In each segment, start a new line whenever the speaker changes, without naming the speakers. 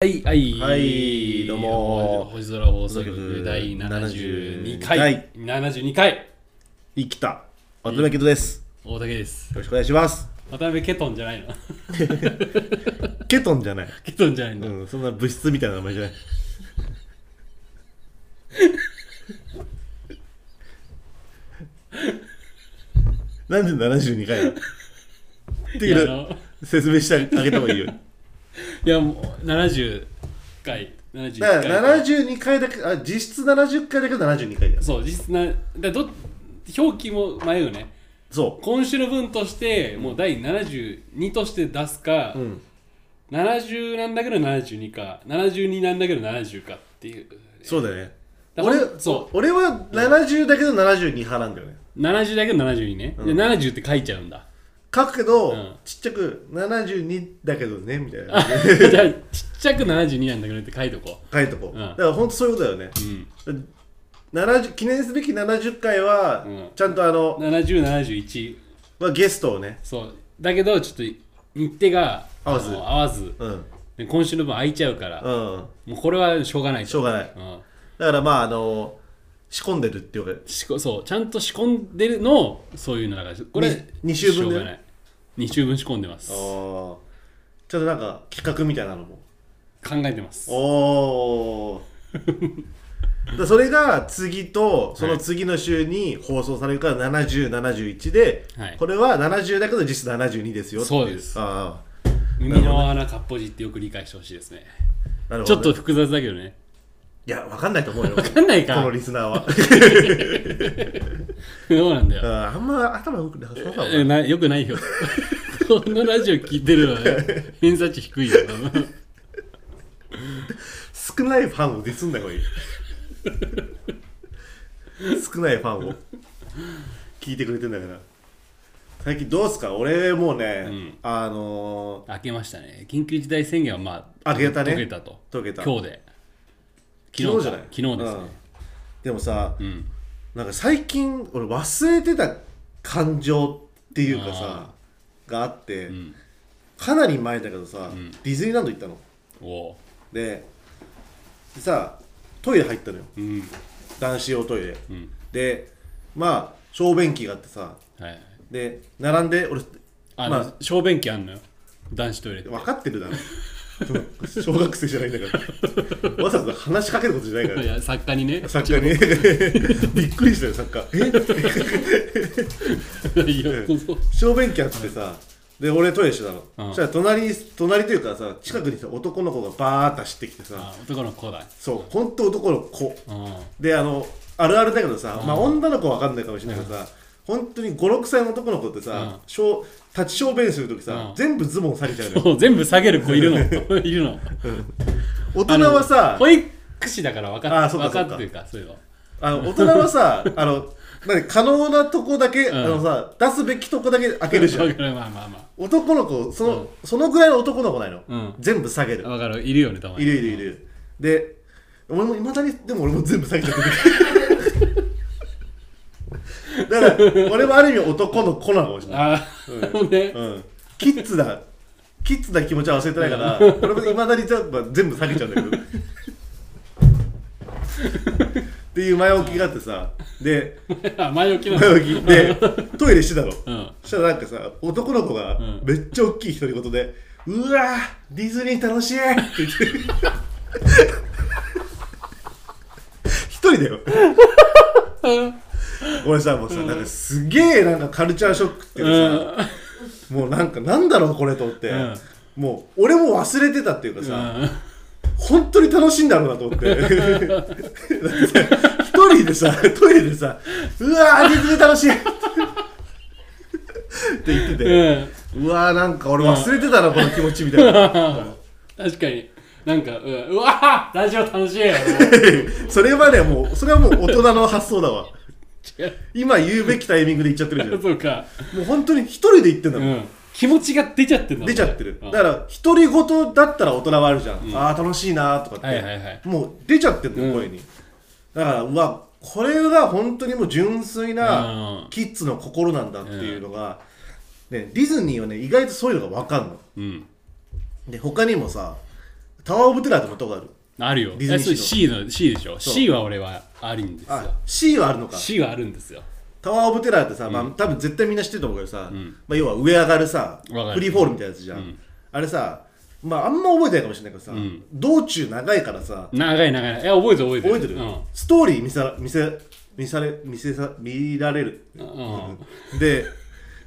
はい、はい、
はいどうも
星空放送局第72回、72回、
生きた渡辺健人です
大竹です。
よろしくお願いします
渡辺ケトンじゃないの
ケトンじゃない
ケトンじゃないの、
うんそんな物質みたいな名前じゃない なんで72回だって
い
い
や、あ
う
の
説明してあげた方がいいよ
いやもう70回、71
だ
回。
から72回だけあ実質70回だけど72回だよ
そう、実質な、だど表記も迷うね。
そ
今週の分として、もう第72として出すか、
ううん
70なんだけど72か、72なんだけど70かっていう。
そうだよね
だから
俺
そう
俺は70だけど72派なんだよね
70だけど72ね、で70って書いちゃうんだ
書くけど、
うん
ちっちゃく72だけどねみたいな感じ
じ
で
ゃあちっちゃく72なんだけどって書いとこ
書いとこ
うん
う、だから本当そういうことだよね
う、うん、
70記念すべき70回は、
うん
ちゃんとあの、
7071
まあ、ゲストをね、
そうだけどちょっと日程が
合わず
あの合わず
うん
で今週の分空いちゃうから、
うん、
もうこれはしょうがないと
しょうがない
うん
だからまああの仕込んでるっていうか
しこそうちゃんと仕込んでるのをそういうのだからこれ
に二週分
し
ね
ょうがない2週分仕込んでます考
ああちょっとなんか企画みたいなのも
えてます
お おそれが次とその次の週に放送されるから7071で、
はい
これは70だけど実質72ですよってい
そうです
あ
耳の穴かっぽじってよく理解してほしいですね
あなるほ
ち
ど
ょっ
ね
と複雑だけどね
いや、わかんないと思うよ。
分かんない
こ
か
のリスナーは。
そうなんだよ
うんあんま頭良くなさそうだもん
え
ね
なよくないよ このラジオ聞いてるわね偏差値低いよ
少ないファンをディスんだ方がいい。 少ないファンを聞いてくれてんだから。最近どうすか俺もうね、
ん
あの
明けましたね緊急事態宣言はまあ
明けたね
解けたと
解けた
今日で
ー昨日じゃない
昨日ですね
うんでもさ、
ん
なんか最近俺忘れてた感情っていうかさ、があって、
ん
かなり前だけどさ、
ん
ディズニーランド行ったの。
おう
ででさトイレ入ったのよ
うん
男子用トイレ
うん
でまあ小便器があってさ
はい
で並んで俺
あの、
まあ
小便器あんのよ男子トイレって
分かってるだろ 小学生じゃないんだ からわざわざ話しかけることじゃないか
いや作家にね
ら作家に びっくりしたよ作家え
いやそう
小便器あってさで俺トイレしてたの、
うん
そしたら隣に隣というかさ近くにさ男の子がバーッと走ってきてさ
あ男の子だ
そう本当男の子
うん
であのあるあるだけどさ、まあ、女の子は分かんないかもしれないけどさ、本当に56歳の男の子って
うん
さ、小立ち小便するときさ、
うん
全部ズボン下げちゃうのよ
そう全部下げる子いるのい るの
大人はさ
保育士だから分か
あ
っ
そう
分
か
か
そうか
ってるかそういうの
あの大人はさあの何可能なとこだけ、
ん
あのさ出すべきとこだけ開けるじゃん
まあまあまあ
男の子その,、
うん
そのぐらいの男の子ないの、
うん
全部下げる
わかるいるよねたまに
いるいるいるで俺もいまだにでも俺も全部下げちゃ ってるだから俺もある意味男の子なのかもしれない
ああ、 ほんで、
うんキッズだキッズだ気持ちは忘れてないから俺もいまだにやっぱ全部下げちゃうんだけどっていう前置きがあってさで
あ前置きな
前
の。
置きでトイレしてたの
うん。
そしたらなんかさ男の子が
ん
めっちゃ大きい独り言で「うわーディズニー楽しい!」って言って一人 だよ俺さもうさなんかすげえなんかカルチャーショックっていう
う
かさ、
ん。
もうなんかなんだろうこれと思って、
うん
もう俺も忘れてたっていうか
う
さ、
ん
本当に楽しいんだろうなと 思ってだってさ一人でさトイレでさ「うわーディズニー楽しい!」って言ってて、
うん。
うわーなんか俺忘れてたな、この気持ちみた いな
確かに。なんか、うん、うわーラジオ楽しいよ。
それはねもうそれはもう大人の発想だわ
違う
今言うべきタイミングで言っちゃってるじゃん
そうか。
もう本当に一人で言ってんだ
う
もん、
ん。気持ちが出ちゃってんだもん
出ちゃってる、
うん
だから独り言だったら大人はあるじゃん、ああ楽しいなーとかって、
はいはいはい
もう出ちゃってるの、
うん
声にだからうわこれが本当にもう純粋
う
なんキッズの心なんだっていうのが、ね、ディズニーはね意外とそういうのが分かんの
うん。
で他にもさタワー・オブ・テラーって乗ったことある
あるよ
ディズニー
えそれ C の C でしょ
そう
C は俺はあるんですよ
あ C はあるのか
C はあるんですよ
タワー・オブ・テラーってさ、まあ、多分絶対みんな知ってると思うけどさ、
ん
まあ、要は上上がるさ
わかる
フリーフォールみたいなやつじゃん、
うん
あれさ、まあ、あんま覚えてないかもしれないけどさ、
ん
道中長いからさ
長い長いいや覚えてる覚えてる
覚えてる、ストーリー見さ見せ見され見せさ見られる、
うん、
で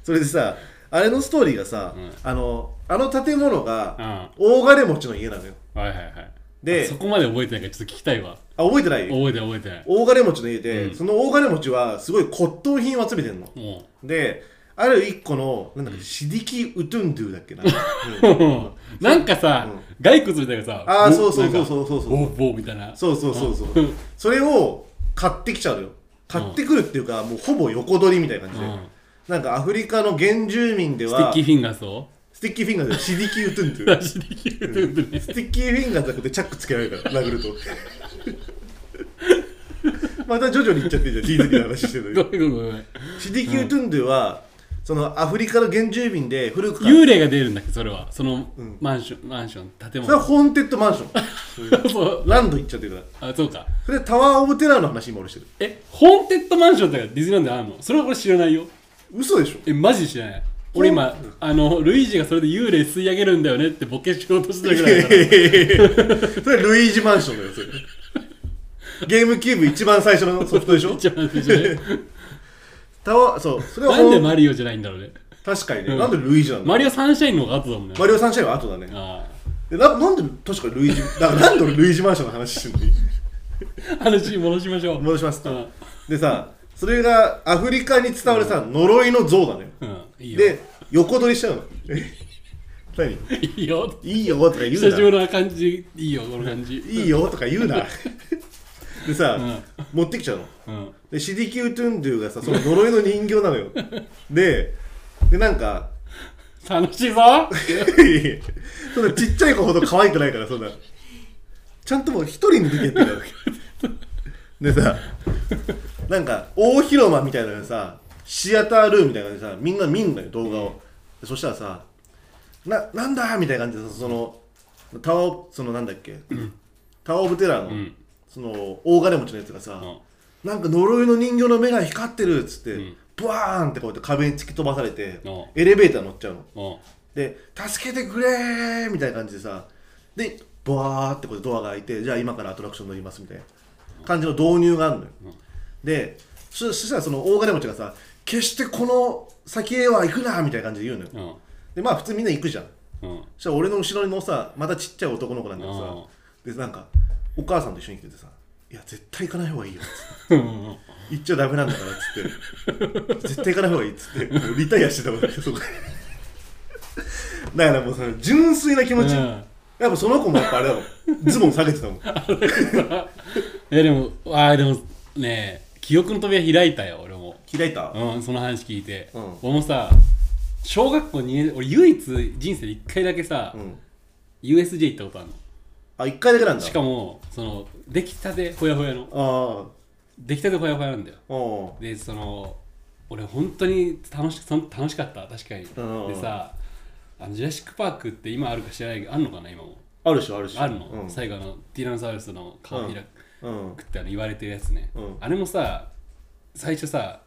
それでさあれのストーリーがさ、
ん
あのあの建物
う
が
ん
大金持ちの家なのよ
はいはいはい
で
そこまで覚えてないからちょっと聞きたいわ
あ覚えてない
覚えてない覚えてない
大金持ちの家で、
うん
その大金持ちはすごい骨董品を集めてんの
も
である一個のなんだっけ、シディキ・ウトゥンドゥだっけ な、うん
う なんかさ、
うん
骸骨みたいなさ
ああ
お
そうそうそう
なんか
そうそうそう
ボーボーみたいな
そうそうそうそうそれを買ってきちゃうのよ買ってくるっていうか、もうほぼ横取りみたいな感じで、
うん
なんかアフリカの原住民で
ステ
は
ッキーフィンガーそう
スティッキーフィンガーでシディキ・ウトゥンドゥ
出しできるってことね
スティッキーフィンガーじゃなくてチャックつけられるから殴ると また徐々に言っちゃってんじゃんディズニーの話してるの
ご
に
めんごめんごめん
シディキウトゥンドゥは、そのアフリカの原住民で古くから
幽霊が出るんだっけそれはそのマンション、マンション建
それは
物
ホーンテッドマンショ ン
そう
ランド行っちゃってるから
あそうか
それでタワー・オブ・テラーの話今俺してる
えホーンテッドマンションってディズニーランドにあるのそれは俺知らないよ
嘘でしょ
えマジで知らない俺今あのルイージがそれで幽霊吸い上げるんだよねってボケしようとしてたぐらいだから
それルイージマンションだよそれゲームキューブ一番最初のソフトでしょ
一番最初ね
タワーそうそれは
なん
ホ
で
ーン
マリオじゃないんだろうね
確かに
う
ね
ん
なんでルイージなんだ
マリオサンシャインの方が後だもんね
マリオサンシャインは後だね
あ
でななんで確かルイージだからなんで俺ルイージマンションの話してんの
あ話戻しましょう
戻します
う
と
ん、
でさそれがアフリカに伝わるさ、呪いの像なのよ
うん、いいよ
で横取りしちゃうの え何
いいよ
いいよとか言う
久しぶ
な
りな感じいいよこの感じ
いいよとか言う なでさ、
ん
持ってきちゃうの
うん
でシディキウトゥンドゥがさその呪いの人形な のよででなんか
楽しいぞ
そんなちっちゃい子ほど可愛くないからそんなちゃんともう一人に出てってるでさなんか大広間みたいなのでさシアタールームみたいなのでさみんな見んのよ動画を、でそしたらさななんだみたいな感じでさそのタワーオブそのなんだっけ、タワー・オブ・テラーの、
ん
その大金持ちのやつがさ、なんか呪いの人形の目が光ってるっつって、ブワーンってこうやって壁に突き飛ばされて、
うん
エレベーター乗っちゃう
う
の
ん
で「助けてくれー!」みたいな感じでさでブワーってこうドアが開いてじゃあ今からアトラクション乗りますみたいな感じの導入があるのよ、でそそしたらその大金持ちがさ「決してこの先へは行くな!」みたいな感じで言うのよ、
うん
でまあ普通みんな行くじゃん
うん
そしたら俺の後ろのさまたちっちゃい男の子なんだけどさでなんかお母さんと一緒に来ててさ「いや絶対行かない方がいいよ」
うん
行っちゃダメなんだからっつって絶対行かない方がいいっつって もうリタイアしてたもんねそこでだからもうその純粋な気持ち、
うん
やっぱその子もやっぱあれだもんズボン下げてたもん
えでもああでもね記憶の扉開いたよ俺も
開いた
うんその話聞いて、
うん
俺もさ小学校2年俺唯一人生で1回だけさ、
うん、
USJ 行ったことあるの
あ一回だけなんだ
しかもその出来たてほやほやの
あ
出来たてほやほやなんだよ
あお
でその俺本当に楽しそん楽しかった確かに
ん
でさあのジュラシック・パークって今あるか知らないけどあるのかな今も
あるでしょあるでしょ
あるの、
うん
最後あのティラノサウルスの顔開く、
うん
ってあの言われてるやつね、
うん
あれもさ最初さ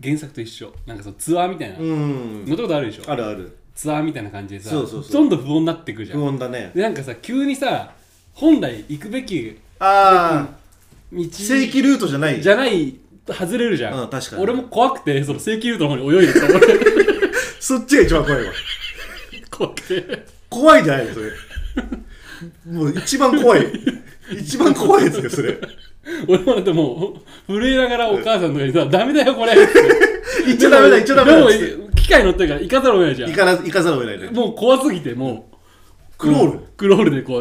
原作と一緒なんかそのツアーみたいな、
う
乗っ
ん、
たことあるでしょ
あるある
ツアーみたいな感じでさ
そうそうそう
どんどん不穏になってくじゃん、
不穏だね
でなんかさ急にさ本来行くべき
ああ
道
正規ルートじゃない
じゃない外れるじゃん、
うん確かに
俺も怖くてその正規ルートの方に泳いでた 俺
そっちが一番怖いわ
怖くて
怖いじゃないのそれもう一番怖い 一番怖いやつよそれ
俺もだってもう震えながらお母さんとかにさ「ダメだよこれ」 って
行っちゃダメだ行っちゃダメだっつって
でも機械乗ってるから行かざるを得ないじゃん
行かな行かざるを得ないね
もう怖すぎてもう
クロール
うんクロールでこ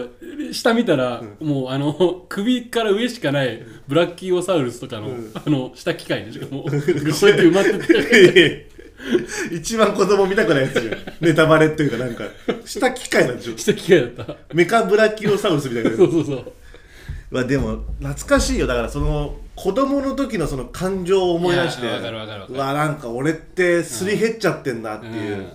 う下見たら、もうあの 首から上しかないブラッキーオサウルスとかの、あの下機械でしかもうこうやって埋まって て
一番子供見たくないやつじゃんネタバレっていうかなんかした機械なんでしょ
下機械だった
メカブラキオサウルスみたいなやつ
そうそうそう
まあでも懐かしいよだからその子供の時のその感情を思い出して
いやわかるわかるわかる
うわなんか俺ってすり減っちゃってんなっていう、
うん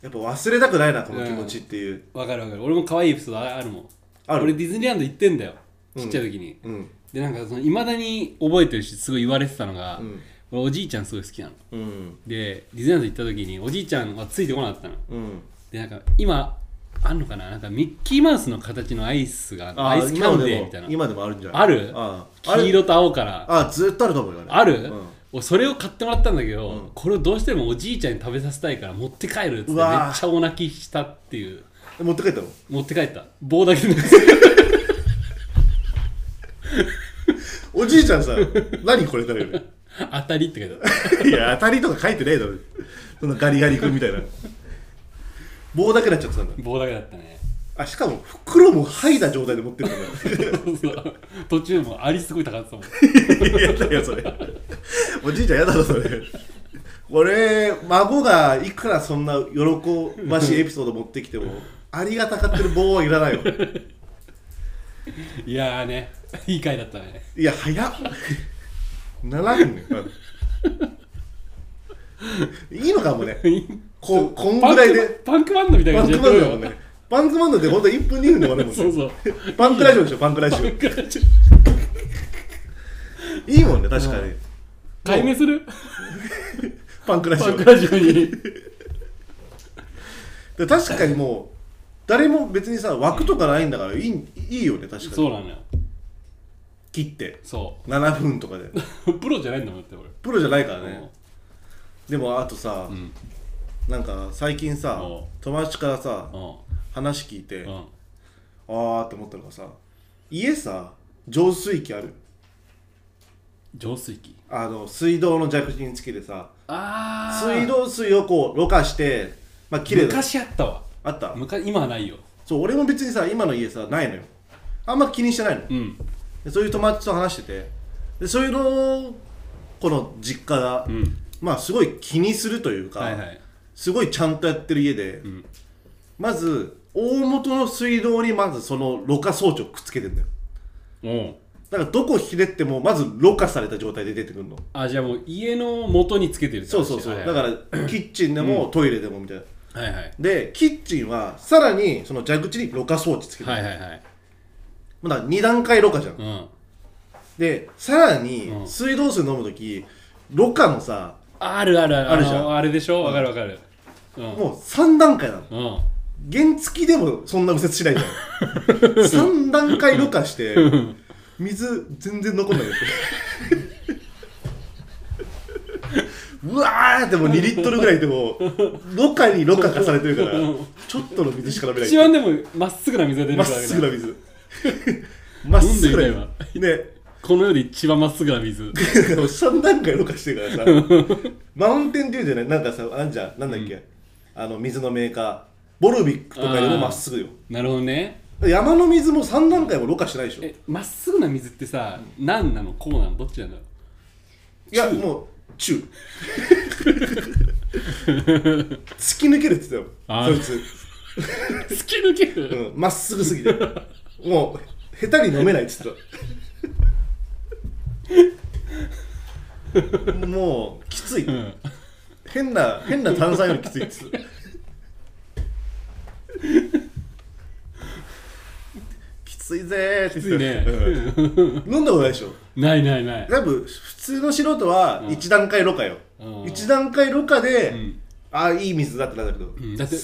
やっぱ忘れたくないなこの気持ちっていう、
わかるわかる俺も可愛いエピソードああるもん
ある
俺ディズニーランド行ってんだよちっちゃい時に、
うん
でなんかその未だに覚えてるしすごい言われてたのが、
ん
俺おじいちゃんすごい好きなの
うん
でディズニーランド行った時におじいちゃんはついてこなかったの
うん
でなんか今あんのかななんかミッキーマウスの形のアイスが
あ
アイスキャンデー
今
みたい
でも
な
今でもあるんじゃない
ある
ああ
黄色と青から
あずっとあると思うよね
ある、
うん
俺それを買ってもらったんだけど、
うん
これをどうしてもおじいちゃんに食べさせたいから持って帰るっつって
う
めっ
わー
ちゃお泣きしたっていう
え持って帰ったの
持って帰った棒だけのや つ
おじいちゃんさ何これだよ
当たりって書いてあった
いや当たりとか書いてねえだろそのガリガリ君みたいな棒だけなっちゃってたんだ
棒だけだったね
あしかも袋も剥いだ状態で持ってるか
そうそう途中もアリすごい高かったもん
らやだよそれおじいちゃんやだろそれ俺孫がいくらそんな喜ばしいエピソード持ってきてもありがたかってる棒はいらないよ
いやーねいい回だったね
いや早っならんねまだいいのかもねここんぐらいで
パンクバンドみたいな
パ
感
ン
じ
ク
で
バ
や
ン
ってこ
ドだも
うんよ
ねパンクバンドって本当1分2分で終わるもん
そう
ね
そう
パンクラジオでしょパンクラジオ いいもんね確かに
解明する
パンクラジ
パ
オ
ンクラジオに
で確かにもう誰も別にさ枠とかないんだからいいいいよね確か
そう
に
なのよ
切って
そ
7分とかで
う プロじゃないんだもんだって俺
プロじゃないからねでもあとさ
うん
なんか最近さ
うん
友達からさ
う
話聞いて
んうん
あーって思ったのがさ家さ浄水器ある
浄水器
あの水道の弱に付きでさ
ああ
水道水をこうろ過してまあ綺麗だ
昔あったわ
あった
昔今はないよ
そう俺も別にさ今の家さないのよあんま気にしてないの
うん
でそういう友達と話しててでそういうのをこの実家が、
うん
まあすごい気にするというか、
はいはい
すごいちゃんとやってる家で、
ん
まず大元の水道にまずそのろ過装置をくっつけてんだよ
おう
だからどこひねってもまずろ過された状態で出てくるの
あじゃあもう家の元につけてるって
そう
話
そうそう、
はい
だから キッチンでも、トイレでもみたいな
はいはい
でキッチンはさらにその蛇口にろ過装置つけてる、
はいはいはい
まだ2段階ろ過じゃん
うん
でさらに
うん
水道水飲む時ろ過のさ
あるあるある
あるじゃん
のあれでしょわかるわかるうん
もう3段階な
う
の
ん
原付きでもそんな右折しないじゃん3 段階ろ過して水全然残んないよ うわーってもう2リットルぐらいでもろ過にろ過がされてるからちょっとの水しか飲めない
一番でもまっすぐな水が出る
ま
わ
っ
けだ
すぐな水 まっすぐ
飲んで
な水ね
この世で一番まっすぐな水
3段階ろ過してるからさマウンテンデューじゃないなんかさあんじゃんなんだっけ、あの水のメーカーボルビックとかよりもまっすぐよ
なるほどね
山の水も3段階もろ過してないでしょ
えまっすぐな水ってさ何なのこうなのどっちなの
いやもう中 突き抜けるって言ってた
あ
よそいつ
突き抜ける、
うんまっすぐすぎてもう下手に飲めないって言ってたもうきつい、
うん
変な変な炭酸よりきついっつうきついぜーって
ついね、
ね、うん飲んだことないでしょ
ないないない
多分普通の素人は1段階ろ過
う
よ、
ん
一1段階ろ過で、
ん
ああいい水だってなるんだけど、
だって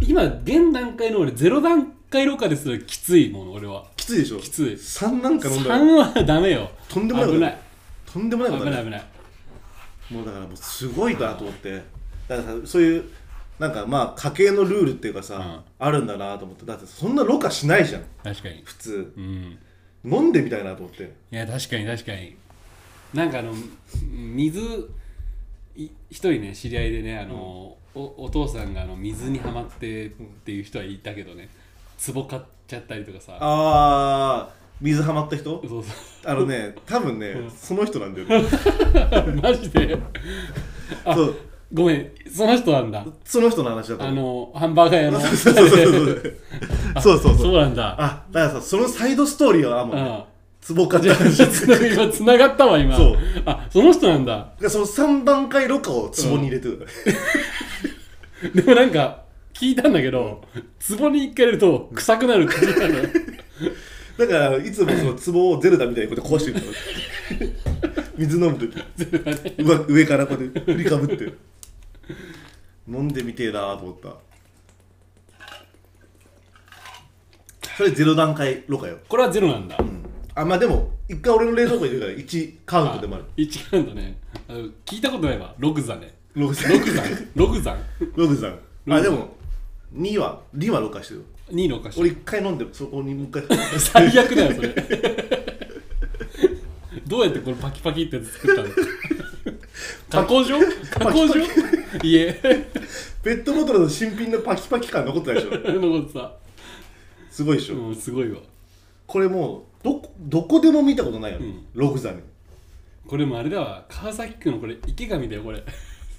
今現段階の俺ゼロ段階ろ過ですらきついもの俺は
きついでしょ
きつい
3なんか飲んだら
3はダメよ
とんでもないこと
危ない
とんでもない
危
ことだ
ない
ね
危ない
もうだからもうすごいなと思ってだからさそういうなんかまあ家計のルールっていうかさ、
ん
あるんだなと思ってだってそんなろ過しないじゃん
確かに
普通
うん
飲んでみたいなと思って
いや確かに確かになんかあの水い一人ね知り合いでねあの、おお父さんがあの水にはまってっていう人はいたけどね壺買っちゃったりとかさ
ああ水はまった人
そうそ
あのね多分ね、その人なんだよね
う マジであ
そう
ごめんその人なんだ
その人の話だと
あ
思う
のハンバーガー屋の
そうそうそうそう そうそう
そ
そう
うなんだ
あだからさそのサイドストーリーはあんもんね
あ
ツボかっ
じ
た
ゃあじゃあ
話
つなが今つながったわ今
そう
あその人なんだ
でその3段階ろ過をツボに入れてる、
でもなんか聞いたんだけど、壺に一回入れると臭くなるって聞いたのよ
だからいつもその壺をゼルダみたいにこうやって壊してるの水飲む時うわ上からこうやって振りかぶって飲んでみてえなと思ったそれゼロ段階ろ過よ、
これはゼロなんだ、
うん、あまあでも一回俺の冷蔵庫に入れるから1カウントでもある
1カウントねあの聞いたことないわ6座ね
6
6座6座
ログさんあ
ログ
でも2は2はろ過してる
2のお菓子
俺1回飲んでそこにもう一回
最悪だよそれどうやってこれパキパキってやつ作ったの加工場加工場いえ
ペットボトルの新品のパキパキ感残ってないでしょ
のことさ
すごいでしょ、
うんすごいわ
これもうどこどこでも見たことないよね、
うん
ログザメ
これもあれだわ川崎君のこれ池上だよこれ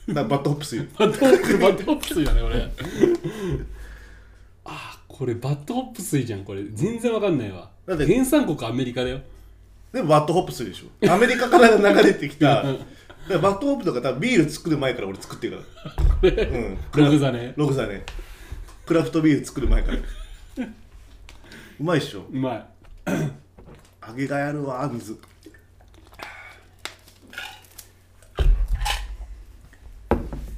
なバットホップスいる
バッドホップスバッドホップスだねこれああこれバッドホップスじゃんこれ全然わかんないわ
だって
原産国アメリカだよ
でもバットホップスいるでしょアメリカから流れてきただ
うん
からバットホップとか多分ビール作る前から俺作ってるからうん
ログザね
ログザねクラフトビール作る前からうまいっしょ
うまい
揚げがやるわ水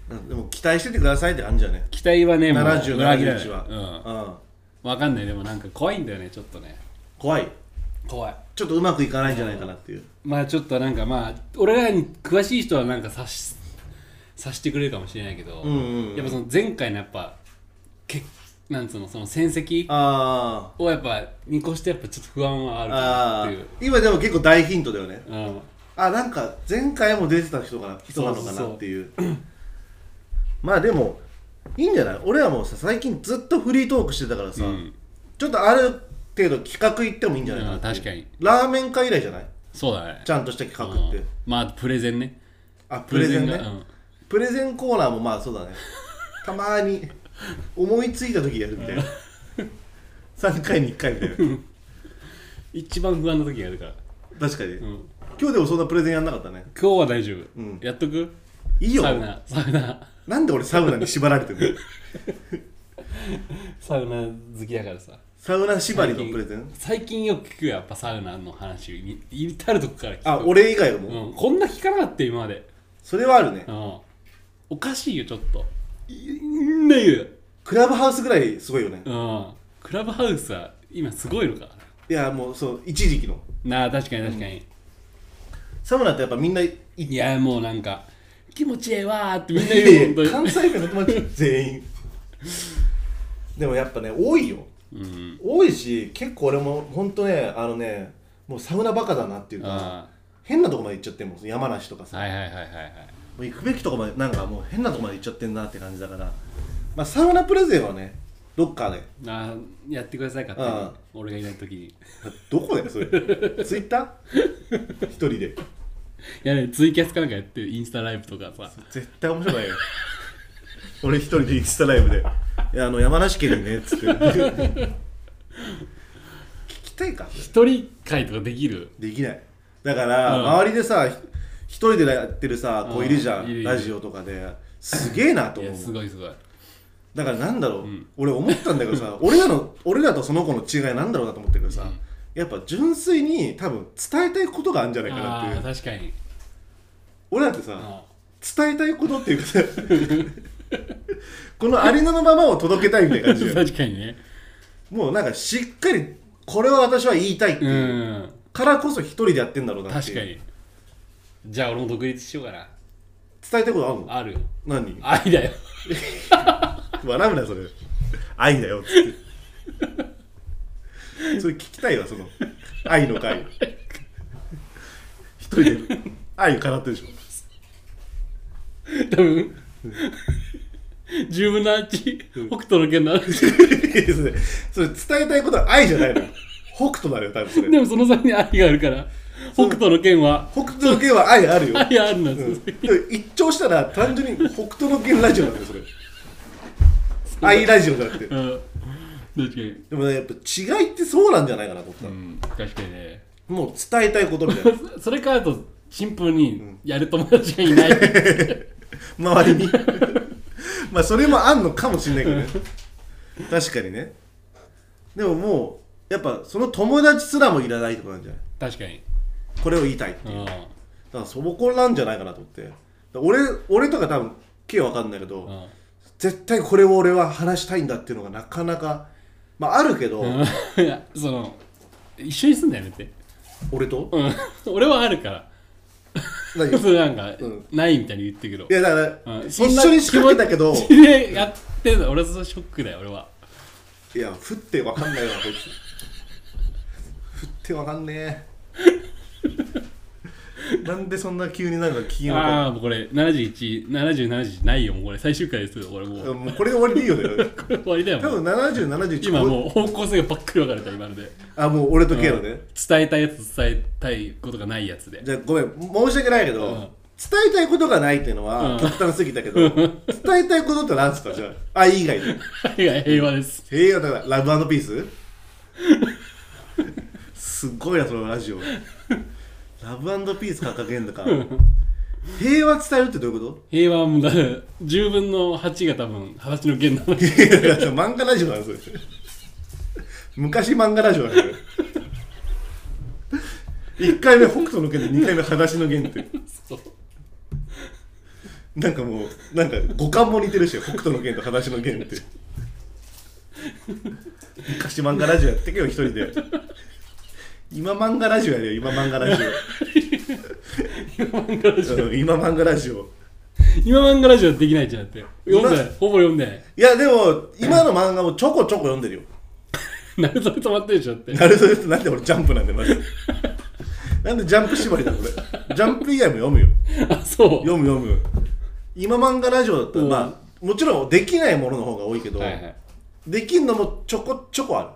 うんでも期待しててくださいって感じだね
期待はねもう
70
裏切らない
71は、
うん
うん
わかんないでもなんか怖いんだよねちょっとね
怖い
怖い
ちょっとうまくいかないんじゃないかなっていう
まあちょっとなんかまあ俺らに詳しい人はなんか察し察してくれるかもしれないけど、
うんうんうん
やっぱその前回のやっぱけなんつうのその戦績
あ
をやっぱ見越してやっぱちょっと不安はあ
ー
る
あ
かなってい
ー
う
今でも結構大ヒントだよね
うん
あなんか前回も出てた人かな人なのかなっていう まあでもいいんじゃない俺はもうさ最近ずっとフリートークしてたからさ、
うん
ちょっとある程度企画行ってもいいんじゃないかなっていう
うん確かに
ラーメン会以来じゃない
そうだね
ちゃんとした企画って、
うんまあプレゼンね
あプレゼンねプレゼ
が
ン,、
うん
コーナーもまあそうだね たまに思いついた時やるみたいな3回に1回みたいな
一番不安な時があるから、
確かに、
うん、
今日でもそんなプレゼンやんなかったね
今日は大丈夫、
うん
やっとく
いいよ
サウナサウ ナ
なんで俺サ ウナに縛られてるの
サウナ好きだからさ
サウナ縛りのプレゼン
最近よく聞くよやっぱサウナの話に至るとこから聞く
あ俺以外はもう、
うん、こんな聞かなかったよ今まで、
それはあるね
うん、おかしいよちょっといんな言う、
クラブハウスぐらいすごいよね、
うん、クラブハウスは今すごいのか
いやもうそう一時期の
なあ確かに確かに、
サウナってやっぱみんない
いやもうなんか気持ちええわーってみんな言う本当に
関西弁の 友達全員でもやっぱね多いよ
うん
多いし結構俺もほんとねあのねもうサウナバカだなっていうか
あ
変なとこまで行っちゃってんもん山梨とか
あ
さ、
はいはいはいはいはい
もう行くべきとこまでなんかもう変なとこまで行っちゃってんなって感じだからまあサウナプレゼンはねどっかで
あーやってください勝手に俺がいない時にい
どこだよそれツイッター一人で
やねツイキャスかなんかやってるインスタライブとかさ
絶対面白くないよ俺一人でインスタライブで「いやあの山梨県にね」っつって聞きたいか
一人会とかできる
できないだから、
うん
周りでさひ一人でやってるさ子いるじゃん、
うんいるいる
ラジオとかですげえなと
い
思
やす
う
ごいすごい
だからなんだろう、
ん
俺思ったんだけどさ俺らの俺らとその子の違いなんだろうなと思ってるけどさ、
うん
やっぱ純粋に多分伝えたいことがあるんじゃないかな
あ
ってい
あ
う
確かに
俺らってさ、
あ
伝えたいことっていうかさこのありのままを届けたいみたいな感じ
ー
で
確かにね
もうなんかしっかりこれは私は言いたいって
う
いう、
ん
からこそ一人でやってんだろうなって
確
いう
かにじゃあ俺も独立しようかな
伝えたいことあるの
あるよ
何
愛だよ
笑うなそれ愛だよっつ ってそれ聞きたいわその愛の会一人で愛を語ってるでしょ
多分十分の8
うん
北斗の剣の話
いやそれそれ伝えたいことは愛じゃないのよ北斗だよ多分それ
でもその先に愛があるから
そ
北
う
斗の剣は
北斗の拳は愛あるよ
愛あるんだ
うんでも一聴したら単純に北斗の拳ラジオなんだよそれ愛ラジオじゃなくて
うん、確かに
でもねやっぱ違いってそうなんじゃないかなと思った、
うん確かにね
もう伝えたいことみたい
そそれからあと シンプルにやる友達がいない、
な周りにまあそれもあんのかもしれないけどね確かにねでももうやっぱその友達すらもいらないとかなんじゃない
確かに
これを言いたいって
う
いうだ
ん
からそこなんじゃないかなと思ってだから俺俺とか多分 K は分かんないけど、
うん
絶対これを俺は話したいんだっていうのがなかなかまああるけど、
うんいやその一緒に住んだやめて
俺と
うん 俺はあるから
何
それなんか、
うん
ないみたいに言ってるけど
いやだから、
うん
一緒に仕掛けたけど
気持ちでやってんの俺はそれショックだよ俺はい
や振ってわかんないわこいつ振ってわかんねえなんでそんな急になんか機嫌
あ
を
あもうこれ717070ないよもうこれ最終回ですよ俺もう
もうこれで終わりでいいよね
これ終わりだよ
多
もう
分7071
今もう方向性がばっくり分かれた今ので
あもう俺と K のね、
伝えたいやつ伝えたいことがないやつで
じゃあごめん申し訳ないけど、
うん
伝えたいことがないっていうのは、
うん
極端すぎたけ ど伝えたいことって何ですかじゃあ愛以外 で
いや平和です
平和だからラブピースすっごいなそのラジオラブピース掲げんだから平和伝えるってどういうこ
平和はもうだから10分の8が多分話の弦なの
といやいや漫画ラジオなんですよ昔漫画ラジオなんですよ1回目北斗の剣で2回目裸足の剣って
そう
なんかもうなんか五感も似てるし北斗の剣と裸足の剣って昔漫画ラジオやってけよ一人で今漫画ラジオやでよ今漫画ラジオ
今漫画ラジオ
うん今漫画ラジオ
今漫画ラジオできないじゃんって読んでない
今
ほぼ読んでない
いやでも今の漫画もちょこちょこ読んでるよ
ナルトで止まってるでしょ って
なるほどなんで俺ジャンプなんでまずなんでジャンプ縛りだこれジャンプ以外も読むよ
あそう
読む読む今漫画ラジオだったら
うん
まあもちろんできないものの方が多いけど、
はいはい
できんのもちょこちょこある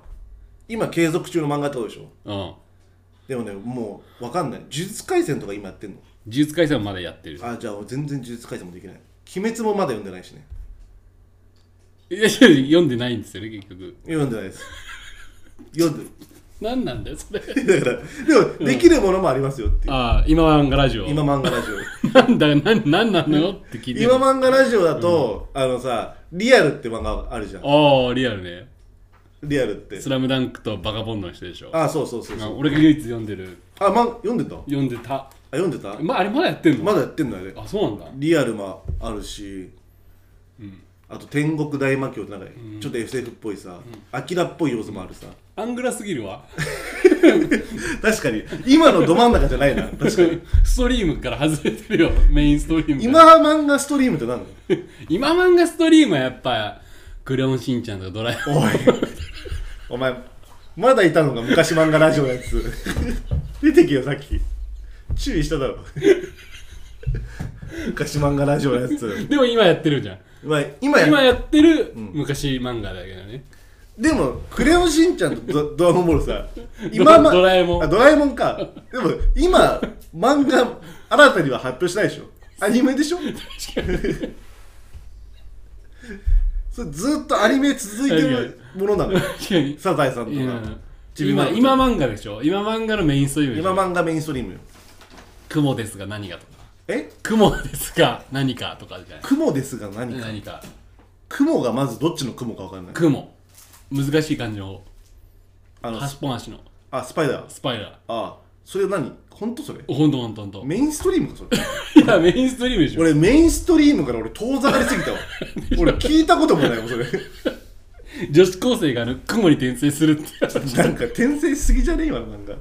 今継続中の漫画ってことでしょ
うん呪
でもねもう分かんない呪術廻戦とか今やってんの
術廻戦もまだやってる
あじゃあ俺全然呪術廻戦もできない鬼滅もまだ読んでないしね
いや読んでないんですよね結局
読んでないです読んで
何なんだよそれ
だから、でも、できるものもありますよっていう。
ああ今漫画ラジオ
今漫画ラジオ。
なんだなんなんなのって聞いて
今漫画ラジオだと、あのさ、リアルって漫画あるじゃん。
ああリアルね
リアルっ
「
て
ス。ラムダンクと「バカボンド」の人でしょあ
あ、そうそうそうそう。
俺が唯一読んでる
あ、ま、読んでたあ、
読んでた
読んでた
まあれまだやってんの
まだやってんだよね。
あそうなんだ
リアルもあるし、あと天国大魔教ってなんか、ちょっと SF っぽいさ、アキラっぽい要素もあるさ。
アングラすぎるわ
確かに、今のど真ん中じゃないな。 確かに。
ストリームから外れてるよメインストリームか
今
ら
漫画ストリームって何なの
今漫画ストリームはやっぱ「クレヨンしんちゃん」とか「ドラえもん
おいお前まだいたのが昔漫画ラジオのや つ出てきよさっき注意しただろ昔漫画ラジオのや つ」
でも今やってるじゃん
まあ今や
今やってる昔漫画だけどね
でも「クレヨンしんちゃん」とド「ドラゴンボー ルさ」今ま
ドラえもん
あドラえもんかでも今漫画新たには発表しないでしょアニメでしょそれずっとアニメ続いてるものなのよ
確かに
サザエさんと
いや
かちびま
今
る子ちゃん
今漫画でしょ今漫画のメインストリームでし
今
ょ
漫画メインストリームよ
「雲ですが何が」とか
え
「雲ですが何か」とかじゃない
雲ですが何か
何か
雲がまずどっちの雲か分かんない
雲難しい感じの
あの
端っぽ足の
あスパイダー
スパイラ
あそれ何本当それ
ーほんとほんとほんと
メインストリームかそれ
いやメインストリームでしょ
俺メインストリームから俺遠ざかりす ぎたわ俺聞いたこともないもんそれ
女子高生があの雲に転生するってやつ
なんか転生しすぎじゃねえ今の漫画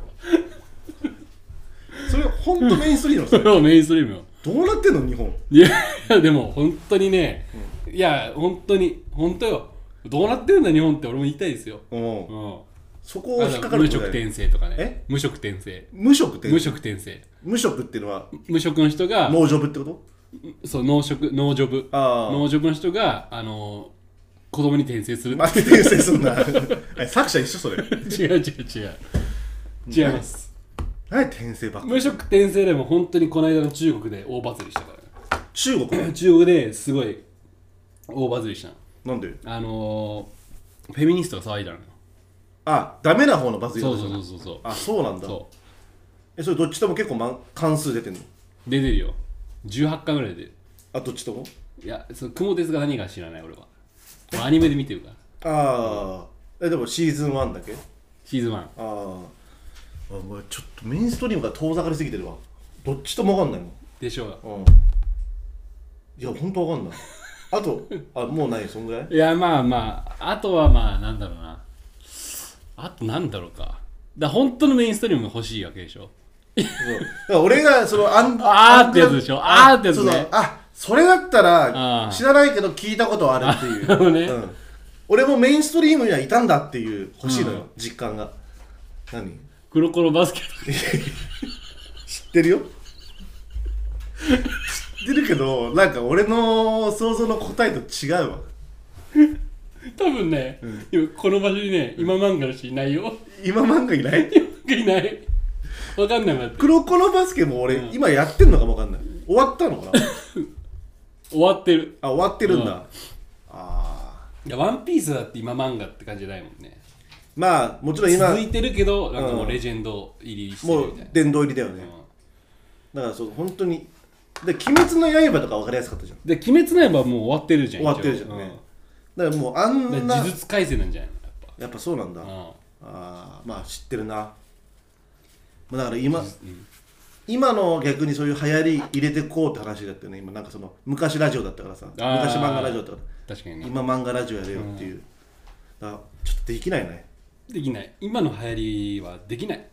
それ本当メインストリームなの
それをメインストリームよ
それどうなってんの日本
いやいやでも本当にね、いや本当に本当よどうなってるんだ日本って俺も言いたいですよ、
うん
うん、
そこを引っかか
あの
る
無
と
職
こだよ
転生とかね
え
無職転生
無職って
無職転生
無職っていうのは
無職の人が
ノージョブってこと
そう農職農ジョブ
ああ
農ジョブの人があの子供に転生する、
待って転生すんな え作者一緒それ
違う違う違う違います
何転生ばっか
無職転生でも本当にこの間の中国で大バズりしたからね
中国ね
中国ですごい大バズりしたの
なんで
あのー、フェミニストが騒いだのよ
あダメな方のバズり
そう
方
そうそうそうそう
あそうなんだ
そ
えそれどっちとも結構、ま、関数出てんの
う出てるよ18巻ぐらいで
あどっちとも
いやその雲鉄が何が知らない俺はもうアニメで見てるから
ああえでもシーズン1だけ
シーズン1
ああお前ちょっとメインストリームから遠ざかりすぎてるわどっちとも分かんない
でしょう
もん、うん、いやほんと分かんないあとあもうないそんぐらい
いやまあまああとはまあなんだろうなあとなんだろうかだ本当のメインストリームが欲しいわけでしょ
そうだから俺がそのアン
あーってやつでしょあーってやつね
そうそうあそれだった
あ
ら
ー
知らないけど聞いたことあるっていう
あなるほど ね
うん、俺もメインストリームにはいたんだっていう欲しいのよ、
うん
実感が何
黒コロバスケとか
知ってるよ知ってるけどなんか俺の想像の答えと違うわ
多分ね、今この場所にね今漫画の人いないよ
今漫画いない
いないわかんないもんだって
黒子のバスケも俺、
うん
今やってんのかもわかんない終わったのかな
終わってる
あ終わってるん
う
だ、
ん
ああ
いやワンピースだって今漫画って感じじゃないもんね
まあもちろん今
続いてるけどなんかもううんレジェンド入りして
も
るみ
う
たいな
殿堂入りだよね、
うん
だからそう本当にで「鬼滅の刃」とか分かりやすかったじゃん
で鬼滅の刃はもう終わってるじゃん
終わってるじゃんね、だからもうあ
一応うんんだか
な
ら呪術廻戦なんじゃないのやっ
やっぱそうなんだ、
ぱ、
あ
うん
あーまあ知ってるなまあだから今
うん
今の逆にそういう流行り入れてこうって話だったよね今なんかその昔ラジオだったからさ
あー
昔漫画ラジオだったか
確かに
ら
ね
今漫画ラジオやれよっていう、だからちょっとできないね
できない今の流行りはできない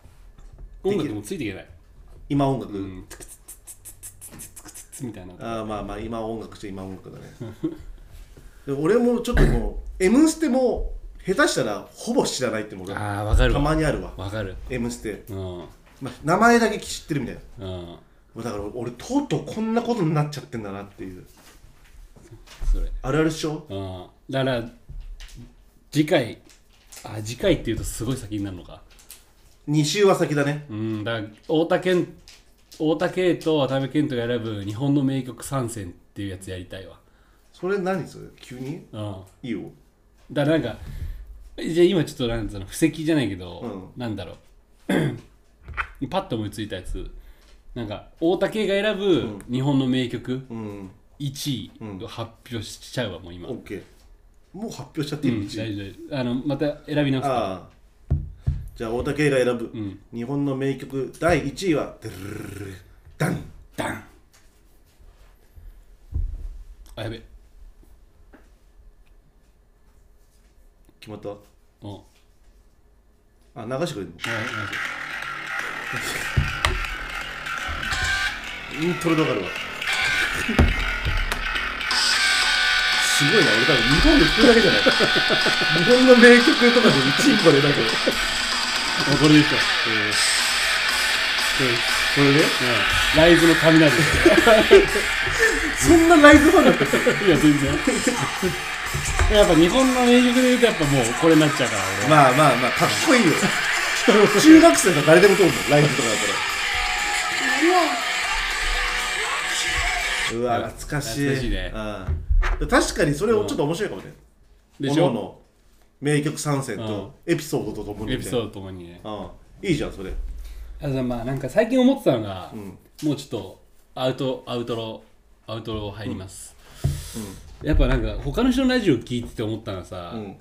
音楽もついていけない
今音楽、
うんツクツツツツツツツツツツツみたいな
ああまあまあ今音楽して今音楽だね でも俺もちょっともう「M ステ」も下手したらほぼ知らないってもう俺
ああわかる
たま
わ
にあるわ
わかる
「M ステ
うん」
まあ、名前だけ知ってるみたいな
うん
もうだから俺とうとうこんなことになっちゃってんだなっていう
それ
あるあるっしょ
うんだから次回あ次回っていうとすごい先になるのか
2週は先だね
うんだから太田健太田圭と渡辺謙人が選ぶ日本の名曲参戦っていうやつやりたいわ
それ何それ急に
うん
いいよ
だからなんかじゃあ今ちょっとなんつうの布石じゃないけど、
う
なんだろう パッと思いついたやつなんか大竹が選ぶ日本の名曲
うん
1位を発表しちゃうわもう今、うん
OK もう発表しちゃっていい、一
大
位
丈夫あのまた選び直すから
ああじゃあ大竹が選ぶ、
ん
日本の名曲第1位は「ルルルルルダン
ダンあやべ
決まった
うん
あ流してくれるの
あなんか
イントロでわかるわすごいな俺多分日本で一人だけじゃない日本の名曲とかで1位これだけど
あこれでしょ
うんこれ
う
ね
んライズの雷です
そんなライブファンだったっけ
いや全然 やっぱ日本の名曲で言うとやっぱもうこれになっちゃうから俺は
まあまあまあかっこいいよ中学生が誰でも通るのライブとかだったらうわ懐かしい
懐かしいね
うん確かにそれをちょっと面白いかもね、
で
お
し
の
ょ
おの名曲参戦とエピソードとともに
エピソー
ド
ドともにね
うんいいじゃんそれ
あとまあなんか最近思ってたのが、
ん
もうちょっとアウトアウトロアウトロ入ります、やっぱなんか他の人のラジオ聞いてて思ったのはさ、
うん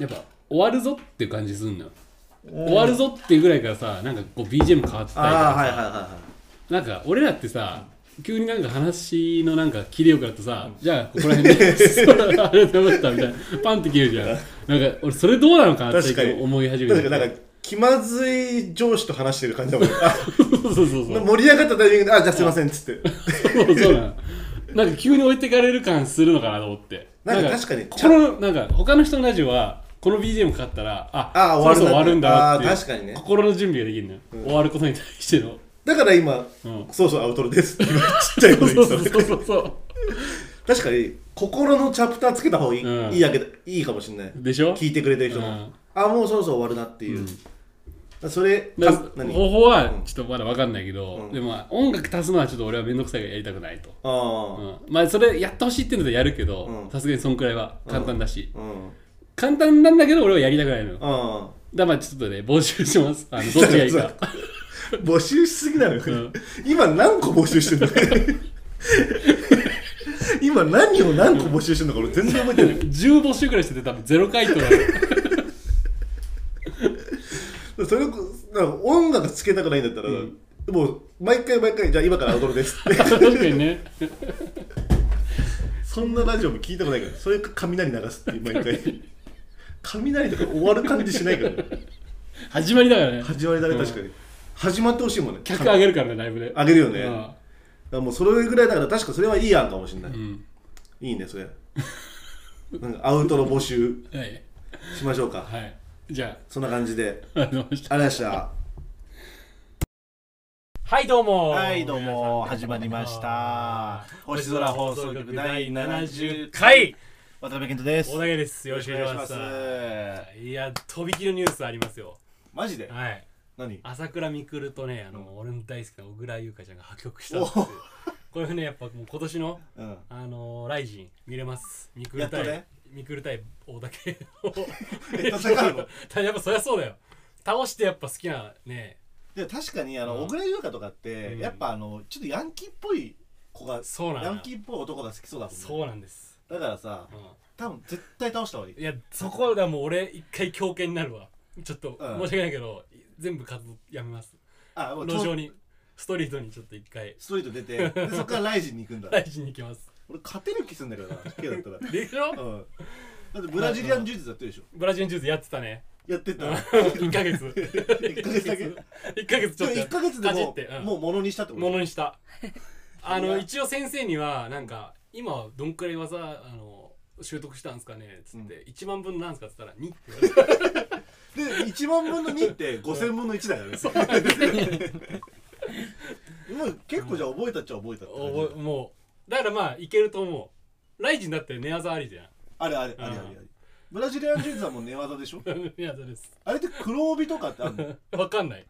やっぱ終わるぞっていう感じすんのよ終わるぞっていうぐらいからさなんかこう BGM 変わってたりとか
ああ
さ、
はいはいはいはい
なんか俺らってさ急になんか話のなんか切れよくなってさ、じゃあここら辺でそうあれと思ったみたいなパンって切れるじゃんなんか俺それどうなのかなって
確かに
思い始め
確
て
かになんか気まずい上司と話してる感じ だもんねあ
そうそうそうそう
盛り上がったタイミングで「あじゃあすいません」っつって
そうそうなのなんか急に置いてかれる感するのかなと思って
なんか確かに
このなんか他の人のラジオはこの BGM かかったらあ
あー
そろそろ終
終
わ
わ
る
る
ん
ん
だ
だ
なっていう
あー確かにね
心の準備ができるのよ、終わることに対しての
だから今、
うん
そうそうアウトロですって今ちっちゃい
そ
声
うそ
で言っ
う
てた
そうそうそう
確かに心のチャプターつけた方がいい,、
うん
いいやけどいいかもしれない
でしょ
聞いてくれてる人も、
うん
あもうそろそろ終わるなっていう、それ
だ
か何
方法は
うん
ちょっとまだ分かんないけど、
うん
でもまあ音楽足すのはちょっと俺は面倒くさいからやりたくないと、う
あ
んまあそれやってほしいっていうのでやるけ
う
ど
ん
さすがにそんくらいは簡単だし、
あうん
簡単なんだけど俺はやりたくないのよだか
あ
らまあちょっとね募集しますあのどっちがいいか
募集しすぎなのよ、
ん
今何個募集してんの
今何を何個募集してんのか俺全然覚えてない
10募集ぐらいしてて多分ゼロ回答だ
それをなんか音楽つけたくないんだったら、
うん
もう毎回毎回じゃあ今から踊るですって
確かにね
そんなラジオも聞いたことないからそれか雷流すっていう毎回雷とか終わる感じしないからね
始まりだからね
始まりだね確かに、始まってほしいもんね
客上げるからねライブで
上げるよねだ
あ
からもうそれぐらいだから確かそれはいい案かもしれな
あ
い、
うん
いいねそれなんかアウトの募集
はい
しましょうか
はいじゃ
そんな感じで
あありがとうございました
ありがとうございました
はいどうも
はいどうも始まりました星空放送局第70回渡辺健人です
小田家です。よろしくお願いします。
お願いします
いや、飛び切りのニュースありますよ。
マジで
はい。
何
朝倉未来とね、あの、俺の大好きな小倉優香ちゃんが破局したん
お
ですよ。これね、やっぱもう今年の、
うん
あのー、ライジン見れます。未
や
来
っと
対、
ね
未来対大竹を。
え戦うの
た やっぱそりゃそうだよ。倒してやっぱ好きなね、
で確かにあの
うん
小倉優香とかって
うん
やっぱあのちょっとヤンキーっぽい子が
そうなんだ
ヤンキーっぽい男が好きそうだもんね
そうなんです。
だからさ
う
多分絶対倒した方がいい
ん、いや、そこだもう俺一回狂犬になるわ。ちょっと、
ん
申し訳ないけど、全部活動やめます。
あもう
路上に、ストリートにちょっと一回。
ストリート出 てでそこからライジンに行くんだ
大事に行きます。
俺勝てる気すんだけどな K だった ら
でしょ
うんだってブラジリアン柔術やってるでしょ
ブラジルジュースやってたね。
やってた
1ヶ月。
1ヶ月だけ
1ヶ 月ちょっと。
1ヶ月で
かじっ
も
て、
う
うん
もうものにしたってこと
ものにした。あ
いや
の、一応先生には、なんか、今はどんくらい技、あの、習得したんですかねつって、1万分なんすかっつったら2って言われ た。
で1万分の2って5000分の1だよ ねもう結構じゃあ覚えたっちゃ覚えたって感じ
おぼもう、だからまあ、いけると思う。ライジンだって寝技ありじゃん。
あれあれあれあれあれブラジリアン柔術はもう寝技でしょ
寝技です。
あれって黒帯とかってあるの
わかんない。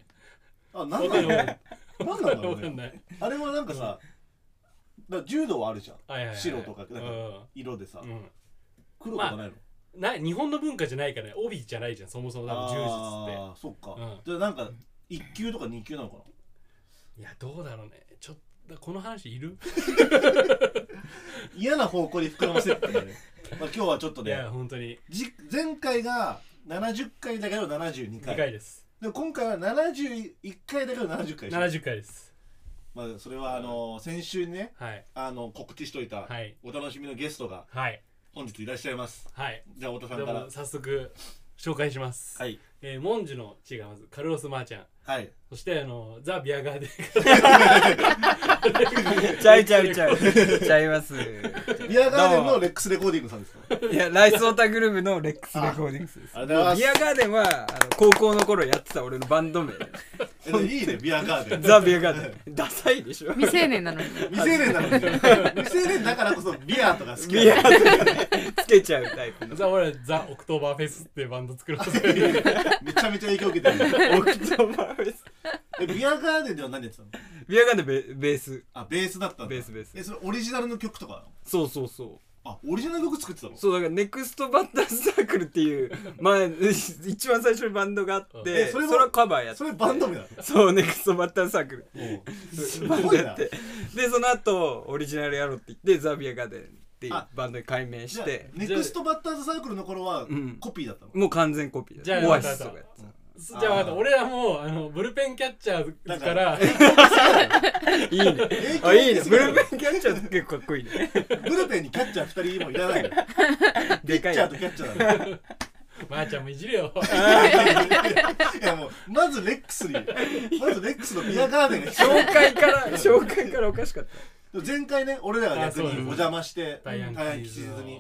あな
わ
ん
か
なん
ない。
のなんなんだろ
わ
う
かん
ね
ない。
あれはなんかさだから柔道はあるじゃん
はいはいはい
白とか
う
なんか
ん
色でさ
うん。
黒とかないの
な日本の文化じゃないからね、帯じゃないじゃん、そもそも多分柔術って。
あーそっか
うん
じゃあなんか1級とか2級なのかない
やどうだろうねちょっとこの話いる
嫌な方向に膨らませるっていう ねまあ今日はちょっと
いや
ね
本当に
じ前回が70回だけど72
2
回
回です、
で今回は71回だけど70回でしょ
70回です
まあそれはあの先週ね
はい
あの告知しといた
はい
お楽しみのゲストが
はい
本日いらっしゃいます
はい
じゃあ太田
で
さんから
も早速紹介します、
はい
えーモンジュの地がまずカルロス・マーちゃん
はい
そしてあのザ・ビアガーデン
ちゃいちゃいちゃい。ちゃいます。
ビアガーデン
ど
の
うも
レックスレコーディングさんですか
いや、ライスオタグループのレックスレコーディングスです。
ありがとうござ
ビ
い
アガーデンはあの高校の頃やってた俺のバ ンド名。
ますいいねビアガーデン
ザ・ビアガーデン。ダサいでしょ
未成年なのに
未成年なのに未成年だからこそビアとか好き
ビ
な
ア
の
ガーデンつけちゃうタイプの。
ザ・俺はザ・オクトーバーフェスっていうバンド作ろうとする
めちゃめちゃ影響受けてる
オクトーバーフェス
えビアガーデンでは何やってたの
ビアガーデンベベース。
あベースだったんだ
ベースベース
えそれオリジナルの曲とかなの
そうそうそう。
あオリジナルの曲作ってたの
そうだからネクストバッターズサークルっていう前 一番最初にバンドがあっ
え
て
そ
そ
れ
れ
も
をカバーやって
それバンド名なの
そうネクストバッターズサークル
す
バン
ご
ド
い
や
な
ってでその後オリジナルやろうって言ってザ・ビアガーデンっていうバンドに改名
じゃ
し
あ
て
ネクストバッターズサークルの頃は
うん
コピーだったの
もう完全コピー
じゃ
だ
あ
オアシスとかやって
じゃあ分かった俺らもうあのブルペンキャッチャーから
たいいね
影響
あいい
受
ね
けすぎ
ブ
だ
ル
ろ
ペンキャッチャーって結構かっこいいね
ブルペンにキャッチャー2人もいらないのキャ
でか
ッ
い
チャーとキャッチャーなの
マーちゃんもいじるよ
いやもうまずレックス にまずレックスのビアガーデンが必
紹介から紹介からおかしかっ
要前回ね俺らが逆に
あそう
お邪魔して
ダイアン
大変
キ
吉
ーズ
日
の
に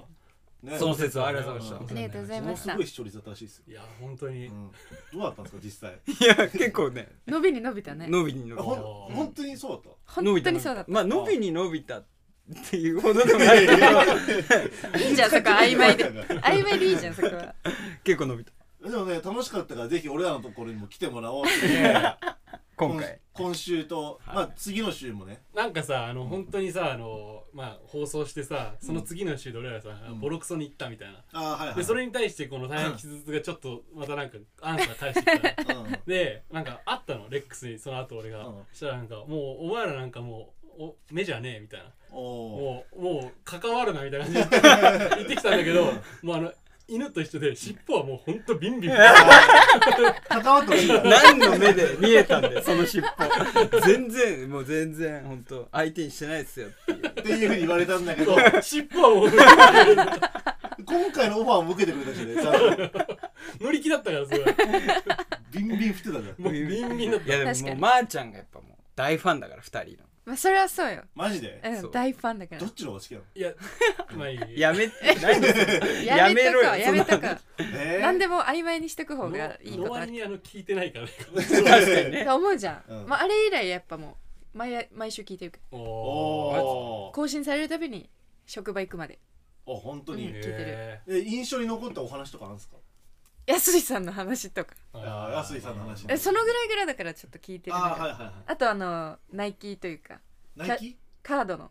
ね
たその説はありがとうございま
ありがとうござい
もの
ますした
ごい視聴率だったらしいですよ
いや本当に、
うんどうだったんですか実際
したいや結構ね
伸びに伸びたね
伸びに伸び
ほん
た
うん
本当にそうだった
本
伸び
当にそうだっ
まあ伸びに伸びたっていうほどでもないけど
たいいじゃんそこは曖 昧で曖昧でいいじゃんそこは
結構伸びた
でもね楽しかったからぜひ俺らのところにも来てもらおうって
今回
今今週と、まあ次の週もね
なんかさあの本当にさあの、まあ、放送してさその次の週で俺らさ、
ん
ボロクソに行ったみたいな
あーはいはい
でそれに対してこの大変傷つがちょっとまたなんかアンサー返してきた の
うん
でなんかあったのレックスにその後俺が、
うん
そしたらなんかもうお前らなんかもうお目じゃねえみたいな
おお
もうもう関わるなみたいな感じで言 ってきたんだけどもうあの犬と一緒で尻尾はもうほんとビンビン
関わってほしいよ
何の目で見えたんだよその尻 尾全然もう全然本当相手にしてないですよっていう
っていうふうに言われたんだけど
そう尻尾はもう
今回のオファーも受けてくれたしねちゃんと
乗り気だったからすごい
ビンビン振ってたんだ
もうビンビンだっ
いやでも
確
も
か
う
に
まーちゃんがやっぱもう大ファンだから2人の
まあそれはそうよ、
マジで
う、
そうん
大ファンだか
ど
ら
っちの方が好きなの
たいやまあいい
やめ何です
やめと
ろ
こ
よ
うやめとこう
え
何でも曖昧にしとく方がいい
の
ことあ
割
る
にあの聞いてない からね
確かにね
と思うじゃん、
うん
まあ、あれ以来やっぱもう毎毎週聞いてるから
お
お
お
お
更新されるたびに職場行くまで
あ本当に、
うん聞いてる
え印象に残ったお話とかあるんですか
安井さんの話とか
あー安井さんの話
えそのぐらいぐらいだからちょっと聞いてる
あ
の
あ
が
はいはいは
あとあのナイキというか
いナイキ
カードの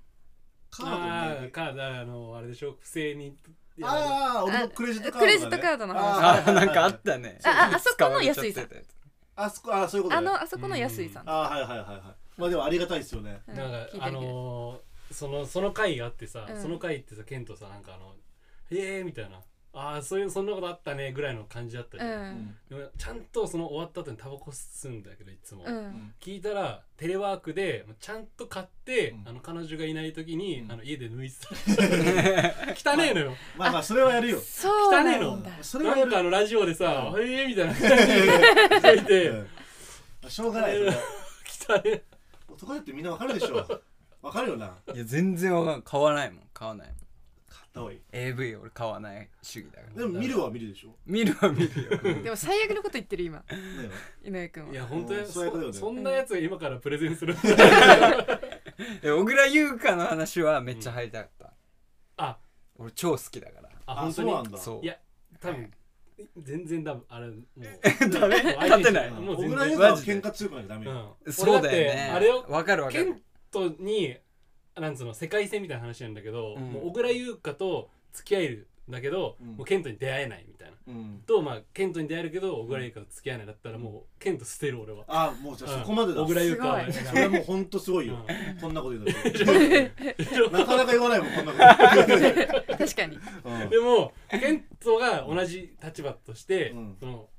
カードの
あ
ナ
あ
イキ
カードあのあれでしょ不正に
ああ俺のクレジットカード、ね、
あクレジットカードの話
あ
ー
なんかあったね
あああそこの安井
使われちゃ
さん
ってたやつ
あそこあーそういうこと、
あ
ね、
のあそこの安井さん、
あーはいはいはいはいまあでもありがたいですよね
うん
なんか
聞いて
あ
るけど
のーそのその回があってさ、
うん
その回ってさケントさなんかあの「へえ」みたいな「ああそういうそんなことあったね」ぐらいの感じだった
う
じゃん
ん
でもちゃんとその終わった後にタバコ吸うんだけどいつも、
うん
聞いたらテレワークでちゃんと買って、
うん
あの彼女がいない時に、
うん
あの家で抜いて た汚ねえのよ
まあまあそれはやるよ
そうな
汚
ん
い
だ
それは
な
や
ん
る
かあのラジオでさ「ええ」みたいな感じで いて
うんしょうがないよね
汚ねえ
男だってみんなわかるでしょわかるよな買
いや全然わかんない買わないもん買わないもん
った方がいい
AV 俺買わない主義だから
でも見るは見るでしょ
見るは見るよ
でも最悪のこと言ってる今
ね
井上君
い
は
や本当
う
に
ん
そ
そういうことよね
そんなやつが今からプレゼンする
で 小倉優香の話はめっちゃ入りたかった、
あ
俺超好きだか
あ
あ
本当
そう
に
なんだ
そう
いや多分全然ダメあれもう
ら ダメ
相手
立てない
もう
小
全
倉優
然
香は喧嘩強くないとダメ
う
よ
ん
そうだよ
俺だって
ね
あれを
わかるわか
ケ
る
ントになんつうの世界線みたいな話なんだけど、
うん
もう小倉優香と付き合えるんだけど、
うん
もうケントに出会えないみたいな
うん
とまあケントに出会えるけど小倉優香と付き合えないだったらもうケント捨てる俺は
あもうじゃあそこまでだ
小倉優香 は
す
それはもうほんとすごいよ
う
こんなこと言うのなかなか言わないもんこんなこ
確かに
と うん
でもケントが同じ立場として、
うん
その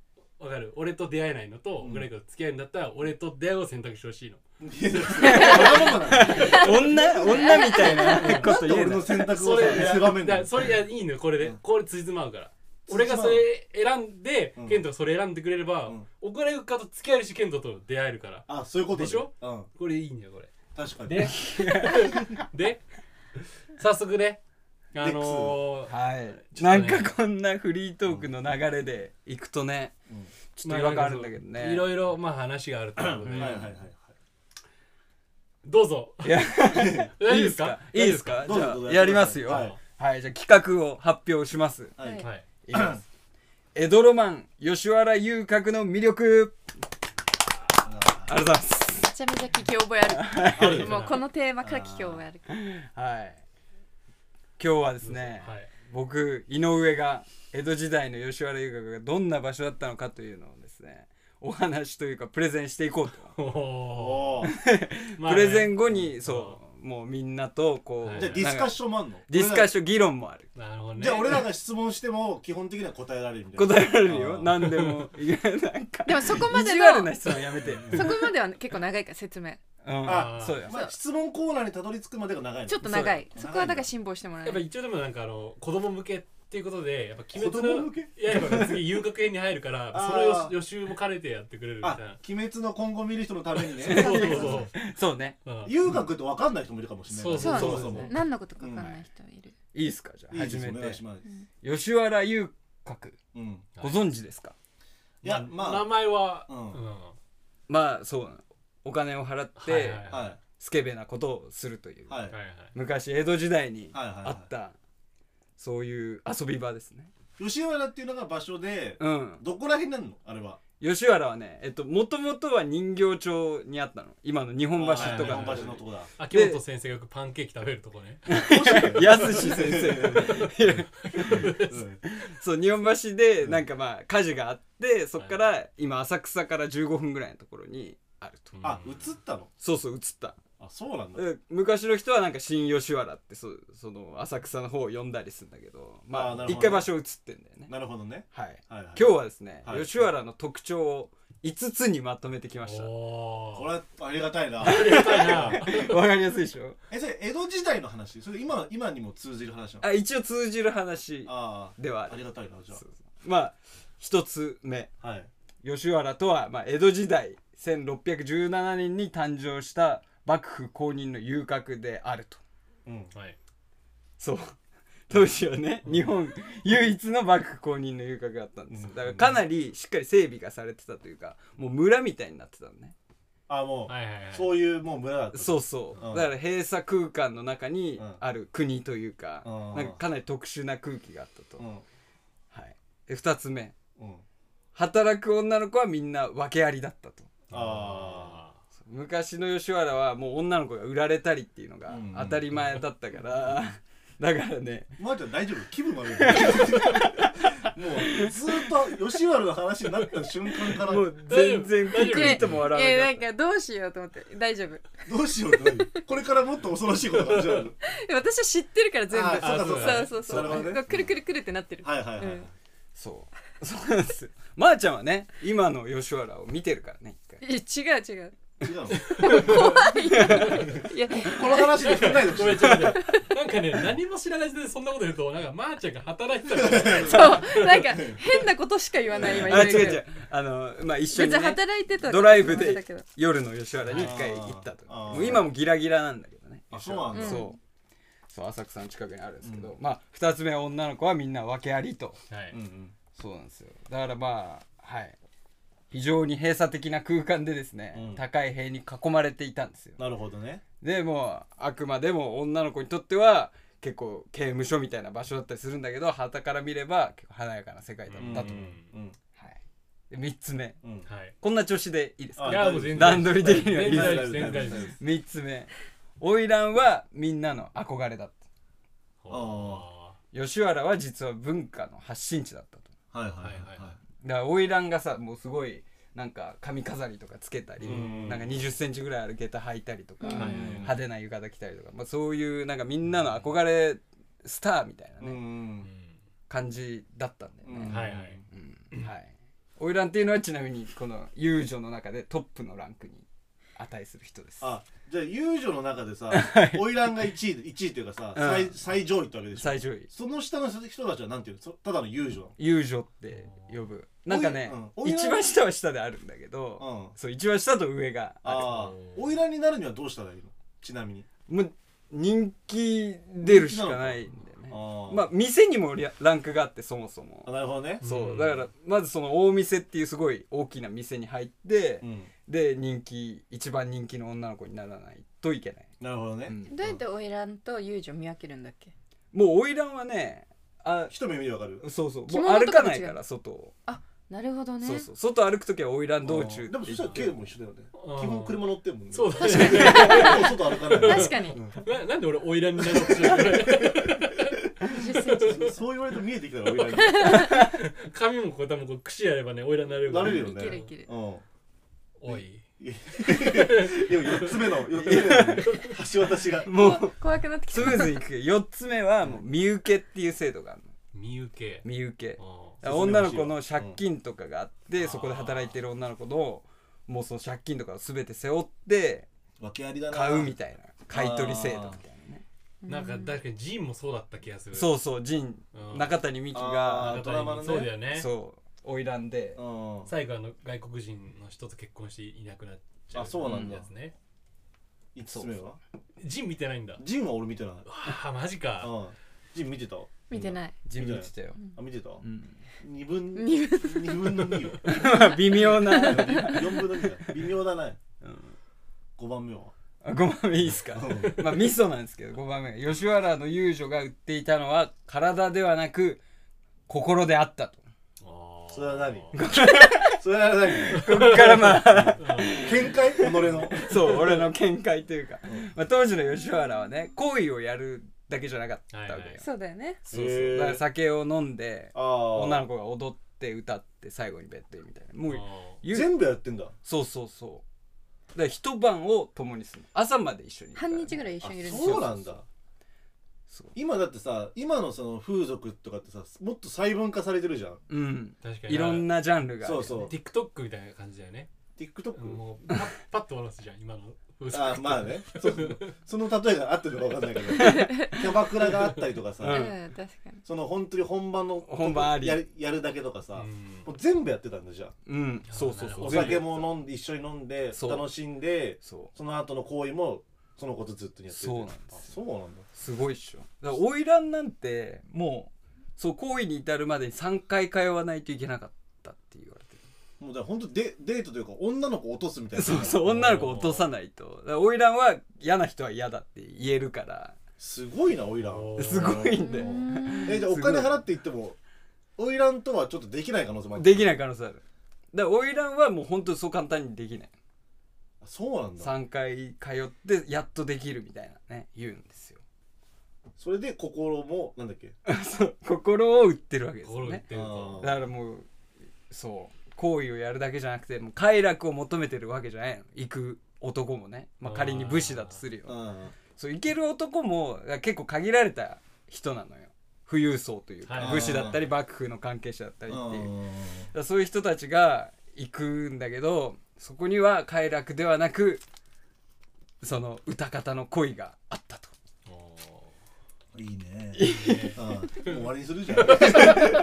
わかる俺と出会えないのと
うん
小倉優香と付き合えるんだったら俺と出会いを選択してほしいの
いやそんなことない
女女みたいなこ
だっ
と
て
言う
俺
の
の選択
そ
をさ
れ
狭めん
だ
だ
からそれいやいいのよこれで、
うん
これつじつま合うから
つ
俺
じつ
が
ま
そ
合う
れ選んで、
うん
ケントがそれ選んでくれれば、
うん
小倉優香と付き合えるしケントと出会えるから
あそういうことね
でしょ
うん
これいいんだよこれ
確かに
でで 早速ねあのー、
はい、
ちょっ
な
と
ん
ね
かこんなフリートークの流れで行くとね、
うん
ちょっと違和感あるんだけど
まあ
ね
いろいろまあ話があるということで、
はいはいはいはい
どうぞ
いや
大丈夫で
いいで
すす
か
か
いいですか
どう
じ
ぞ
ゃ
どうぞ
あやりますよ
は
はいい、じゃあ企画を発表します
はい
はい
はい
いき ます江戸ロマン吉原遊郭の魅力ありがとうございます
めちゃめちゃ聞き覚えあるもうこのテーマから聞き覚えある
はい今日はですね、
はい
僕井上が江戸時代の吉原遊郭がどんな場所だったのかというのをですねお話というかプレゼンしていこうと
おー
おー
まあ
プ
ね
レゼン後にそうもうみんなとこ
は
う
い
じゃあディスカッ
ョ
ションもあんの
ンディスカッ
シ
ション議論もある
なるほどね
じゃあ俺らが質問しても基本的には答えられるみたいな
答えられるよ
あー
何でもいやなんか
でもそこま
意
で
地
の
悪な質問やめてよ
そこまでは結構長いから説明
うん
あ
そうよ
まあ質問コーナーにたどり着くまでが長いの
ちょっと長い
そう
そこはだから辛抱してもらえ
やっぱ
る
一応でもなんかあの子供向けっていうことでやっぱ鬼
子
滅の
供向け
いややっぱ次遊楽園に入るから
あー
その予予習も兼ねてやってくれるみたい
あ
な
鬼滅の今後見る人のためにね
そうそうそう
そうね
うん
遊楽って分かんない人もいるかもしれないから
そうなん
そ
で
も
す
そも
ね何のことかわかんない人いる
いいですかじゃあ
いいです
始め
お願いしてます
吉原遊郭
うん
ご存知ですか
いや
名
ま
前は
うん
まあそうなのお金を払っ
はいはい
て
あは
スケベなことをするという
いはいはい
はいはい
昔江戸時代に
はいはい
あったそういう遊び場ですね
吉原っていうのが場所で
うん
どこら辺なのあれは
吉原はねえっともともとは人形町にあったの今の日本橋と
あ
か
ー日本橋のとこだ
秋元先生がよくパンケーキ食べるとこね
やすし先生 いやそう日本橋でなんかまあ火事があってそっから今浅草から15分ぐらいのところにあると
あ映ったの
そうそう映った
ああそうなんだ
うん昔の人はなんか新吉原ってそその浅草の方を呼んだりするんだけど
あー
ま
な
あ
るほど
一回場所移ってんだよね
なるほどね
はい
はいはい
今日はですね、
はい
吉原の特徴を5つにまとめてきまし
お
これはありがたいな
たわかりやすいで しょ
えそれ江戸時代の話それ今今にも通じる話なの
あ一応通じる話
あ
では
あ
あ
あり
る
がたいなじゃ
そうそうまあ一つ目
あはい
吉原とは、まあ、江戸時代1617年に誕生した幕府公認の遊郭であると
うん
はい
そう 当時はね日本唯一の幕府公認の遊郭だったんですよ
うん
だからかなりしっかり整備がされてたというかもう村みたいになってたのね
あもう、
はいはいはい
そういうもう村だった
そうそう、
うん
だから閉鎖空間の中に
うん
ある国というか、
うん
なんかかなり特殊な空気があったと、
うん
はい、で2つ目
うん
働く女の子はみんな訳ありだったと
あ
昔の吉原はもう女の子が売られたりっていうのが
うん
当たり前だったから、だからね
あまーちゃん大丈夫気分悪いもうずっと吉原の話になった瞬間から
もう全然ピクリとも笑わ
え
な
ー
か
な
っ
んかどうしようと思って大丈夫
どうしようってなるこれからもっと恐ろしいことが始まる
私は知ってるから全部
あーそう
そ
だ
うそうそ
なるほど
う
ね
くるくるくるってなってる
はいはいはい、
うん
たそう そうなんですよまー、ちゃんはね今の吉原を見てるからね一回
いや違う違う
違うの
いや
この話で振らないでほし
ご
い
めんちょっと待ってなんかね何も知らない時点でそんなこと言うとなんかまーちゃんが働いてたから
そうなんか変なことしか言わない今
あ違う
言う
違うあのまあ一緒
別
に、
に
ね、
働いてた
ドライブ
とかじゃな
で
いけど
夜の吉原に一回行ったと
あー
もう今もギラギラなんだけどね
あそうなんだ
吉原そうそう浅草の近くにあるんですけど、まあ2つ目女の子はみんな訳ありと
はい
うんうん
そうなんですよだからまあはい非常に閉鎖的な空間でですね、
うん
高い塀に囲まれていたんですよ
なるほどね
でもうあくまでも女の子にとっては結構刑務所みたいな場所だったりするんだけど旗から見れば結構華やかな世界だったと、
ううん
はい、で3つ目
うん
はい
こんな調子でいいですか
あ
いやもう全然
段取り的にはいい
全然
です
大丈夫全然大丈夫です
3つ目花魁はみんなの憧れだった
は
吉原は実は文化の発信地だったと
はいはい
いは
はいい
はい
だから花魁がさもうすごいなんか髪飾りとかつけたり
ん
なんか2 0センチぐらいある下駄履いたりとか
はいはいはい
派手な浴衣着たりとか、まあ、そういうなんかみんなの憧れスターみたいな
う
ね、
ん
感じだったんだよ
うん
ね、
はいはい
うんはい花魁っていうのはちなみにこの遊女の中でトップのランクに値する人です
あじゃあ遊女の中 でさ花魁が一位一位っていうかさ
うん
最最上位ってわけでしょ
最上位
その下の人たちはなんていうのそただの遊女
遊女って呼ぶなんかね、
おいうん
一番下は下であるんだけど、
なのうん
そう一番下と上があ
ああ花魁になるにはどうしたらいいのちなみに
るもう人気出るしかないんだよね
あ
まあ店にもリャランクがあってそもそも
あなるほどね
そう
うん
だからまずその大店っていうすごい大きな店に入って、
うん
で人気一番人気の女の子にならないといけない、
なるほど
う
ね
ん
どうやって花魁と遊女見分けるんだっけ
もう花魁はねあ
一目見ればわかる
そうそう
着
もう
物
歩
と
か
かも違う
ないから外を、
なるほどね
そうそう外歩く時は花魁道中
あーでもそしたら
って
ケ
言
イ
って
も一緒だよね
うん
基本車乗ってんもんね
そう
だ
だね
外歩かない
確かに
ななんで俺花魁になろうとしてる
にそう言われると見えてきたら 花魁
髪もこたもこう櫛やればね花魁になれるから
なれるよね
いけるいける
うん
おい
でも4つ目の4つ目のね 橋渡しが
もう
こ 怖くなってき
ス
た
ムーズにい くけど4つ目はもう身請けっていう制度があるの
身受け
身請け
あ
だから女の子の借金とかがあって、そこで働いてる女の子のもうその借金とかを全て背負って
訳ありだな
買うみたいな買い取り制度みたいなね
ーなんか確かにジンもそうだった気がする
そうそうジン
うん
中谷美紀
あ
が
ー
ドラマ
ドラ
のね
マの
そ
ね
うだよね
そう花魁で
うん
最後あの外国人の人と結婚していなくなっちゃう
あそうなんだ
やつね
5つ目は
ジン見てないんだ
ジンは俺見てない
あマジか
うんジン見てた
見てない
ジン見てたよ、
あ見てた
うん、
2分
二
2分の2よ
まあ 微妙な
4分の2だ微妙だね5番目は
5番目いいですかまあ味噌なんですけど5番目が吉原の遊女が売っていたのは体ではなく心であったと
あー
それは何 それは何
ここからまあ
見解己の
そう俺の見解というか、まあ、当時の吉原はね行為をやるだけじゃなかったわけよ、
はいはい
そうだよね
そう
へ
そう
ー
だから酒を飲んで
ああ
女の子が踊って歌って最後にベッドインみたいなもう
あ
ゆ
全部やってんだ
そうそうそから一晩を共に住む朝まで一緒にいるから
半日ぐらい一緒にいるんです
そう
よ
なんだ今だってさ今のその風俗とかってさもっと細分化されてるじゃん
うん
確かに
いろんなジャンルがある
そ
よ
う
ね
そう
TikTok みたいな感じだよね
TikTok、
もうパッパッと終わらすじゃん今の風俗
あまあねそうその例えが合ってるか分かんないけ どキャバクラがあったりとかさ、
うん
うん確かに
その本当に本番の
本番あり
やるやるだけとかさ、
うん
もう全部やってたんだじゃん
うんそうそ
な
う
る
そ
ほ
お
う
ど
全部
酒も飲んで一緒に飲んで
そう
楽しんで
そう
その後の行為もそのことずっとやってる
そうなんですよ
あそうなんだ
すごいっしょだから花魁なんてもうそう行為に至るまでに3回通わないといけなかったって言われてる
もうだから本当デデートというか女の子落とすみ たいな
そうそう女の子落とさないとだから花魁は嫌な人は嫌だって言えるから
すごいなおいら
おー
すごいんだよ
えじゃあお
すごい
金払って行ってもおいらんとはちょっとできない可能性もある
できない可能性あるだから花魁はもう本当にそう簡単にできない
あそうなんだ
3回通ってやっとできるみたいなね言うんですよ
それで心もなんだっけ
そう心を売ってるわけですよ
心打っ
ね
てると
だからもうそう行為をやるだけじゃなくてもう快楽を求めてるわけじゃないの行く男もね、まあ、仮に武士だとするよ
うん
そう行ける男もだから結構限られた人なのよ富裕層というか、
はい
武士だったり幕府の関係者だったりっていう、
う
だか
ん
らそういう人たちが行くんだけどそこには快楽ではなくその歌方の 恋があったと
いいね うんもう終わりにするじゃんよかった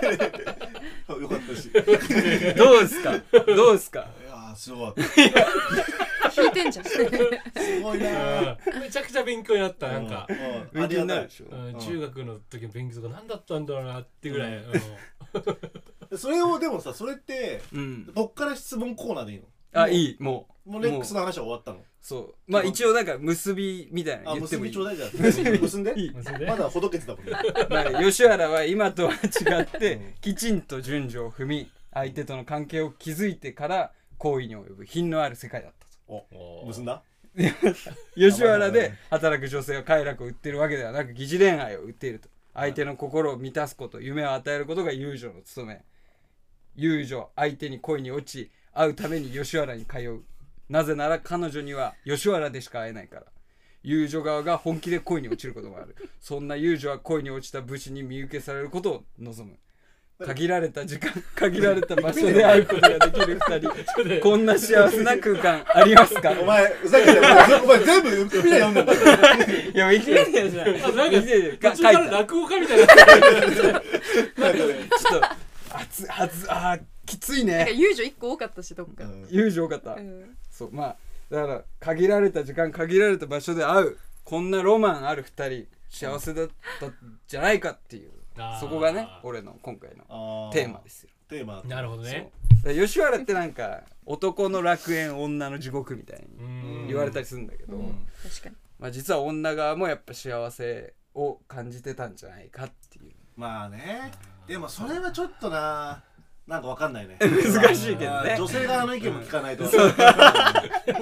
し い
どうですかどうですか
やーすごかった
聞いてんじゃん
すごいなー
うんめちゃくちゃ勉強になったなんか、
う
勉強になるで
し
しょ
うん中学の時の勉強とか何だったんだろうなってぐらい、うん
ょそれをでもさそれって
うん
僕から質問コーナーでいいの
あいいもう
もうレックスの話は終わったの
そうまあ一応なんか結びみたいな
あ
の言って
結
も
び
いい
ちょうだいじゃん結んで
いい
まあそれで
まだほどけてたもんね
だから吉原は今とは違っ
う
て
ん
きちんと順序を踏み相手との関係を築いてから行為に及ぶ品のある世界だったと
お結んだ
吉原で働く女性は快楽を売ってるわけではなく疑似恋愛を売っていると相手の心を満たすこと夢を与えることが友情の務め友情相手に恋に落ち会うために吉原に通うなぜなら彼女には吉原でしか会えないから友情側が本気で恋に落ちることもあるそんな友情は恋に落ちた武士に見受けされることを望む限られた時 間限られた場所で会うことができ る2人こんな幸せな空間ありますか
お前ふざけてお前お前全部ウィキペディア読んでんだから
いや、ウィキペディアじゃない。ウ
あなんか
ィキペディア
途
か
中
書い
から
た。
落語家みたいになってる
なんかね
ちょっと、あつ、あつ、あー、きつい
なんか
ね。
遊女一個多かったしどっか
友情方
う。ん
そう、まあ、だから、限られた時間、限られた場所で会う。こんなロマンある二人、幸せだったんじゃないかっていう。
あー
そこがね、俺の今回のテーマですよ。
テーマ
なるほどね
だから吉原ってなんか、男の楽園、女の地獄みたいに
うん
言われたりするんだけど、
確かに
まあ実は女側もやっぱ幸せを感じてたんじゃないかっていう。
まあねでもそれはちょっとななんかわかんないね
難しいけど
あー
ね。
女性側の意見も聞かないと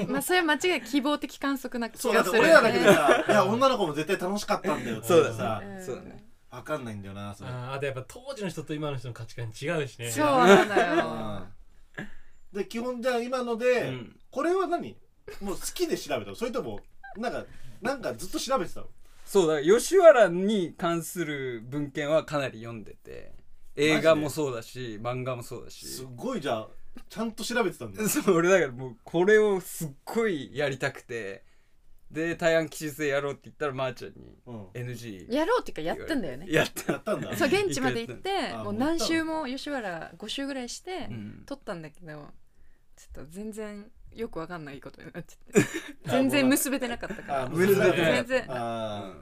まあそれは間違い希望的観測な気
そうだ
が
って
する
俺らだけで
ね
さいや女の子も絶対楽しかったんだよって
そうだね
さ
うん
そうだね。
わかんないんだよなそれ
あーあとやっぱ当時の人と今の人の価値観違うしね
そうなのよ
うんで基本じゃあ今ので、
うん
これは何もう好きで調べたのそれともなんかなんかずっと調べてたの
そうだから吉原に関する文献はかなり読んでて映画もそうだし漫画もそうだ
す
し
ごいじゃあちゃんと調べてたんだ
そう俺だからもうこれをすっごいやりたくてで大安吉日でやろうって言ったらまーちゃんに
うん、
NG
やろうっていうかやったんだよね
やった
やったんだ
そう現地まで行って
あ
もう何周も吉原5周ぐらいして
うん
撮ったんだけどちょっと全然よくわかんないことになっちゃって全然結べてなかったから
あ結べて
ない
全然
あ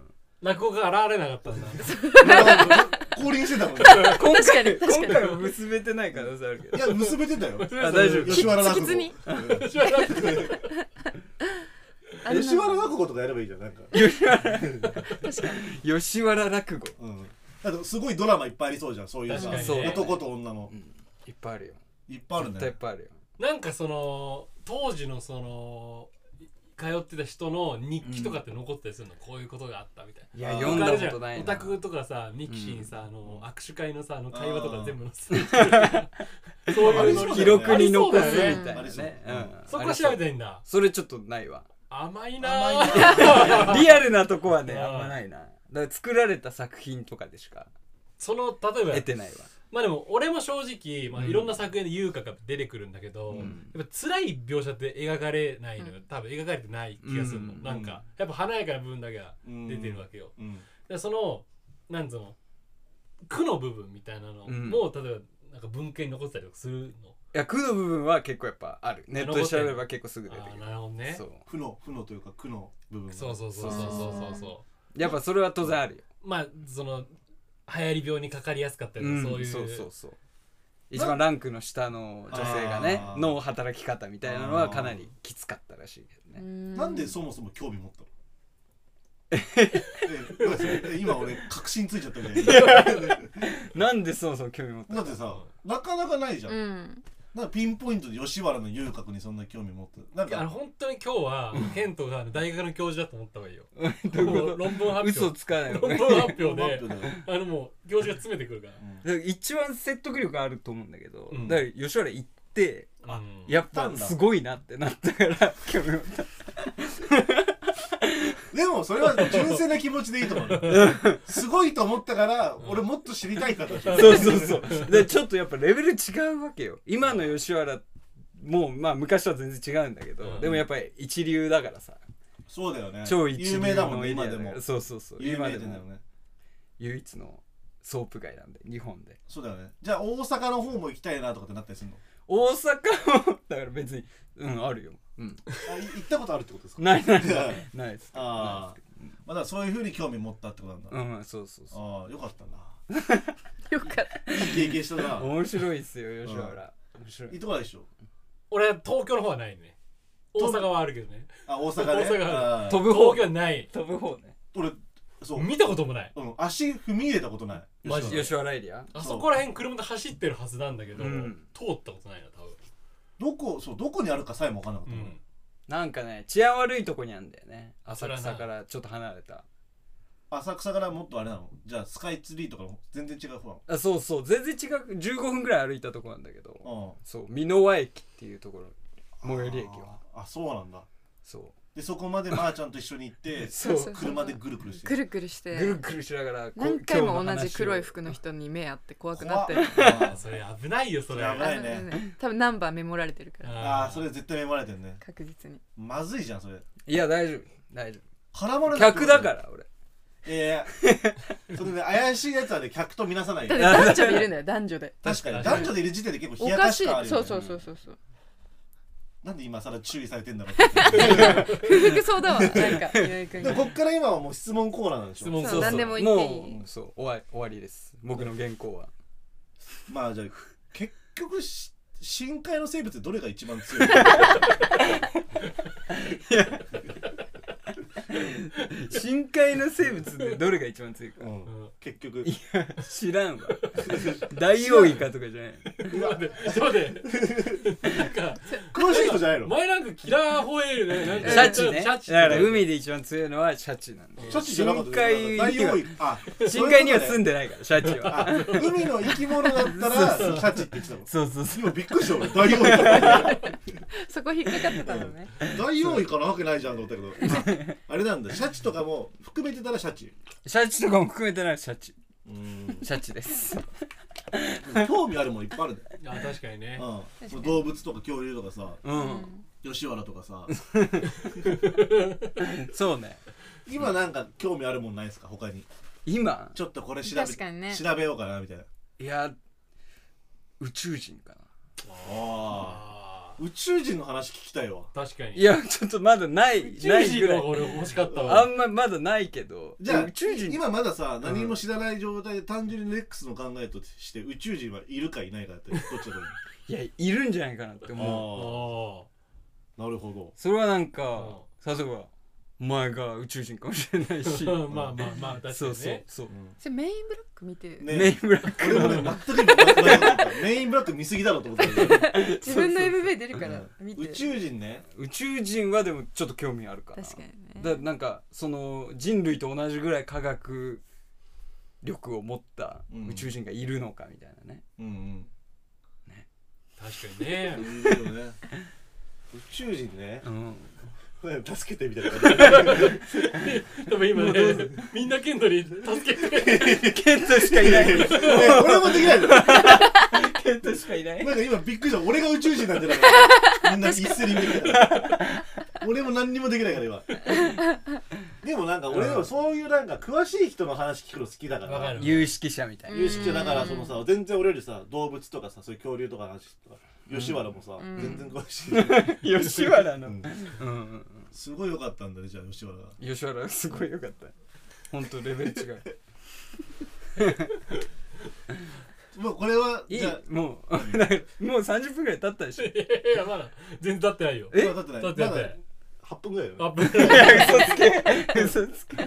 落語家現れなかったんだ
ーなんか降臨してたもんね
今
確かに確かに
今回は結べてない可能性あるけ
い
ど
や結べてたよ
あ大丈夫
吉原落語
きつきつに
うん
あれな
吉原落語とかやればいいじゃんなんか、
確かに
吉原落語
うん、あとすごいドラマいっぱいありそうじゃんそういうさ、
確
かにね
男と女の
いっぱいあるよ
いっぱいある
絶対いっ
ね
ぱいあるよ
なんかその当時のそのいってた人の日記とかって残ってたりするの、こういうことがあったみたいない
や
あー
読んだことない
オ
な
タクとかさミキシーにさ、あの握手会のさあの会話とか全部載せてそういうの
記録に残すみ
ありそうだよね
たいな
ありそう
ねうん
そこは調べていいんだ
それちょっとないわ
甘いなー
リアルなとこはね
あー
あんまないなだから作られた作品とかでしか
その例えば
得てないわ
まあでも俺も正直、まあ、いろんな作品で優香が出てくるんだけど、
ん
やっぱ辛い描写って描かれないのよ、多分描かれてない気がするの、
うん
なんかやっぱ華やかな部分だけが出てるわけよ、でそのなんつうの苦の部分みたいなの
うん
も、う例えばなんか文献に残ってたりとかするの
いや苦の部分は結構やっぱあるネットで調べれば結構すぐ出て
ああ
く
なるほど
る
ね
そう
負の負のというか苦の部分
そうそうそうそうそうそうそ
やっぱそれは当然あるよ
うまあその流行り病にかかりやすかったりとか、そういう
そうそうそう一番ランクの下の女性がね
あー
の働き方みたいなのはかなりきつかったらしいけどね
なんでそもそも興味持ったのえだから今俺確信ついちゃったみたいな
なんでそもそも興味 持った
だってさなかなかないじゃん、
うん
なんかピンポイントで吉原の遊郭にそんな興味持ってなん
あの
か
本当に今日はケントが大学の教授だと思った方がいいよ
どういうこと
もう論文発
嘘
表
つかないよ
論文
ね
発
ロー
表
マッ
で
プだよ
あのもう教授が詰めてくるから、
だから一番説得力あると思うんだけど、
うん
だから吉原行って
あ
やっ
行
ぱ
ったんだ
すごいなってなったから興味持った
でもそれは純粋な気持ちでいいと思 うすごいと思ったから俺もっと知りたいからでしょ
そうそうそうでちょっとやっぱレベル違うわけよ今の吉原もうまあ昔とは全然違うんだけど、
うん
でもやっぱり一流だからさ
そうだよね
超一流
有名だもん
の
ね
エリ
今
ア
で
だか
も
らそうそうそう
有
今
名
で
店だよ
も
ね
唯一のソープ街なんで日本で
そうだよねじゃあ大阪の方も行きたいなとかってなったりするの
大阪もだから別にうんあるようん
あい行ったことあるってことですか
ないない
いや
ないです
ああまあだからそういうふうに興味持ったってことなんだ、あ
うんそうそうそ
あよかったな
よかった
いい経験したな
う面白いっすよ吉原面白
いい
い
とこないでしょ
俺は東京の方はないね大阪はあるけどね
あ大阪ね
大阪
ああ
飛ぶ方
東京はない
飛ぶ方ね
俺そう、
見たこともない
うん、足踏み入れたことない
マジで
吉原エリア
あそこら辺車で走ってるはずなんだけど、
うん
通ったことないな多分、
どこそうどこにあるかさえも分かんなかっ
う
た、
ん、
なんかね治安悪いとこにあんだよね
そ
浅
れはな
草からちょっと離れた
浅草からもっとあれなのじゃあスカイツリーとかの全然違う方なの
あそうそう全然違う15分ぐらい歩いたとこなんだけど
うん
そう美濃輪駅っていうところ最寄り駅は
あーあそうなんだ
そ
でそこまでまーちゃんと一緒に行って
そう
そうそう
車でぐるぐるして
くるくるし
う
て
ぐるぐるしながらこ
何回
今
も
日の
同
話を
じ黒い服の人に目合って怖く
怖
なって
あー
それ危ないよそれ
やばい
あのね多分ナンバーメモられてるから
あーそれ絶対メモられてるね
確実に
まずいじゃんそれ
いや大丈夫大丈
絡ま
夫
れ
客だからら俺
ええそれで怪しいやつはね客と見なさない
だ
よ
って男女でいるのよ男女で
確かに男女でいる時点で結構
お
冷や
か
か
し
し
い
感あるよ、
そ
ね、
うそうそうそうそう
なんで今更注意されてんだろうって
不服そうだわなんか岩井
で
君が
こっから今はもう質問コーナーなんでし
質
ょ
問
そう
そうそう
何でも言っていい
もうそう終わり終わりです僕の原稿は
まあじゃあ結局し深海の生物ってどれが一番強い
深海の生物でどれが一番強いか
うん
うん
結局
知ら んわダイオウイカとかじゃない
待ってちょっと待って
クロシートじゃないの
前なんかキラーホエールねなんか
シャチね
シャチ
だから海で一番強いのはシャチなんで
シャチじゃなかった
深海には
ダイオウイカあ
深海には
そう
住
いうん
でないからシャチ
こと
は
ねあ海の生き物だったらシャチって言ってたの
そうそうそう
今びっくりした俺ダイオウイカ
そこ引っかかってたのね
ダイオウイカなわけないじゃんと思ったけどああれなんだシャチとかも含めてたらシャチ
シャチとかも含めてないシャチ
うん
シャチです
興味あるものいっぱいあるね
あ確かにね
うんそ
確かに
の動物とか恐竜とかさ
うん
吉原とかさ
そうね
今なんか興味あるもんないですか他に
今
ちょっとこれ調べ
確かにね
調べようかなみたいない
や宇宙人かな
あ
あ
ー宇宙人の話聞きたいわ
ー確かに
いやちょっとまだない
宇
な
宙
い
人
ぐ
の
ら
方が
い
俺欲しかったわ
あんままだないけど
じゃあ
宇宙人
今まださ何も知らない状態で単純にレックスの考えとして宇宙人はいるかいないかってどっちだと
いやいるん じゃないかなって思う
思う
お
ああなるほど
それはなん
うん
か例えば前が宇宙人かもしれない し
まあまあまあ確かにね
そうそうそう、
それメインブラック見て
ね
メインブラック
俺もね全く今分からなかったメインブラック見すぎだろと思ったんだけど
自分の MV 出るから見て
宇宙人ね
宇宙人はでもちょっと興味あるから
確かに
だ
ね
なんかその人類と同じぐらい科学力を持った宇宙人がいるのかみたいなね、
うん
確かにね
うんね
宇宙人ね
うん、
助けてみたいな 感
多分今ねみんなケントに助けて
ケントしかいない
じね俺もできないの
ケントしかいない
なんか今びっくりした俺が宇宙人なんじゃないかみんな一斉に見てた俺も何にもできないから今でもなんか俺でもそういうなんか詳しい人の話聞くの好きだから
わかる
有識者みたいな
有識者だからそのさ全然俺よりさ動物とかさそういう恐竜とかの話とか吉原もさ、
ん
全然詳しい、
吉原の、
う
うん
ん、
うんうん、
すごい良かったんだねじゃあ吉原が
吉原すごい良かった本当レベ ル違う
もうこれはい
い
じゃあ
もうなんか もう30分ぐらい経ったでしょ
いやいやまだ全然立ってないよ
え
まだ立って
立
ない
って
ま
立っ
だ
て
8分ぐらいよ
あ ぶない
嘘つけ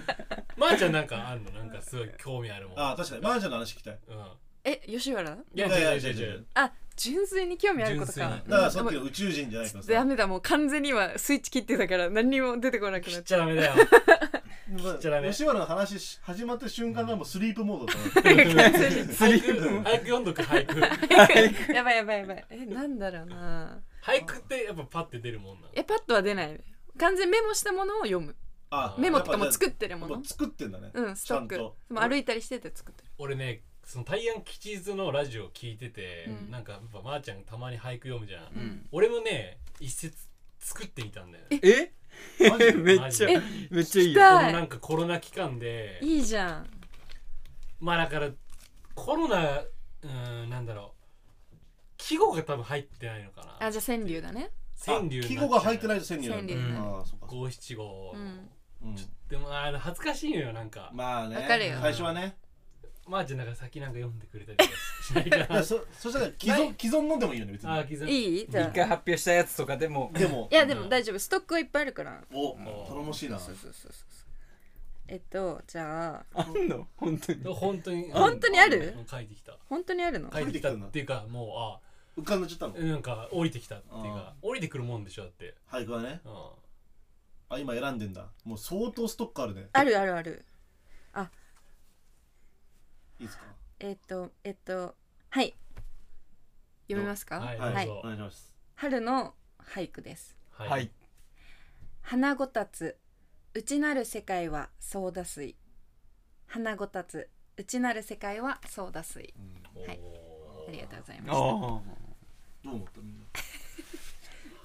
まーちゃんなんかあるのなんかすごい興味あるもん
ああ確かにマージャンの話聞きたい
うん
え吉原
いやいやいやいや
あ純粋に興味あることか
純
だからさっき
うん
の宇宙人じゃないからさ
ダメだもう完全に今スイッチ切ってたから何にも出てこなく
切
なっ
っ
ち
ちゃダメ だよ
まあ
ちゃダメ
吉原の話し始まった瞬間がもうスリープモードだった
ゃう
俳句俳句読んどく俳句
やばいやばいやばいえなんだろうな
俳句ってやっぱパッて出るもんなの
えパッとは出ないね完全メモしたものを読む
あ
メモってかもう作
っ
ってるも
も
の
う作ってんだね
うんストック
ちゃんと
でも歩いたりしてて作ってる
俺ねその「大安吉日」のラジオ聞いてて、
うん
なんかやっぱまーちゃんたまに俳句読むじゃん、
ん
俺もね一節作ってみたんだよね
え
マジで
めっちゃ
え
めっちゃいい
来
よ
この
た
なん
い
かコロナ期間で
いいじゃん
まあだからコロナうーんなんだろう季語が多分入ってないのか
あ
な
じゃあ川柳だね
川柳
あ季語が入ってないいと川柳なんだ
川
柳
ああそっかそっか
五七五
うん
うん
でもあの恥ずかしいのよなんかま
まあね
わかるよ
最初はね
ーちゃんなんか先なんか読んでくれたりと かしないか
いや
ら
そそしたら既存既存のでもいいよね別に
あー気づい
いいじゃ
一
あ
回発表したやつとかでも
でも
いやでも大丈夫ストックはいっぱいあるから
お頼もしいな
そうそうそうそうえっとじゃあ
あんの本当に
本当に
本当にある
うん書いてきた
本当にあるの
帰ってきたっていうかも
浮かんでちゃったの
うあなんか降りてきたっていうか降りてくるもんでしょだって
俳句はね
うん
あ今選んでんだもう相当ストックあるね
あるあるある
いいですか
えっとえっとはい読みますか、
はい
はい
どう
お
ぞ
願いします
春の俳句です
は
はい
花ごたつ内なる世界はソーダ水花ごたつ内なる世界はソーダ水
おー
はいありがとうございま
あ
し
あ
どう思ったみんな
た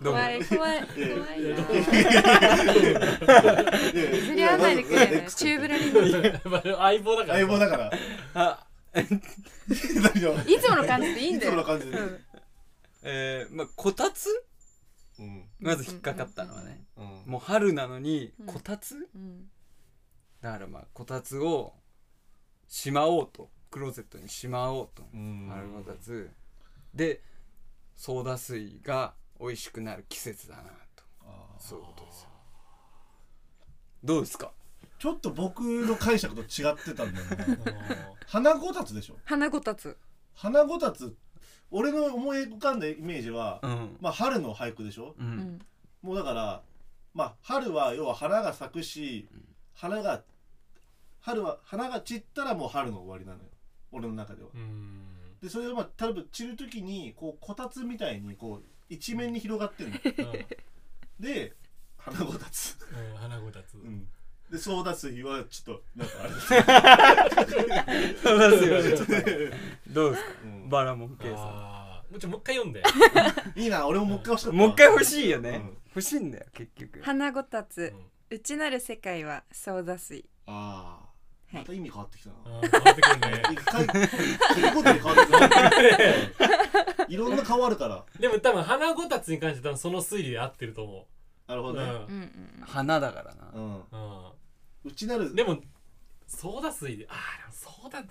どうも
怖い怖い怖いな譲
い
り合わないでくれねチューブラリング
まあ 相棒だから
相棒だから
あ
何よ
いつもの感じでいいん
い
だ
つもの
よ
感じで
うん
えー、まあこたつ
うん
まず引っかかったのはね
うん
もう春なのに
うん
こたつ
うん
だからまあこたつをしまおうとクローゼットにしまおうと
うん
春こたつでソーダ水が美味しくなる季節だなと
あー
そういうことですよどうですか
ちょっと僕の解釈と違ってたんだよね
あの
花ごたつでしょ
花ごたつ
花ごたつ俺の思い浮かんだイメージは
うん
まあ春の俳句でしょ
う
うんん
もうだからまあ春は要は花が咲くし花が春は花が散ったらもう春の終わりなのよ俺の中では
うーん
でそれがまあ多分散る時にこうこたつみたいにこう一面に広がってるの
うん
で花ごたつ
うん花子たつ
うんでソーダ水はちょっとなんかあれ
ソーダ水はちょっと どうですか
うん
バラモン系さ
あーもうちょもう一回 読んで
いいな俺ももう一回欲しかっ
ん
た
もう一回欲しいよね、
うん
欲しいんだよ結局
花ごた
う
つ
ん
内なる世界はソーダ水
ああまた意味変わってきたな
あー変わってくるね
一回聞くことに変わってきたいろんな顔あるから
でも多分花ごたつに関しては多分その推理で合ってると思
なるほ
う
どね
うんうんうん
花だからな、
うん
うん
うちなる
でもソーダ水でああでもソーダ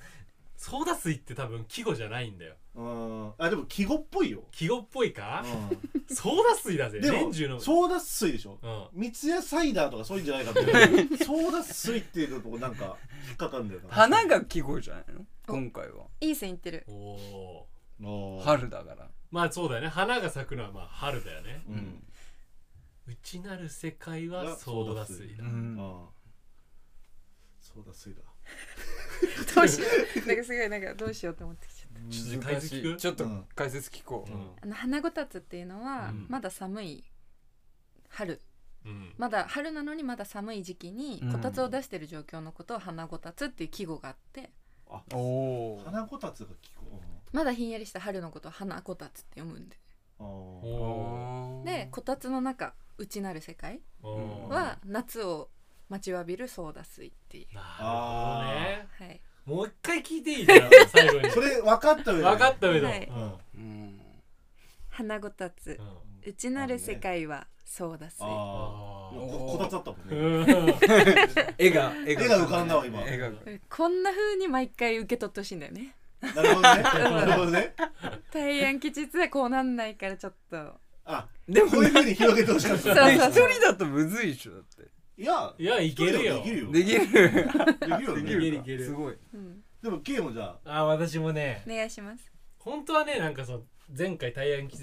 ソーダ水って多分季語じゃないんだよ
うんあでも季語っぽいよ、
季語っぽいか
う
ソーダ水だぜ
ん、でも
年中の
ソーダ水でしょ
うん
三ツ矢サイダーとかそういうんじゃないかっていうソーダ水っていうのとこなんか引っかかるんだよな
花が季語じゃないの今回はい
い線いってる
おおー
おー
春だから
まあそうだよね花が咲くのはまあ春だよね
うん
内なる世界はソーダ水だ
うん
ああソーダ水だ
どうしようなんかすごいなんかどうしようと思ってきちゃった
ちょっと解説聞く
ちょっと
うん
解説聞こう、
あの花ごたつっていうのは、
うん
まだ寒い春
うん
まだ春なのにまだ寒い時期に
うん
こたつを出してる状況のことを花ごたつっていう季語があって
おおー
花こたつが聞こ
まだひんやりした春のことを花ごたつって読むんで
うんああ
お
あー
でこたつの中内なる世界
ーおーなる
は夏を待ちわびるソーダ水っていう
ほどね
はい
もう一回聞いていいじゃん最後に
それ分かったよね
分かった上の
はい
うん
うん
花ごたつ
うん
内なる世界はソーダ水
ああ
あ
ここたつだったもん
ー
ね
うん
絵が絵
絵が浮かんだわ今
絵が浮かんだ
こんな風に毎回受け取ってほしいんだよね
なるほどねなるほどね
大安吉実はこうなんないからちょっと
あ
でも
こういうふうに広げてほしかっ
そう
た
で
そ
一
うそう
人だとむずいでしょだって
いや
いやいけるよ
できるよ
できる
できるよね
できるか
いける
すごい
うん
でもゲームじゃ
あー私もね
お願いします
本当はねなんかその前回大安期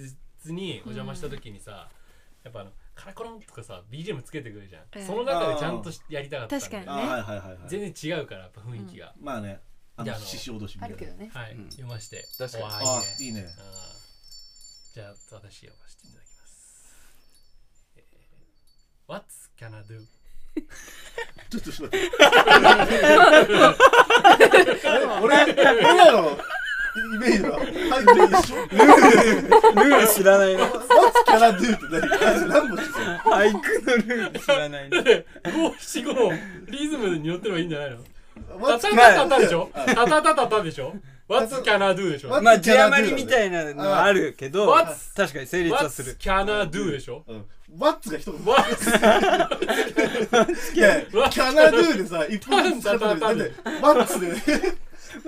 日にお邪魔した時にさ、やっぱあのカラコロンとかさ BGM つけてくるじゃん、
ええ
その中でちゃんとしやりたかったんだよ
確
あ
か
あ
ね
はいはいはいはい
全然違うからやっぱ雰囲気が、
まあねあ
じゃ
の
ああの
獅子おどしみたいな
ね
はい、
うん
読まして
確かに
わあいい
あ
ね
いいね
うんじゃあ私読ませていただきます、えー、What's can I do?
ちょっとちょっと待ってあれ俺今のイメージは背景一緒
ルール知らないね
What's can I do? って何何文字それ
俳句のルール知らないね
五七五リズムに乗ってればいいんじゃないのタ
What's
タ
can
タ
I
タタでしょ
は
タ
い
タタタタでしょ ?What's can I do でしょ
What-
まあ字余りみたいなのはあるけど
あ
確かに成立はす
?What's
る
can I do でしょ
うん What's が一言
?What's
いやいや
What's-
キャナドゥでさ、一本ずつ使ったのに、
タンタ
なん
ン
で、ワッツで、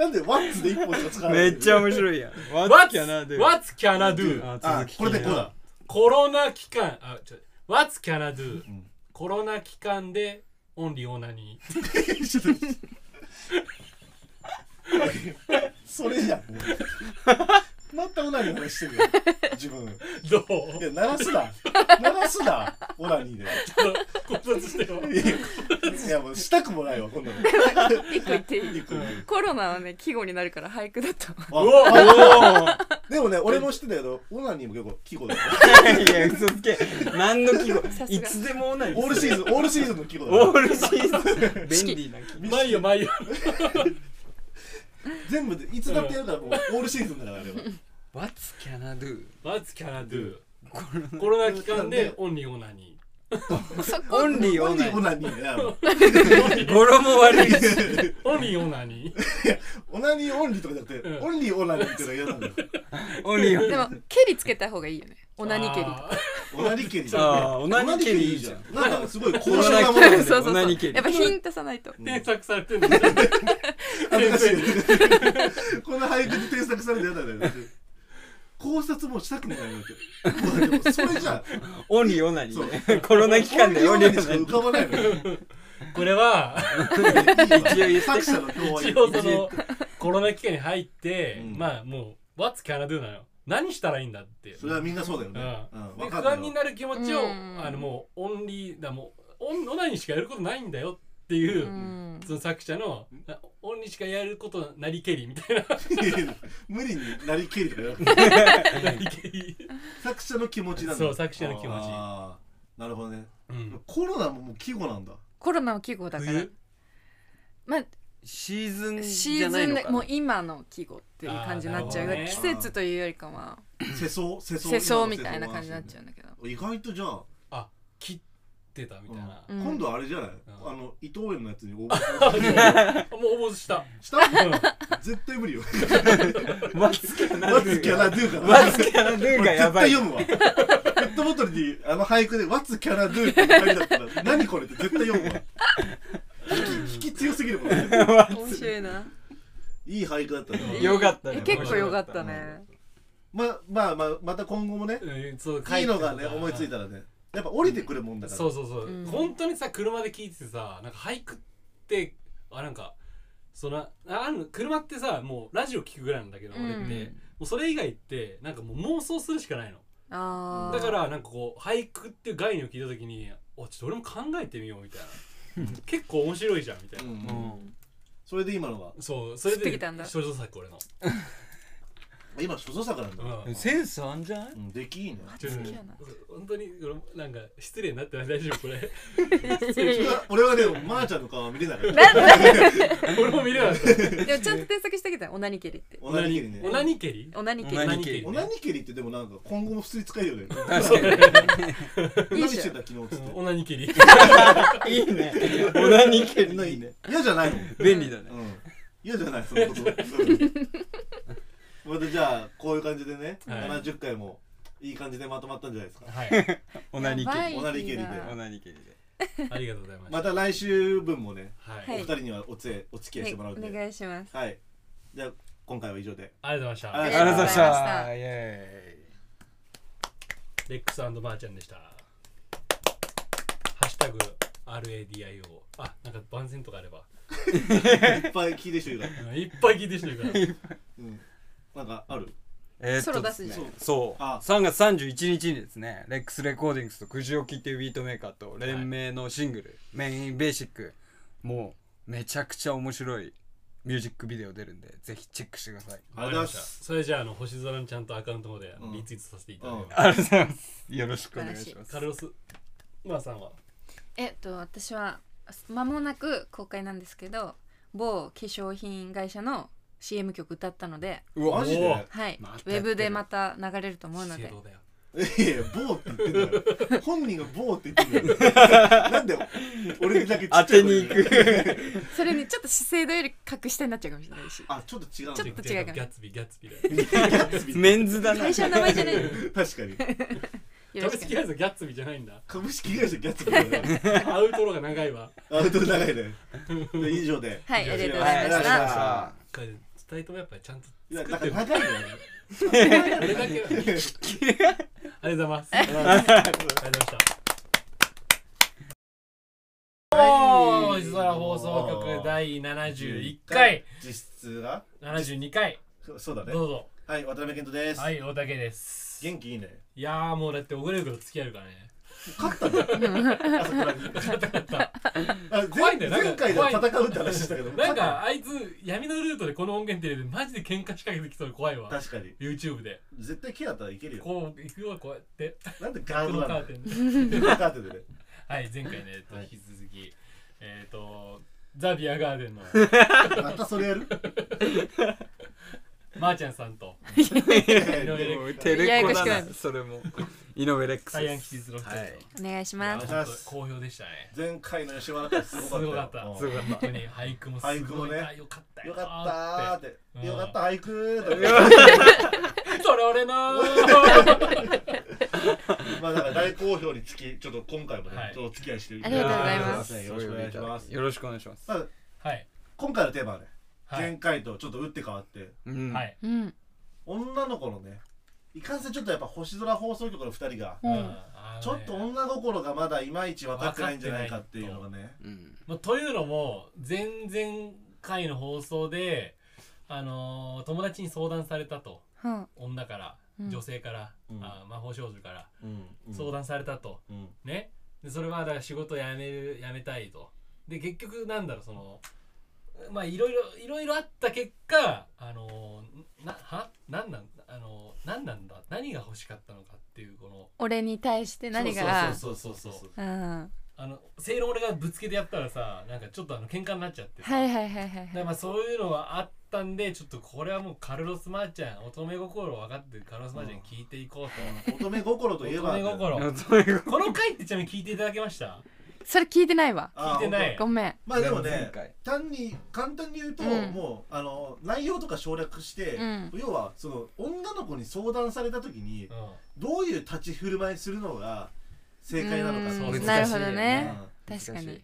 なんでワッツで一本しか使わない
めっちゃ面白いやん What
What's,
can I do?
what's can I do?
あ
あ
続、き
これでこうだ。
コロナ期間、あ、ちょ、What's can I do?
ん
コロナ期間でオンリーオーナニー。
それじゃん。もうまたオナニーの話してるよ。自分。い
どう
や、鳴らす な。鳴らすな。オナニーで。
考察してよ。
いや、もうしたくもないわ、こんなの。
一個言っていい
一 個
コロナはね季語になるから俳句だと思う
う
あ
お
あ でもね、俺も知ってたけど、オナニーも結構季語だよ。
いや嘘つけ何の季語
さすが
いつでもない
オールシーズン、オールシーズンの季語だ
オー
よ。
ルシーズン便利な季
毎夜毎夜。
全部で、いつだってやるから、もうオールシーズンだから、あれは。
語 What's can I do?
What's can I do? コロナ期間でオンリーオーナニ
オンリーオン
オ
リー
ナニーだよ。
語呂 も悪いし
ー。オンリーオーナニー。
オナニーオンリーとかじゃなくて、
うん
オンリーオナニーっていうのが嫌なんだよ。
オンリーオンリ
で
ー
も「蹴り」つけた方がいいよね「オナニ蹴り」
あ
オナニケリー。
あーオナニケリーいいじゃん
ん。なんかすごい高尚なものだ
オナ
よね
ニケ
そう そう
オナ
そう
ニ蹴り
やっぱヒントさないと
ー 添削されてるんだね。
恥ずかしい。こんな俳句で添削されて嫌だね。考察もしたくもないわけ。もうでもそれじゃん。
オンリーオナニ
そ
ーねコロナ期間でオ
オ
ン
ン
リ
リ
ー
ー
オ
オナニーしか
ナニ
浮かばないのよ。
これは、
いい作者の今
一
日
応
は
そのコロナ期間に入って、
うん
まあもう What's can I do なのよ何したらいいんだって
それはみんなそうだよ
う
ね。
ん
うん。
で
わか
不安
る
に
よ。
なる気持ちを
うん
あのもうオンリーだもうオンオナにしかやることないんだよっていう、
うん
その作者のあオンにしかやることなりけりみたいな
無理になりきりとか よ。
なりけり
作者の気持ちなんだ
そう作者の気持ち
あーなるほどね。
うん
コロナももう季語なんだ。
コロナは季語だから
冬
まあ
ーシーズンじ
シ
ゃ
ー
ない
ズン
の
で
か
もう
な
今の季語っていう感じになっちゃ
あ
う
ーなる
季
ほどね
節というよりかは
世 相世相
世相みたいな感じになっちゃうんだけど
意外とじゃあ、
切ってたみたいな、
うん
今度あれじゃない、
ん
あの伊藤園のやつに応募した
あもう応募した
した絶対無理よ
What's can
ワッ
I
ツキャ
do?
ラドゥかな
What's can I do?
俺
がや
絶
ば
対
い
読むわペットボトルにあの俳句で「ワッツキャラドゥ」って書いてあったら何これって絶対読むわ引き引き強すぎるもんね
面白いな
いい俳句だったね
よかった
え
ね
結構良かったね
ままあまあまた今後もね
うんそう
いいのがね思いつい
た
たらねやっぱ降りてくるもんだから
そうそうそう、
うん
本当にさ車で聞いててさなんか俳句ってあなんかそのあの車ってさもうラジオ聞くぐらいなんだけど、俺
う
っ
ん
てもうそれ以外ってなんかもう妄想するしかないの
あー
だからなんかこう俳句っていう概念を聞いた時におちょっと俺も考えてみようみたい な結構面白いじゃんみたいな、
うん
うん
それで今のが
そうそれ
降って
で
きたんだ
少女作俺の、
今所作作なんだ
うん、
センスあんじゃない
うんできいいね
マジ
ちょ
好
っと
きやな
本当に俺なんか失礼になってない大丈夫こ れ
俺はでもまーちゃんの顔は見れなかった
なんだ
俺も見れなかった
でもちゃんと添削してきたよオナニケリって
オナニキリね
オナニケリ
オナニケ
オ
リ
ナ
オナ
ニケ
ニケリ
オナニキリってでもなんか今後も普通に使えるよね
いい
何
っ
し
してょ
た昨日っつって
オナニケリ
いいねオナニケ
そんないいね嫌じゃないもん
便利だね
うん嫌じゃないそのことうんまたじゃあこういう感じでね、
はい
70回もいい感じでまとまったんじゃないですか
はい
オナニケ
やば
リ
い
オナニケリで
な
オナニケリで
ありがとうございました
また来週分もね
はい、
は
お
い
二人にはおつえお付き合いしてもらうんで、
ねお願いします
はい、じゃあ今回は以上で
ありがとうございま
あ
あ
し
り
りが
が
と
とう
う
ご
ご
ざ
ざ
い
い
ま
まし
し
た
た
イエーイ
たレックスばあちゃんでしたハッシュタグ RADIO あなんか番宣とかあれば
いっぱい聞いてる人いるから、
うんいっぱい聞いてる人いるから
うん、なんかある
えーっ
ソ
と
ロ
で
出
す
すじ
ね
ゃん、
そう
あ
3月31日にですねレックスレコーディングスとくじを切っていうビートメーカーと連名のシングル、メインベーシックもうめちゃくちゃ面白いミュージックビデオ出るんでぜひチェックしてください
ありがとうございます
それじゃああの星空のちゃんとアカウントまであの
うん
リツイートさせていただきます、
ありがとうございますよろしくお願いしま
カ
す
ルロスまあさんは
えっと私は間もなく公開なんですけど某化粧品会社の CM 曲歌ったので
うわ
マジでい
お
や
ー
はい、
またやっ
ウ
てる
ェブでまた流れると思うので
資生堂だよ
いやボーって言ってんだよ本人がボーって言ってんだよなんで俺にだけち
当
っちゃい声
てに
で
行く
それにちょっと資生堂より格下になっちゃうかもしれないし
あちょっと違うの
ちょっと違うかな
ギャッツビーギャッツビーだよ
メンズだな
会社の名前じゃないのよ
確かに
ろ
株
しく
式会社ギャッツビーじゃないんだ
株式会社ギャッツビーだよ
アウトローが長いわ
アウト長いねで以上で
はいありがとうご
はい
ざ
ありがと
いま
うございま
した
した
二人ともやっぱりちゃんと
いやだから長いのよね
あれだけはありがとうございますありがとうございましたおー、星空放送局第71回、
実質が
72回、
そそうだね
どうぞ。
はい渡辺健人です、
はい、大竹です。
元気いいね
いやー、もうだって、小倉優子と付き合えるからね。
勝ったねあそこらにあ前
怖いんだよなんか
前回で戦うって話したけど
なん
勝っ
か、あいつ、闇のルートでこの音源出るで、マジで喧嘩仕掛けてきそうで怖いわ
た。確かに
YouTube で。
絶対ケアだったらいけるよ
こう、行くよ、こうやって。
なんで
こ
ガード
の
な
カ
の
ーテンで。
カーテンでね
はい、前回ね、えっと
はい
引き続き、えっ、と、ザ・ビアガー デンの
またそれやる
まーちゃんさんと、
もうテレコだなそれも井上レックス
サイア
で
ン
す
吉日の人たち
はい
お願いし
の
ま
い
す
や、本当好評でしたね。
前回の吉原君す
す
ご
ご
か
か
っ
ったた。
よ
本当 に俳句もすごい。
俳句もね
あよかった
よ
よ。
かったー
た
って
うん
よかった俳句ーって
ーって。それ俺の
まあだから大好評につきちょっと今回も
は
ね
い
ちょっとお付き合いして
ありがとうございます
よろしくお願いします
よろしくお願いします
まあ
はい。
今回のテーマはね
は
前
い。
回とちょっと打って変わって
うん
はい。
うん
女の子のねいかんせんちょっとやっぱ星空放送局の2人が
うん
あ
ちょ
の
っ
ね
と女心がまだいまいち分かってないんじゃないかっていうのがね
うん
まあ、というのも、前々回の放送で、あのー友達に相談されたと。
うん
女から、
うん
女性から、
うん
あー魔法少女から
うん
相談されたと。
うん
ねでそれはだから仕事辞める辞めたいとで結局なんだろうそのまあいろいろいろいろあった結果あのーなはなんなんあのーなんなんだ何が欲しかったのかっていうこの
俺に対して何が
そうそうそうそう
うん
あの正論俺がぶつけてやったらさなんかちょっとあの喧嘩になっちゃってさ
はいはいはいは
で
い
まあそういうのはあったんでちょっとこれはもうカルロス・マーちゃん乙女心を分かってるカルロス・マーちゃんに聞いていこう
乙女心
と、
といえば
乙女心この回ってちなみに聞いていただけました
それ聞いてないわ
あー
聞いてない
本
ごめん
当まあでも
前
ね
回
単に簡単に言うと、
うん
もうあの内容とか省略して、
うん
要はその女の子に相談された時に
うん
どういう立ち振る舞いするのが正解なのか
うん
そうれ
ん
なるほどね
う
確かに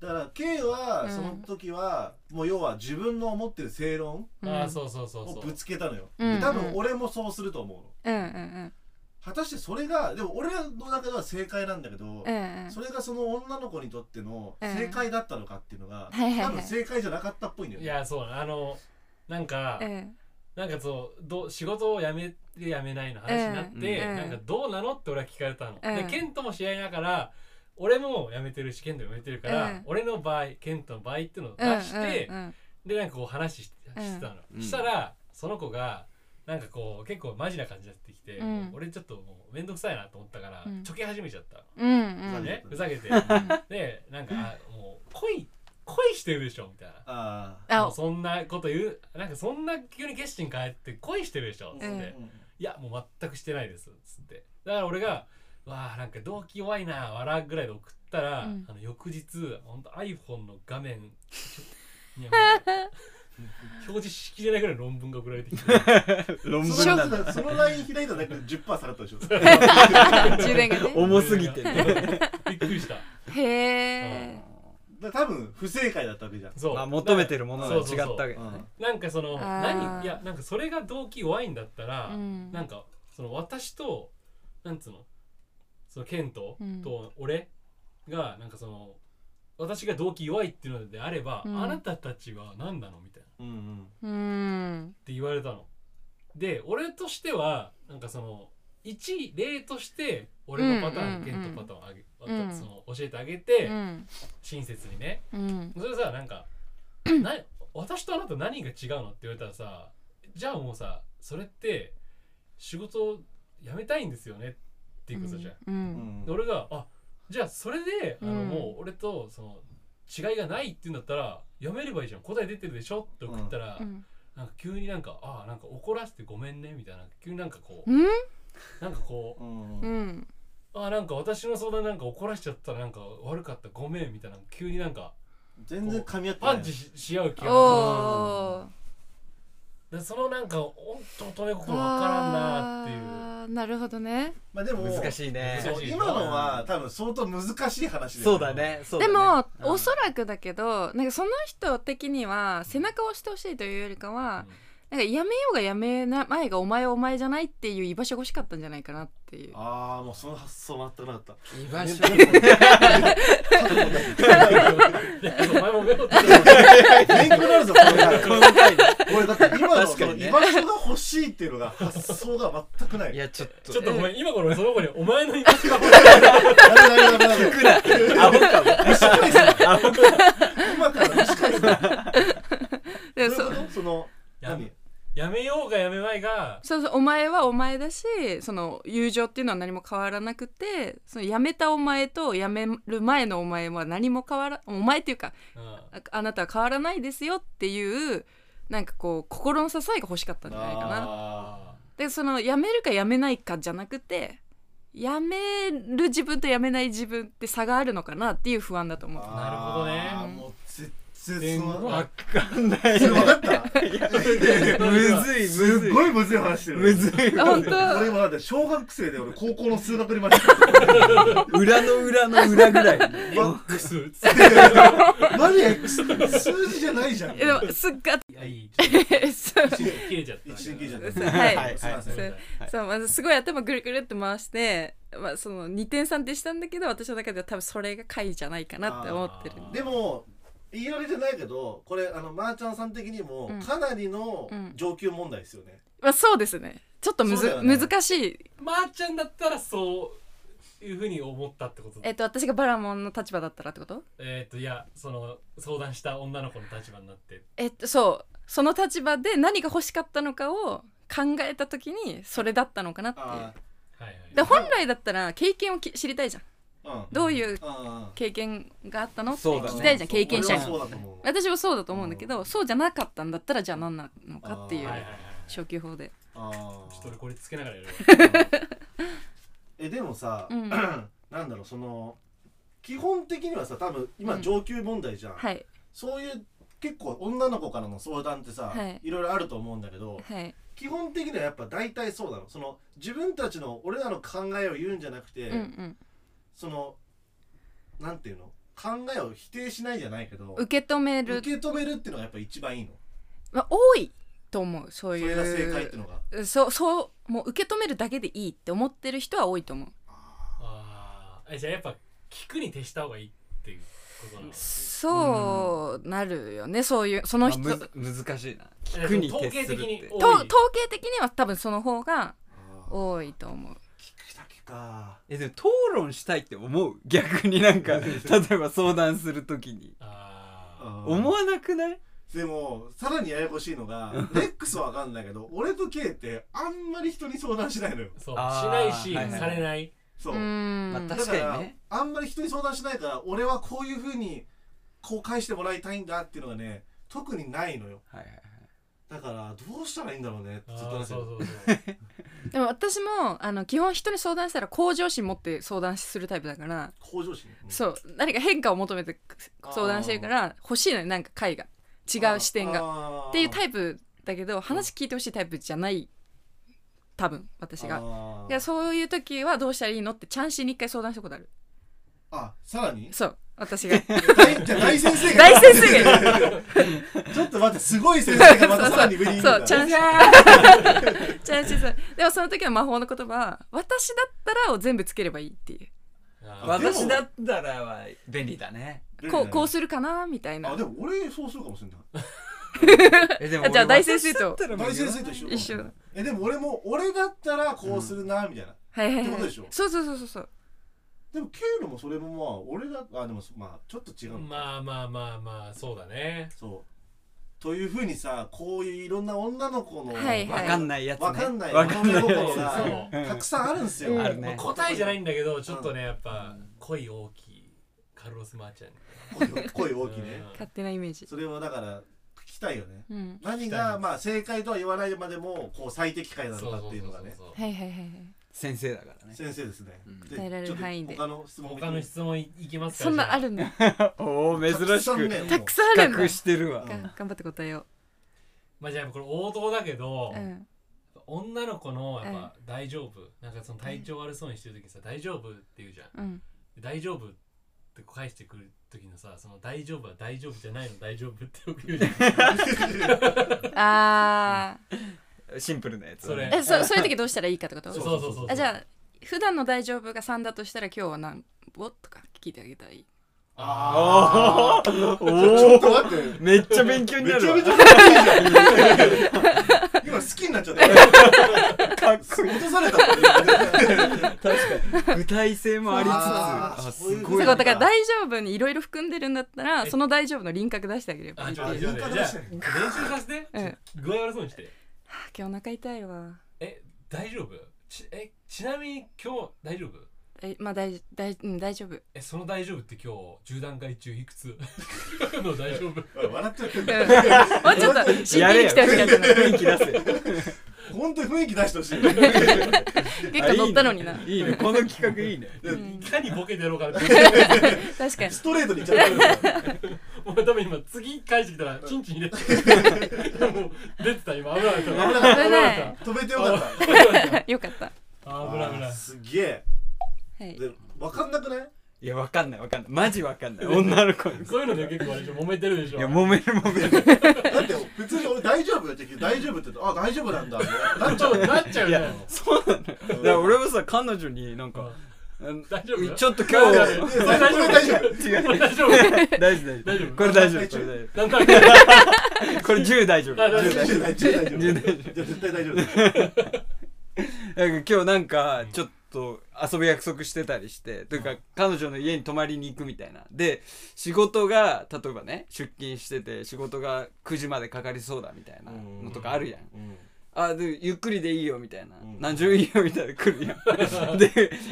だから K はその時は、もう要は自分の思ってる正論
ああそうそうそう
を
そう
ぶつけたのよ、
うん
で多分俺もそうすると思うの
うんうん
果たしてそれがでも俺らの中では正解なんだけど、
うんうんうん
それがその女の子にとっての
うん
正解だったのかっていうのが、
はいはいはい
多分正解じゃなかったっぽいんだよ
い
ね
やそうあのなんか、
うん
なんかそうどう仕事を辞めて辞めないの話になって、
うんうん
なんかどうなのって俺は聞かれたの、
うん
でケントも知り合いながら俺も辞めてるしケントも辞めてるから、
うん
俺の場合ケントの場合っていうのを出して、
うん
でなんかこう話ししてたの、
うん
したらその子がなんかこう結構マジな感じになってきて、
うん
もう俺ちょっともう面倒くさいなと思ったから、
うん
ちょけ始めちゃったの、
うんうんうん
ねふざけ て でなんかあもう恋恋してるでしょみたいな
ああ
あ
もうそんなこと言うなんかそんな急に決心変えて恋してるでしょっつって、
うん
いやもう全くしてないですっつってだから俺が「わあなんか動機弱いな笑うぐらいで送ったら、
うん
あの翌日ほんと iPhone の画面 に表示しきれないぐらいの論文が送られてきて
論
その
文なんだ
そのライン開いただけで10%下がったでしょ
充電が ね
重すぎてね
びっくりした
へえ
だから多分不正解だったわけじゃん、
そう、
まあ求めてるものが違ったわけ
う
だね
ん
なんかその
あー
何いやなんかそれが動機弱いんだったら、
うん
なんかその私となんつうのそのケント
うん
と俺がなんかその私が動機弱いっていうのであれば、
うん
あなたたちは何なのみたいなっ
うんうん
うん
て言われたの。で俺としてはなんかその一例として俺のパターン、
うんうんうん
ケントパターンをあげ、
うん
その教えてあげ
う
て、
ん
親切にね
うん
それさなんか「な私とあなた何が違うの?」って言われたらさじゃあもうさそれって仕事を辞めたいんですよねっていうことじゃん。
う
うんん
で俺が「あじゃあそれであの、
うん
もう俺とその違いがないって言うんだったら辞めればいいじゃん答え出てるでしょ」って送ったら、
うん
なんか急になんか「あなんか怒らせてごめんね」みたいな急になんかこう、
うん
なんかこう
うん
うん
「あなんか私の相談なんか怒らせちゃったらなんか悪かったごめん」みたいな急になんか
全然噛み合ってない
パンチしし合う気
お
が
お
でそのなんか本当乙女心わからんなっていう
うなるほどね
まあでも
難しいね
そう今のは多分相当難しい話だよ
そうだねそうだ
で
ね
も、
うん
おそらくだけどなんかその人的には背中を押してほしいというよりかは、なんかやめようがやめない前がお前はお前じゃないっていう居場所が欲しかったんじゃないかなっていう
ああもうその発想全くなかった
居場所
お前も目をつ
勉強になるぞこれが
この回で
俺だって今の
確かにね
居場所が欲しいっていうのが発想が全くない
いやちょっと
ちょっとごめん今このその子にお前の居
ダメダメダメダメ
くらいアホかも
今から蒸し返す
で
そ
そう
いううことその
や
何
やめようがやめまいが
そうそうお前はお前だしその友情っていうのは何も変わらなくてその辞めたお前と辞める前のお前は何も変わらお前っていうか
うん
ああなたは変わらないですよっていうなんかこう心の支えが欲しかったんじゃないかな
あ
でその辞めるか辞めないかじゃなくて辞める自分と辞めない自分って差があるのかなっていう不安だと思
ー
う
なる
あ
ほど
ー
ね
もう全
全
然その
然
あ
わかんない
それ分かった
むずいむ
す
ず
っ
い
ごいむずい話してる
むずい
あ 本
俺
当
今だって小学生で俺高校の数学に間違って
裏の裏の裏ぐら い
マ
クスい
たマジ X 数字じゃないじゃん
えでもすっが
やいいちょっと
そう
一瞬切れちゃった
一瞬聞いちゃった
そうはい、
はい
すいません
そうそうまずすごい頭ぐるぐるって回して、まあ、その2点3点したんだけど私の中では多分それが解じゃないかなって思ってる
あ
でも言いられてないけどこれあのまーちゃんさん的にも
うん
かなりの
うん
上級問題ですよね、
まあそうですねちょっとむ
そう
ず、
だよね
難しい
まーちゃんだったらそういうふうに思ったってこと
えっと私がバラモンの立場だったらってこと
えっといやその相談した女の子の立場になって
えっとそうその立場で何が欲しかったのかを考えた時にそれだったのかなっていう
あ
はいはい
で本来だったら経験をき知りたいじゃん
あうん
どういう
ああ
経験があったのって
そうだね
聞きたいじゃん、経験者
俺
に
はそうだと思う
私もそうだと思うんだけど、そうじゃなかったんだったらじゃあ何なのかってい
あ
う
ー
はいはいはい
初級法で
あ
ちょっと
ー
俺これつけながら やるわ
えでもさ、
う ん
なんだろうその基本的にはさ多分今上級問題じゃん、
はい
そういう結構女の子からの相談ってさ、
はい
い、ろいろあると思うんだけど
はい
基本的にはやっぱ大体そうだろその自分たちの俺らの考えを言うんじゃなくて、
うんうん
そのなんていうの考えを否定しないじゃないけど
受け止める
受、け止めるっていうのがやっぱ一番いいの
まあ、多いと思うそ
そ
ういう
れが正解っていうのが
そうそうもう受け止めるだけでいいって思ってる人は多いと思う
あーえじゃあやっぱ聞くに徹した方がいいっていうことなの
そうなるよねそういうその
まあ
人、
むず難しいな聞くに徹
統計
するっ
的に
て
多い
と統計的には多分その方が多いと思う
聞くだけか
えでも討論したいって思う逆になんか例えば相談するときに
あ
思わなくない
でもさらにややこしいのがレックスは分かんないけど俺と K ってあんまり人に相談しないのよ
ーそうし
あー
ないし、
はいはい
されない
そう
うーん、
また
だから
確かにね
あんまり人に相談しないから俺はこういうふうにこう返してもらいたいんだっていうのがね特にないのよ
はいはいはい
だからどうしたらいいんだろうねってずっと
あー
話して
そ
る
うそうそう
でも私もあの基本人に相談したら向上心持って相談するタイプだから、
向上心う
そう何か変化を求めて相談してるから欲しいのよなんか回が違う視点が
が
っていうタ
イ
イプだけど話聞いてほしいタイプじゃない多分私が
が
いやそういう時はどうしたらいいのってチャンシーに一回相談したことある
あさらに
そう 私が
大じゃあ大先生が
大先生がいる
ちょっと待ってすごい先生がまたさらに上にいるん
そ
だ
うチャンシーチャンシーさんでもその時の魔法の言葉は「私だったら」を全部つければいいってい
あー
わでも
私だったらは便利だ ね
うこうこうするかなみたいな
あでも俺そうするかもしれない
えでも
あじゃあ
俺
大先生と
私だったらもう
大先生と一緒
一緒だ
えでも俺も俺だったらこうするなみたいな、
はいはい
ってこ
は
と
い
でしょ
そうそうそうそうそう
でもケイロもそれもまあ俺だあでもそまあちょっと違うのか
まあまあまあまあそうだね
そうというふうにさこういういろんな女の子の、
はいは
わ
い
かんないやつね
わかんない
わかんない
女の
や
子の
つ
そ
が
う
たくさんあるんですよ、
うん
あるね
答えじゃないんだけどちょっとねやっぱ恋大きいカルロス・マーチャン
声大きいね
う
勝手なイメージ
それをだから聞きたいよね
うん
何がまあ正解とは言わないまでもこう最適解
ん
なのかっていうのがね
そうそうそう
はいはいはいはい
先生だからね
先生ですね、
うん
で
伝えられる範囲で
ちょっと他の質問
他の質問いいきますか
そんなあ
る
るんだ
おお珍しく
たくさんあるんだ
隠してるわ
う
が頑張って答えよ
まあじゃあこれ王道だけど、
ううん
女の子のやっぱ大丈夫、なんかその体調悪そうにしてる時にさ大丈夫って言うじゃん
うん
大丈夫って返してくる時のさその大丈夫は大丈夫じゃないの大丈夫ってよく言うじゃん
あー
シンプルなやつ
それ
えそそういう時どうしたらいいかってこと
そうそうそうそう
あじゃあ普段の大丈夫が3だとしたら今日は何をとか聞いてあげたい
あーおお
待って
めっちゃ勉強になるわ
めちゃめちゃかっこいいじゃん今好きになっちゃった
かっこいい
落とされたもんね
確かに具体性もありつつ
あー
あ
そういう
す
こと
ご
そ
いうな
だから大丈夫にいろいろ含んでるんだったらその大丈夫の輪郭出してあげればい
あ
い
ちょっと待ってちょっと待ってじゃあ練習させて
うん
具合悪そうにして
あ今日お腹痛いわ
え大丈夫ちえちなみに今日大丈夫
えまあ大大,、うん、大丈夫
えその大丈夫って今日10段階中いくつ の大丈夫
笑っちゃってる
もうちょっと真剣に来てほしかったな
雰囲気出せ
本当に雰囲気出してほしい
結構乗ったのにない
いねこの企画いいね
いかにボケてやろうかなって
確かに
ストレートにいっちゃってるから
もう多分今次返してきたらチンチン入れ てもう出てた今危なかった
危なかった
危ない
止めてよかった
よかった
あー危ない危ない
すげえ
はい
で分かんなくない
いやわかんないわかんないマジわかんない女の子に
そういうので結構あれでしょ揉めてるでしょ
いや揉める揉める
だって普通に俺大丈夫よって聞いて大丈夫って言うとあ大丈夫なんだなっちゃう
なっちゃう
い
よ
や
ね
そうなのよだから俺もさ彼女になんかうん
大丈夫
ちょっと今日
それ大丈夫
違う
これ大丈夫
大丈夫大
大
丈
丈
夫
夫
これ大丈夫これ大丈
なんとなく
夫 これ10大丈夫
大丈夫
10
大丈夫大丈夫大丈夫
10大丈
じゃあ絶対大丈夫
夫なんか今日なんかちょっと遊ぶ約束してたりしてというか彼女の家に泊まりに行くみたいなで仕事が例えばね出勤してて仕事が9時までかかりそうだみたいなのとかあるやんあでゆっくりでいいよみたいな、
ん
何十いいよみたいな来るや んで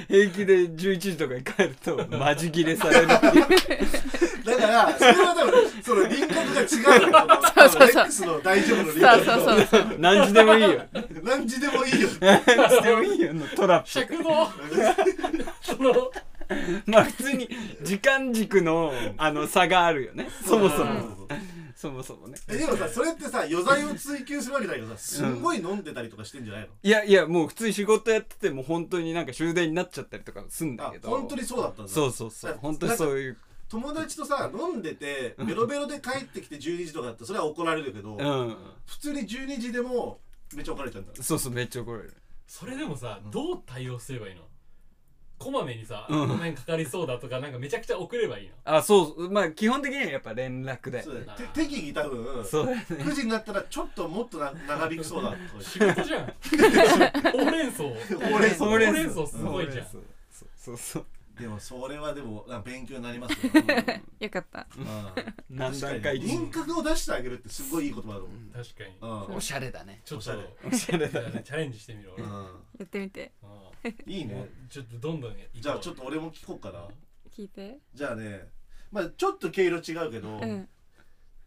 平気で11時とかに帰る とマジ切れされるっていう
だからそれは多分その輪郭が違うの
そうそうそう
レックスの大丈夫の輪
そう
郭
そうそうそう
何時でもいいよ
と何時でもいいよ
何時でもいいよのトラップ
尺のその
まあ普通に時間軸のあの差があるよねそもそもそもそもね
えでもさそれってさ余罪を追求するわけだけどさすんごい飲んでたりとかしてんじゃないの、
いやいやもう普通に仕事やっててもう本当になんか終電になっちゃったりとかすんだ
あ
けど
本当にそうだったんだ
そうそうそう本当にそういう
友達とさ飲んでてベロベロで帰ってきて12時とかだったらそれは怒られるけど、
うん
普通に12時でもめっちゃ怒られちゃうんだ
そうそうめっちゃ怒られる
それでもさ、どう対応すればいいのこまめにさ、
うん
ごめんかかりそうだとか、なんかめちゃくちゃ遅ればいいの。
あそうまあ基本的にはやっぱ連絡で
そ
そうう
だよて適宜多分
だね
9時になったらちょっともっとな長引きそうだとか
仕事じゃん。ほうれん草。ほ
ほうれん草
ほうれん草すごいじゃん。
そうそうそう
でもそれはでもあ勉強になりますよ、
よかった
うん
何段階
確かに輪郭を出してあげるってすごいいい言葉だと思う、
確かに。
うん
おしゃれだね
ちょっ
おしゃれ
と、
おしゃれ
じ
だ
ゃあねチャレンジしてみろ。俺
う
やってみて
うん
ん、いいね
ちょっとどんどん行こう
じゃあちょっと俺も聞こうかな
聞いて
じゃあねまあちょっと毛色違うけど、
うん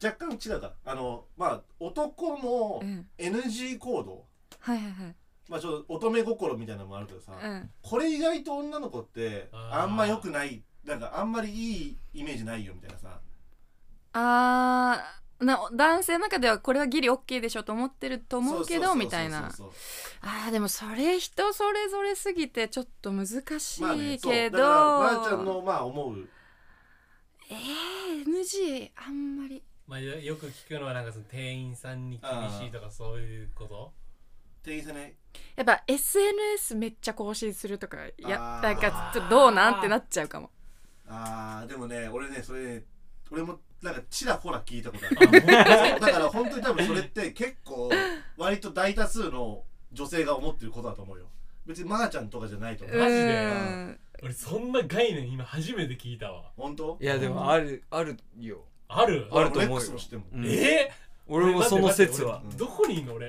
若干違うかあのまあ男の
うん
NG 行動
はいはいはい
まあちょっと乙女心みたいなのもあるけどさ、
うん
これ意外と女の子って
あー
あんま良くないなんかあんまりいいイメージないよみたいなさ
あーな男性の中ではこれはギリオッケーでしょと思ってると思うけど
そそそそ
みたい
そ
な
うそう
あーでもそれ人それぞれすぎてちょっと難し
まあね
いけど、
そうだからばあちゃんのまあ思う
えー、NG あんまり
まあ、よよく聞くのはなんかその店員さんに厳しいとかそういうこと
店員さんね
やっぱ SNS めっちゃ更新するとかや
あー
なんかちょっとどうなんってなっちゃうかも
あーでもね俺ねそれね俺もなんかちらほら聞いたことあ
あ
る
ほんと
そうだから本当に多分それって結構割と大多数の女性が思ってることだと思うよ別にまーちゃんとかじゃないと思う、
マジで
うん
俺そんな概念今初めて聞いたわ
本当
いやでもあるあるよ
ある
あると思うよ
俺も X も知ってるもん
うん
え
俺もその説は
俺待って待って俺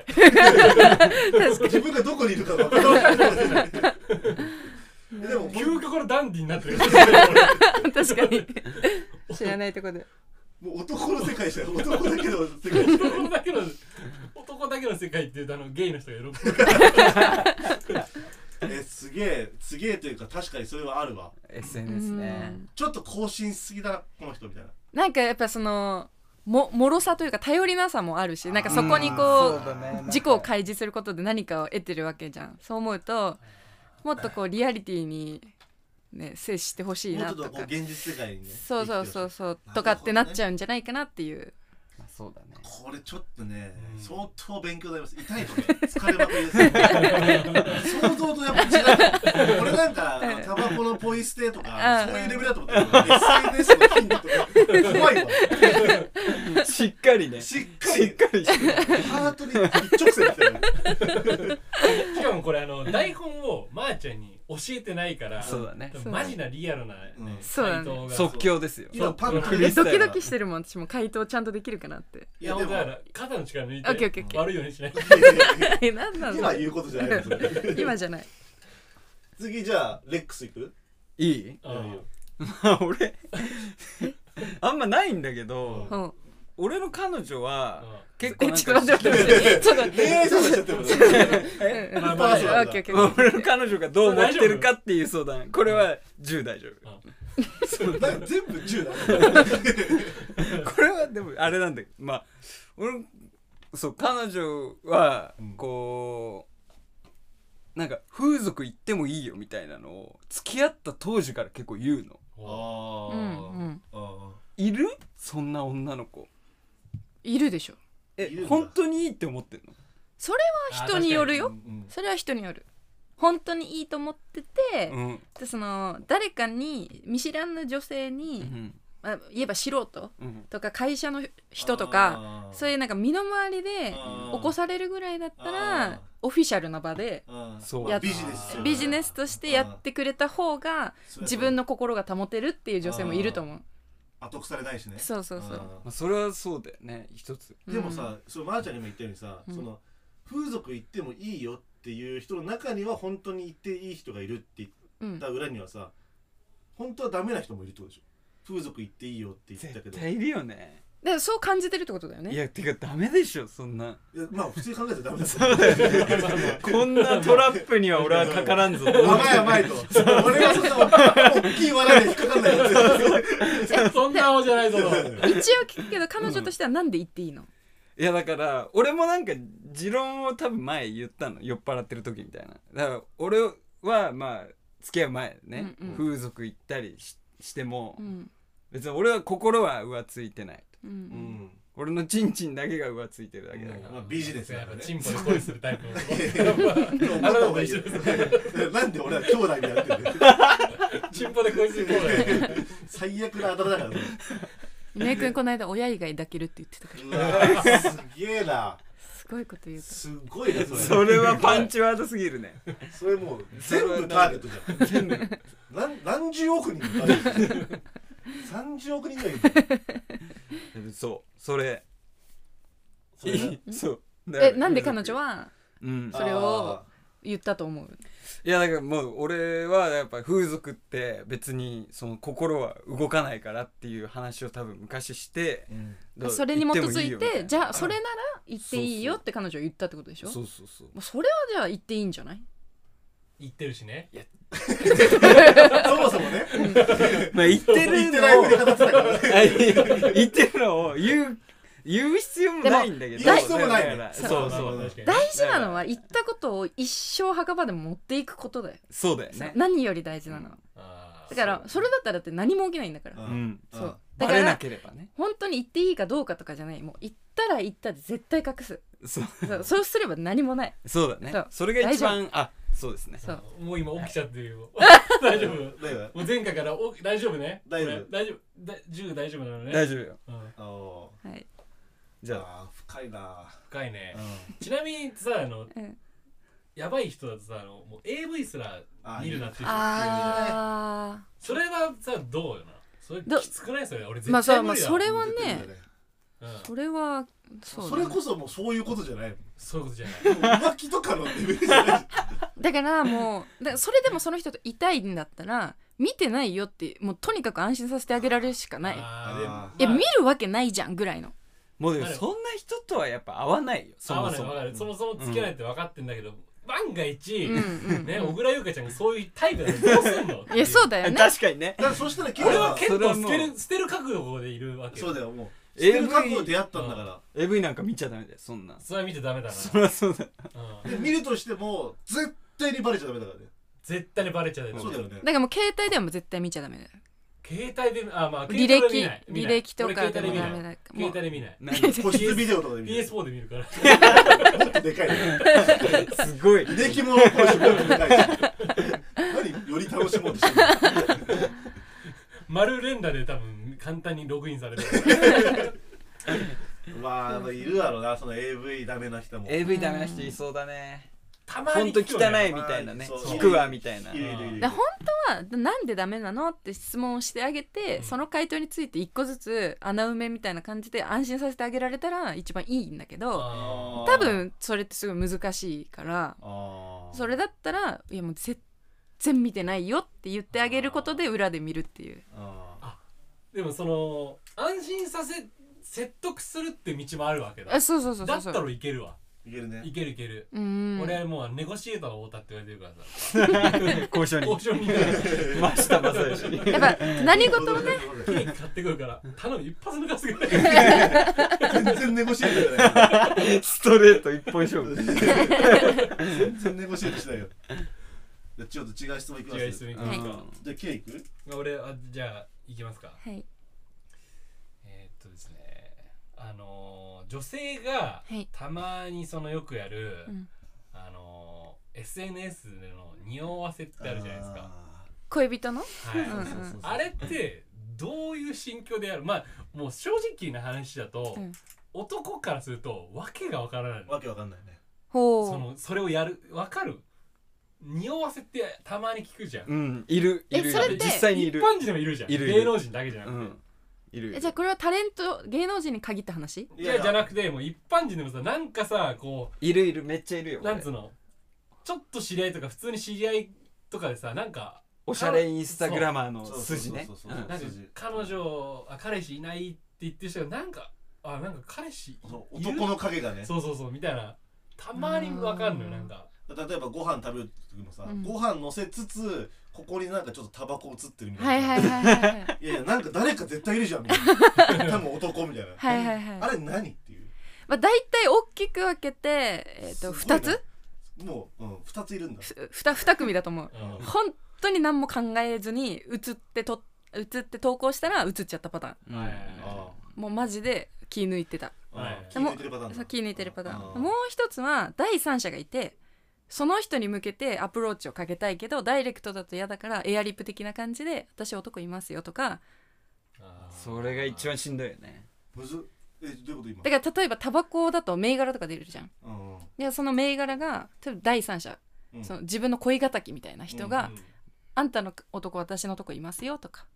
どこにいんの俺
自分がどこにいるかが分からない えでも
急遽からダンディになってる
確か に知らないとこで
もう男の世界じゃん男だけの世界じゃん
男だけの男だけの世界っていうとあのゲイの人が喜ぶ
えすげえすげえというか確かにそれはあるわ
SNS ね
ちょっと更新しすぎだなこの人みたいな
なんかやっぱそのも脆さというか頼りなさもあるしなんかそこに
そ
こ
うだね
う自己を開示することで何かを得てるわけじゃんそう思うともっとこうリアリティにね接してほしい
もう
な
ちょっ
と
とこう
か
現実世界にね
そうそうそうそう
生きてほしい
とかってなっちゃうんじゃないかなっていう
まあそうだね
これちょっとね、
うん
相当勉強になります痛いとね疲れまくりです想像とやっぱ違うこれなん かあのタバコのポイ捨てとか
うん
そういうレベルだと思ったけど SNS の頻度とか怖いわ
しっかりねし
しっか
っ
り
かりして
ハートに一直線来てる
しかもこれあの台本をまーちゃんに教えてないから
そうだね
多分マジなリアルなね
うん
そう
回
だね
答が
即興ですよ
今パッと
フリ
え
ース
ド
タイ
キ
ルだ
ドキしてるもん私も回答ちゃんとできるかなって
い
い
や
や
で
本
も
当だから肩の力抜い
オッケーオッ
て
ケーオッケー
悪いようにしない
え何なん
今
だ
言うことじゃないです
今じゃない
次じゃあレックスいく
いい
あー
あ 俺 あんまないんだけど
うん
俺の彼女は
うん
結構
え
なん
ちょっと待
か
って待ってちょっと待って
恋愛相談しちゃってるもんね
え
うんうん
まあまあ
オッケーオッケーオッケー
俺の彼女がどう思ってるかっていう相談これは10大丈夫
なんか全部10だ
これはでもあれなんだけどまあ俺そう彼女は
うん
こうなんか風俗行ってもいいよみたいなのを付き合った当時から結構言うの
お
うんうん
いるそんな女の子
いるでしょ
え
いるんだ
本当にいいって思ってるの
それは人によるよそれは人による本当にいいと思ってて、
うん
でその誰かに見知らぬ女性
う
に、
ん
まあ、言えば素人
うん
とか会社の人とかそういうなんか身の回りで
起
起こされるぐらいだった
あー
らオフィシャルな場で
そう
やっ
ビジネス
ビジネスとしてやってくれた方が自分の心が保てるっていう女性もいると思う
後腐れないしね
そうそうそう
まあ、それはそうだよね一つ
でもさそのまーちゃんにも言ったようにさその風俗行ってもいいよっていう人の中には本当に行っていい人がいるって言
う
っ
ん
た裏にはさ本当はダメな人もいるってことでしょ風俗行っていいよって言ったけ
絶
ど
対いるよね
でそう感じてるってことだよ
い
ね
やてかダメでしょそんな
まあ普通に考えたらダメだ
こんなトラップには俺はかからんぞ
甘い甘いと俺はそんな大きい笑いで引っかかんない
そんな青じゃないぞと
一応聞くけど彼女としてはなんで言っていいの、
いやだから俺もなんか持論を多分前言ったの酔っ払ってる時みたいなだから俺はまあ付き合う前ね、
うんうん
風俗行ったりししても、
うん
別に俺は心は浮ついてないと
う
うんん
俺のチンチンだけが浮ついてるだけだか ら、
まあビジネスだ
やっ
か
ぱ
らね
チンポで恋するタイプの
思った方がいいよなんで俺は兄弟でやってるんだよ
チンポで恋する方だよ
最悪なあだ名だからね
ねくんこの間親以外抱けるって言ってたから
うわすげえな
すごいこと言うか
すごいなそれ
それはパンチワードすぎるね
それもう全部ターゲットじゃん
全部
何何十億人いるから30億人ぐらいいる
そうそれ
それが
そうだ
ら
から
えなんで彼女は
うん
それを言ったと思う
いやだからもう俺はやっぱ風俗って別にその心は動かないからっていう話を多分昔して
あーうん
だから
それに基づ
言
い
っても
て
よ
じゃあそれなら言っていいよって彼女は言ったってことでしょ
そうそうそう
もうそれはじゃあ言っていいんじゃない
言ってるしね
そもそもね
まあ言って
言って
るの
ない
を
振り方だからね
言ってるのを言う言う必要もないんだけど
言う必要もないね
だからそう
まあ
そ
まあ
う
確かに
大事なのは言ったことを一生墓場でも持っていくことだよ、
そうだよね
何より大事なのは
あ
だからそれだったらだって何も起きないんだから
う
うんん
そう
バ
だか
レな
ら
ければね
本当に言っていいかどうかとかじゃないもう言ったら言ったで絶対隠す
そう
そうそうすれば何もない
そうだ
そ
ね
う
それが一番あそうですね
そう
ーもう今起きちゃってる よ大丈夫
だよ
もう前回からお大丈夫ね
大丈夫
これ大丈夫だ銃大丈夫なのね
大丈夫よ
夫、うん、
あー
はい、
じゃあ
あー深いな
深いね
うん
ちなみにさあの
うん、
やばい人だとさあのもう AV すら見るなっていう人
あ
それはさどうよなそれ
ど
きつくないそれ俺絶
まあそ
対
う
無
まあ
理だ
それは
出て
ね
くるよ
うん
それはそう
そ
だ,、
れこそもうそういうことじゃないもん
そういうことじゃない
浮気とかのレベルじ ゃない
だからもうだからそれでもその人といたいんだったら見てないよってもうとにかく安心させてあげられるしかない
あ
あ
ー
い
で
や
もまあ
見るわけないじゃんぐらいの
もうでも
あれ
そんな人とはやっぱ合わないよそ
合わ
も
ない
そも
わかるそもそもつけないって分かってんだけど、万が一、
うんうん
ね小倉優香ちゃんがそういうタイプだとどうすんの
いやそう
う
だよ
え
ね
確かにね
だからそしたらケイ
俺
は
は結構捨
そ
て
れは
る捨てる覚悟でいるわけ
そうだ
よ
よもう捨
AV
てる覚悟でやったんだから
AV なんか見ちゃダメだよそんな
それは見てダメだな、
そりゃそうだ
うん
で見るとしても絶対にバレちゃダメだからね
絶対にバレちゃうよ
そうだよね
だからもう携帯でも絶対見ちゃダメだよ
携帯であまあ
履
携帯で見
歴
ない見
履
ない
歴とか
俺
で
携帯で
も
見
ダ
ない
メだからも
携
う
帯で見ない
なんか
個室ビデオとかで見る
PS4 で見るから
もっとでかいね
すごい
履歴も個室ビデオでかいし 何より楽しもうとしてる の
丸連打で多分簡単にログインされ てる
まあまあいるだろうなその AV ダメな人も
AV ダメな人いそうだね
たま
ほ
に
んと汚
聞くよね
いみたいなね
そう
聞くわみたいない
るいるいるい
だ
る
から本当はなんでダメなのって質問をしてあげて、その回答について一個ずつ穴埋めみたいな感じで安心させてあげられたら一番いいんだけど
あ
多分それってすごい難しいから
あー
それだったらいやもう全然見てないよって言ってあげることで裏で見るっていう
あー
ーでもその安心させ説得するって道もあるわけだ
あそうそうそうそうそう
だったらいけるわ
いけるね
いけるいける、
うーん
俺もうネゴシエーターの太田って言われてるからさ
交渉 に
交渉に行くか ら
真下正義 に
やっぱ何事もね
ケーキ買ってくるから頼む一発抜かす ぐらい
全然ネゴシエートじゃない
ストレート一本勝負
全然ネゴシエートしないよじゃあちょっと違う質問いきます
違う質問いき
はい
じゃあケイク
俺あじゃあ行きますか
はい
えーっとですねあのー女性が
はい
たまにそのよくやる、
うん
あのー SNS での匂わせってあるじゃないですか
恋人の
はい
うんうん
あれってどういう心境でやるまあもう正直な話だと、
うん
男からすると訳がわからない
わけわかんないね
ほ
そうのそれをやるわかる匂わせってたまに聞くじゃん
うんいるい
え
る
それって
実際にい
一
る
般人でもいるじゃん
いるいる
芸能人だけじゃな
う
くて、
んいる
えじゃあこれはタレント芸能人に限った話
いやじゃなくてもう一般人でもさなんかさこ
いるいるめっちゃいるよ
う
俺
なんつうのちょっと知り合いとか普通に知り合いとかでさなんか
おしゃれインスタグラマーの筋ね
そうそう
う
そうそ
ん
う
なんか
筋
彼女あ彼氏いないって言ってる人がなんかあなんか彼氏い
そう
いる
男の影がね
そうそうそうみたいなたまにわかんのよなんか
例えばご飯食べる時もさ、
うん
ご飯乗せつつここになんかちょっとタバコ映ってるみた
はいい
な、
はいはいはいはい
い、やいやなんか誰か絶対いるじゃんみたい な多分男みたいな、
はいはいはい
あれ何っていう
まあ、大体大きく分けて、えー、と
すごい
2
ね
つ
もう、うん、2ついるんだ
ふ 2, 2組だと思う
うん
本当に何も考えずに映って撮っ映って投稿したら映っちゃったパターン
うん
はい
もうマジで気抜いてた
はい
気抜いてるパターンだ
そう気抜いてるパターン
あ
もう一つは第三者がいてその人に向けてアプローチをかけたいけどダイレクトだと嫌だからエアリップ的な感じで「私男いますよ」とか
あー
それが一番しんどいよね
むずえどういうこと
だから例えばタバコだと銘柄とか出るじゃん
今うんうん
でその銘柄が例えば第三者、
うん
その自分の恋敵みたいな人が「
うん
あんたの男私のとこいますよ」とか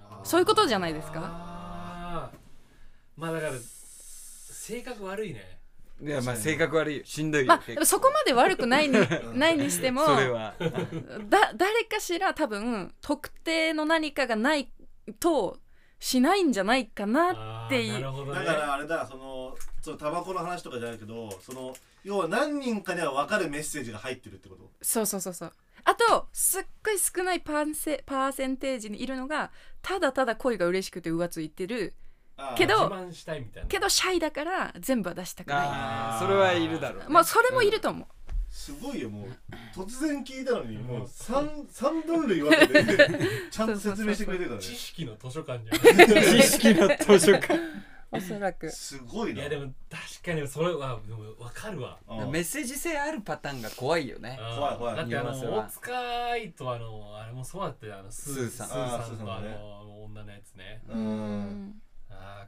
あー
そういうことじゃないですか
あーまあだから性格悪いね
いやまあ性格悪いよしんどいよ、
まあ
結構
でもそこまで悪くないにないにしても
それは
だ誰かしら多分特定の何かがないとしないんじゃないかなっていう
あーなるほどね
だからあれだそのそのタバコの話とかじゃないけどその要は何人かには分かるメッセージが入ってるってこと
そうそうそうそうあとすっごい少ないパンセパーセンテージにいるのがただただ恋が嬉しくて浮ついてる
あー
けど
自慢したいみたいな
けどシャイだから全部は出したくな
あーそれはいるだろうね、
いまあそれもいると思う、
すごいよもう突然聞いたのにもう 3, 三分類分けて ちゃんと説明してくれてるからね
知識の図書館じゃん
知識の図書館
おそら く
すごい
い
な
やでも確かにそれはでも分かるわ
うん
メッセージ性あるパターンが怖いよね
怖い怖い
だってあの
言いますわ
大塚愛とあのあれもそうだったよあのスー
スーさん
スーさんと
あ
あ
ースーさんね
の女のやつね
う
うんん
あ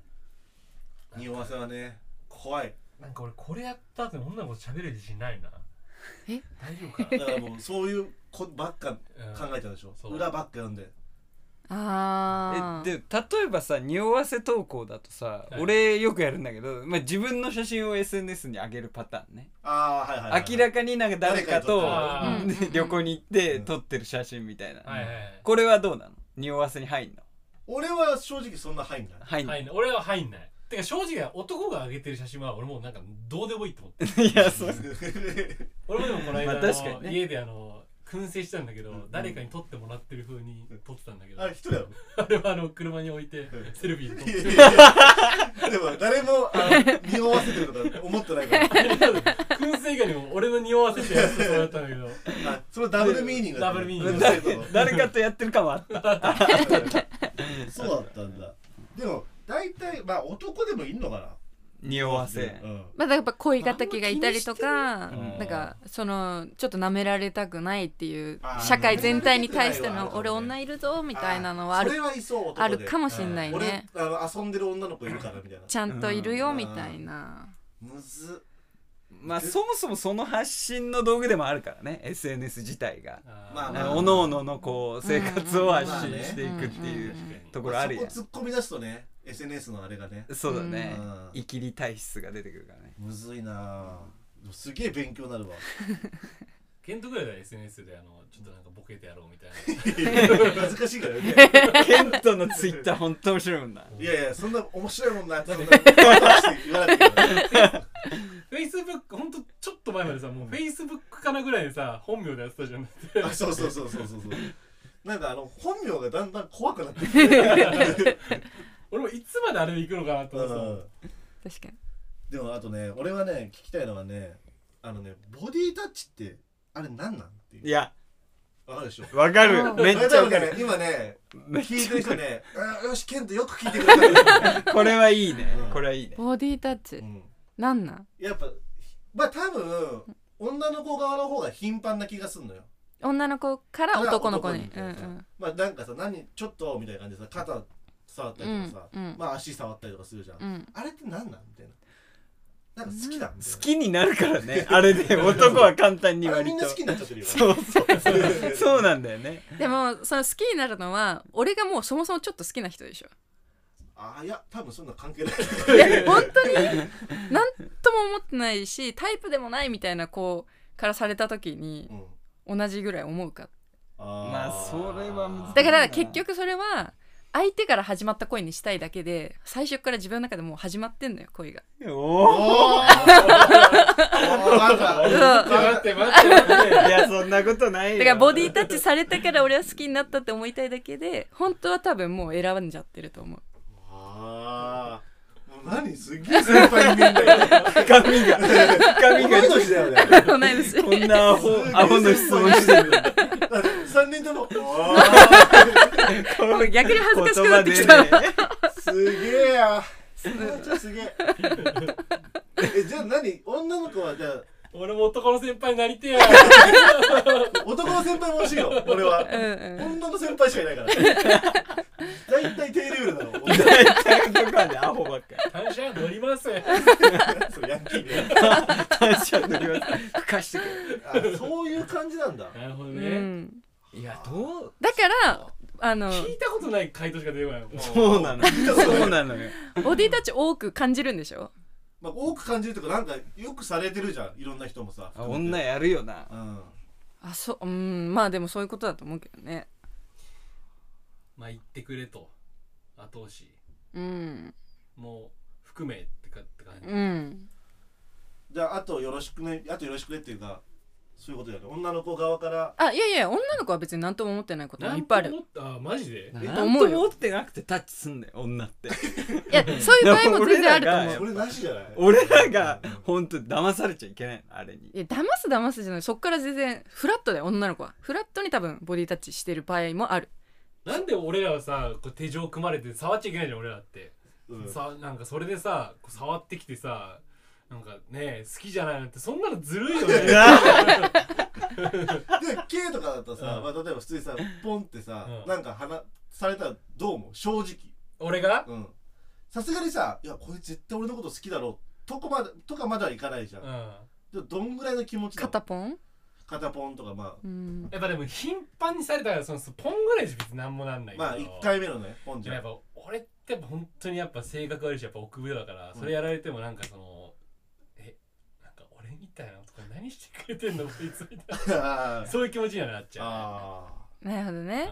匂わせはね怖い
ーなんか俺これやった後に女の子と喋る自信ないな
え
大丈夫か
だからもうそういうこばっか考
え
えちゃうでしょ、
うん
裏ばっか読んで
ああ
えで例えばさ匂わせ投稿だとさ、
はい
俺よくやるんだけど、まあ、自分の写真を SNS に上げるパターンね、
ああはいはい、はい、
明らかになんか誰かと
誰
かに撮った
うん旅行に行って
うん
撮ってる写真みたいな、
はいはい
これはどうなの匂わせに入んの
俺は正直そんな入んない
入んの、
入んない俺は入んないてか正直男が上げてる写真は俺もうなんかどうでもいいと思って
い、やそう
俺もでもこの間、
まあ確かにね
家であの燻製したんだけど、
うん
誰かに撮ってもらってる風に撮ってたんだけど、
あれ一人だろ
あれはあの車に置いて
ん
セルフィーで撮っ
い
て
やいやい やでも誰もあの匂わせてるとか思ってないから
燻製以外にも俺の匂わせてやってもらったんだけど
あそのダブルミーニングだった
ダブルミーニング
そういうこ
誰かとやってるかもあった
とそうだったんだでも大体まあ男でもいんのか
匂わ
な
せ、
うん
まあ、だからやっぱ恋敵がいたりとか
んま気にしてる
なんかそのちょっと舐められたくないっていう
あー
社会全体に対して
舐められた
の
くない
「俺
わ
女いるぞ」みたいなのはあ
そ
る
れはいそう男で
あるかもしんないね、
俺あの遊んでる女の子いるからみたいな
ちゃんといるよ
うん
みたいな、
むず
まあそもそもその発信の道具でもあるからね SNS 自体が
まあ
あのおのおののこう生活を発信していくっていう
うんうんうん
ところあるやん
そこ突っ込み出すとね SNS のあれがね
そうだね
うん
イキリ体質が出てくるからね
むずいなぁでもすげえ勉強にな るわ
ケントぐらいは SNS であのちょっとなんかボケてやろうみたいな
恥ずかしいからね
ケントのツイッター本当面白いもんない
やいやそんな面白いもんなそんな言わなくても
Facebook ほんとちょっと前までさもう Facebook かなぐらいでさ本名でやってたじゃん
あそうそうそうそうそうそうなんかあの本名がだんだん怖くなってきて、
俺もいつまであれで行くのかなと
う
思ってた
ん、
確かに
でもあとね俺はね聞きたいのはねあのねボディタッチってあれ何なんってい
いうや
わかるでしょ
わかるめっちゃわか
あれ多分ね
る
今ね
めっ
聞い
ち
てる
ゃ
人ねあよしケントよく聞いてくれたね、
これはいいね
うん
これはいいね
ボディタッチ、
うん、
なんなん
やっぱまあ多分女の子側の方が頻繁な気がするのよ
女の子から男の子に
男の子にまあなんかさ何ちょっとみたいな感じでさ肩触った
うんう
り
ん
とかさ、
うん
まあ足触ったりとかするじゃん、
うん
あれって何なんみたいななんか好きだみたいな
好きになるからねあれで男は簡単に
あれ
割
みんな
と
好きになっちゃってるよ
そうそうそうそうなんだよね
でもその好きになるのは俺がもうそもそもちょっと好きな人でしょ
ああいや多分そんな関係ない
いや本当に何とも思ってないしタイプでもないみたいな子からされた時に
うん
同じぐらい思うか
まあそれは難しい
だから結局それは相手から始まった恋にしたいだけで最初から自分の中でもう始まってんのよ恋が
おお
おーおーなんか
待って待って待って
いやそんなことないよ
だからボディタッチされたから俺は好きになったって思いたいだけで本当は多分もう選んじゃってると思う
あー何すっげえ先輩に見えんだよ。
髪が髪
同い
が
年だよね。
同い年
こんなアホアホの質問して
てる。 三人とも、おー
逆に恥ずかしく
言
な
葉
って
で
きた
ね
すげえや。すげえ。え、じゃあ何女の子はじゃあ、
俺も男の先輩になりてえよ
男の先輩も欲しいよ、俺は。
うんうん
女の先輩しかいないから。大体低レベルなの。女の
大体とかねアホばっか
単車乗ります
そうヤンキーで。
りちゃんと言われてふかしてくる
あそういう感じなんだ。
なるほど
う
ね、
ん
いやどう
だからあの
聞いたことない回答しか出てこないもん
そうなのそうなのよ
ボディタッチ多く感じるんでしょ
まあ、多く感じるとか、なんかよくされてるじゃん、いろんな人もさ。
あ女やるよな
うん。
あそううんまあでもそういうことだと思うけどね
まあ言ってくれと後押し
うん
もう含めってかって感じ、
うん
じゃあ、あとよろしくね、あとよろしくねっていうか、そういうことだよね。女の子側から、
あいやいや女の子は別に何とも思ってないこと
な
は
ん
いっぱいある
と思ったあマジで
なん
え
とも思ってなくてタッチすんだよ女って
いやそう いう場合も全然あると
俺ら
思
が
う
俺なしじゃない
俺らが本当騙されちゃいけないのあれに
いや騙す騙すじゃないそっから全然フラットだよ女の子はフラットに多分ボディタッチしてる場合もある
なんで俺らはさこう手錠組まれて触っちゃいけないじゃん俺らって、
うん
さなんかそれでさこう触ってきてさなんかね好きじゃないなんてそんなのずるいよね
で K とかだとさ、
うん
まあ、例えば普通にさポンってさ、
うん
なんか話されたらどう思う正直
俺が、
うんさすがにさ「いやこれ絶対俺のこと好きだろ」とこまでとかまではいかないじゃん、
うん、
で
や
もどんぐらいの気持ちだ
片ポン
片ポンとかま
うん
っぱでも頻繁にされたらそのそのポンぐらいじゃ別に何もなんな
あ
い
まあ1回目のねポン
で
じ
も
ゃ
やっ
ん
ぱ俺ってやっぱ本当にやっぱ性格悪いしやっぱ臆病だから、それやられてもなんかそのえなんか俺みたいなとこ何してくれてんのこいつみたい
あ
なそういう気持ちにはなっ
ー
ちゃ
あ
なるほど
う、ね
ね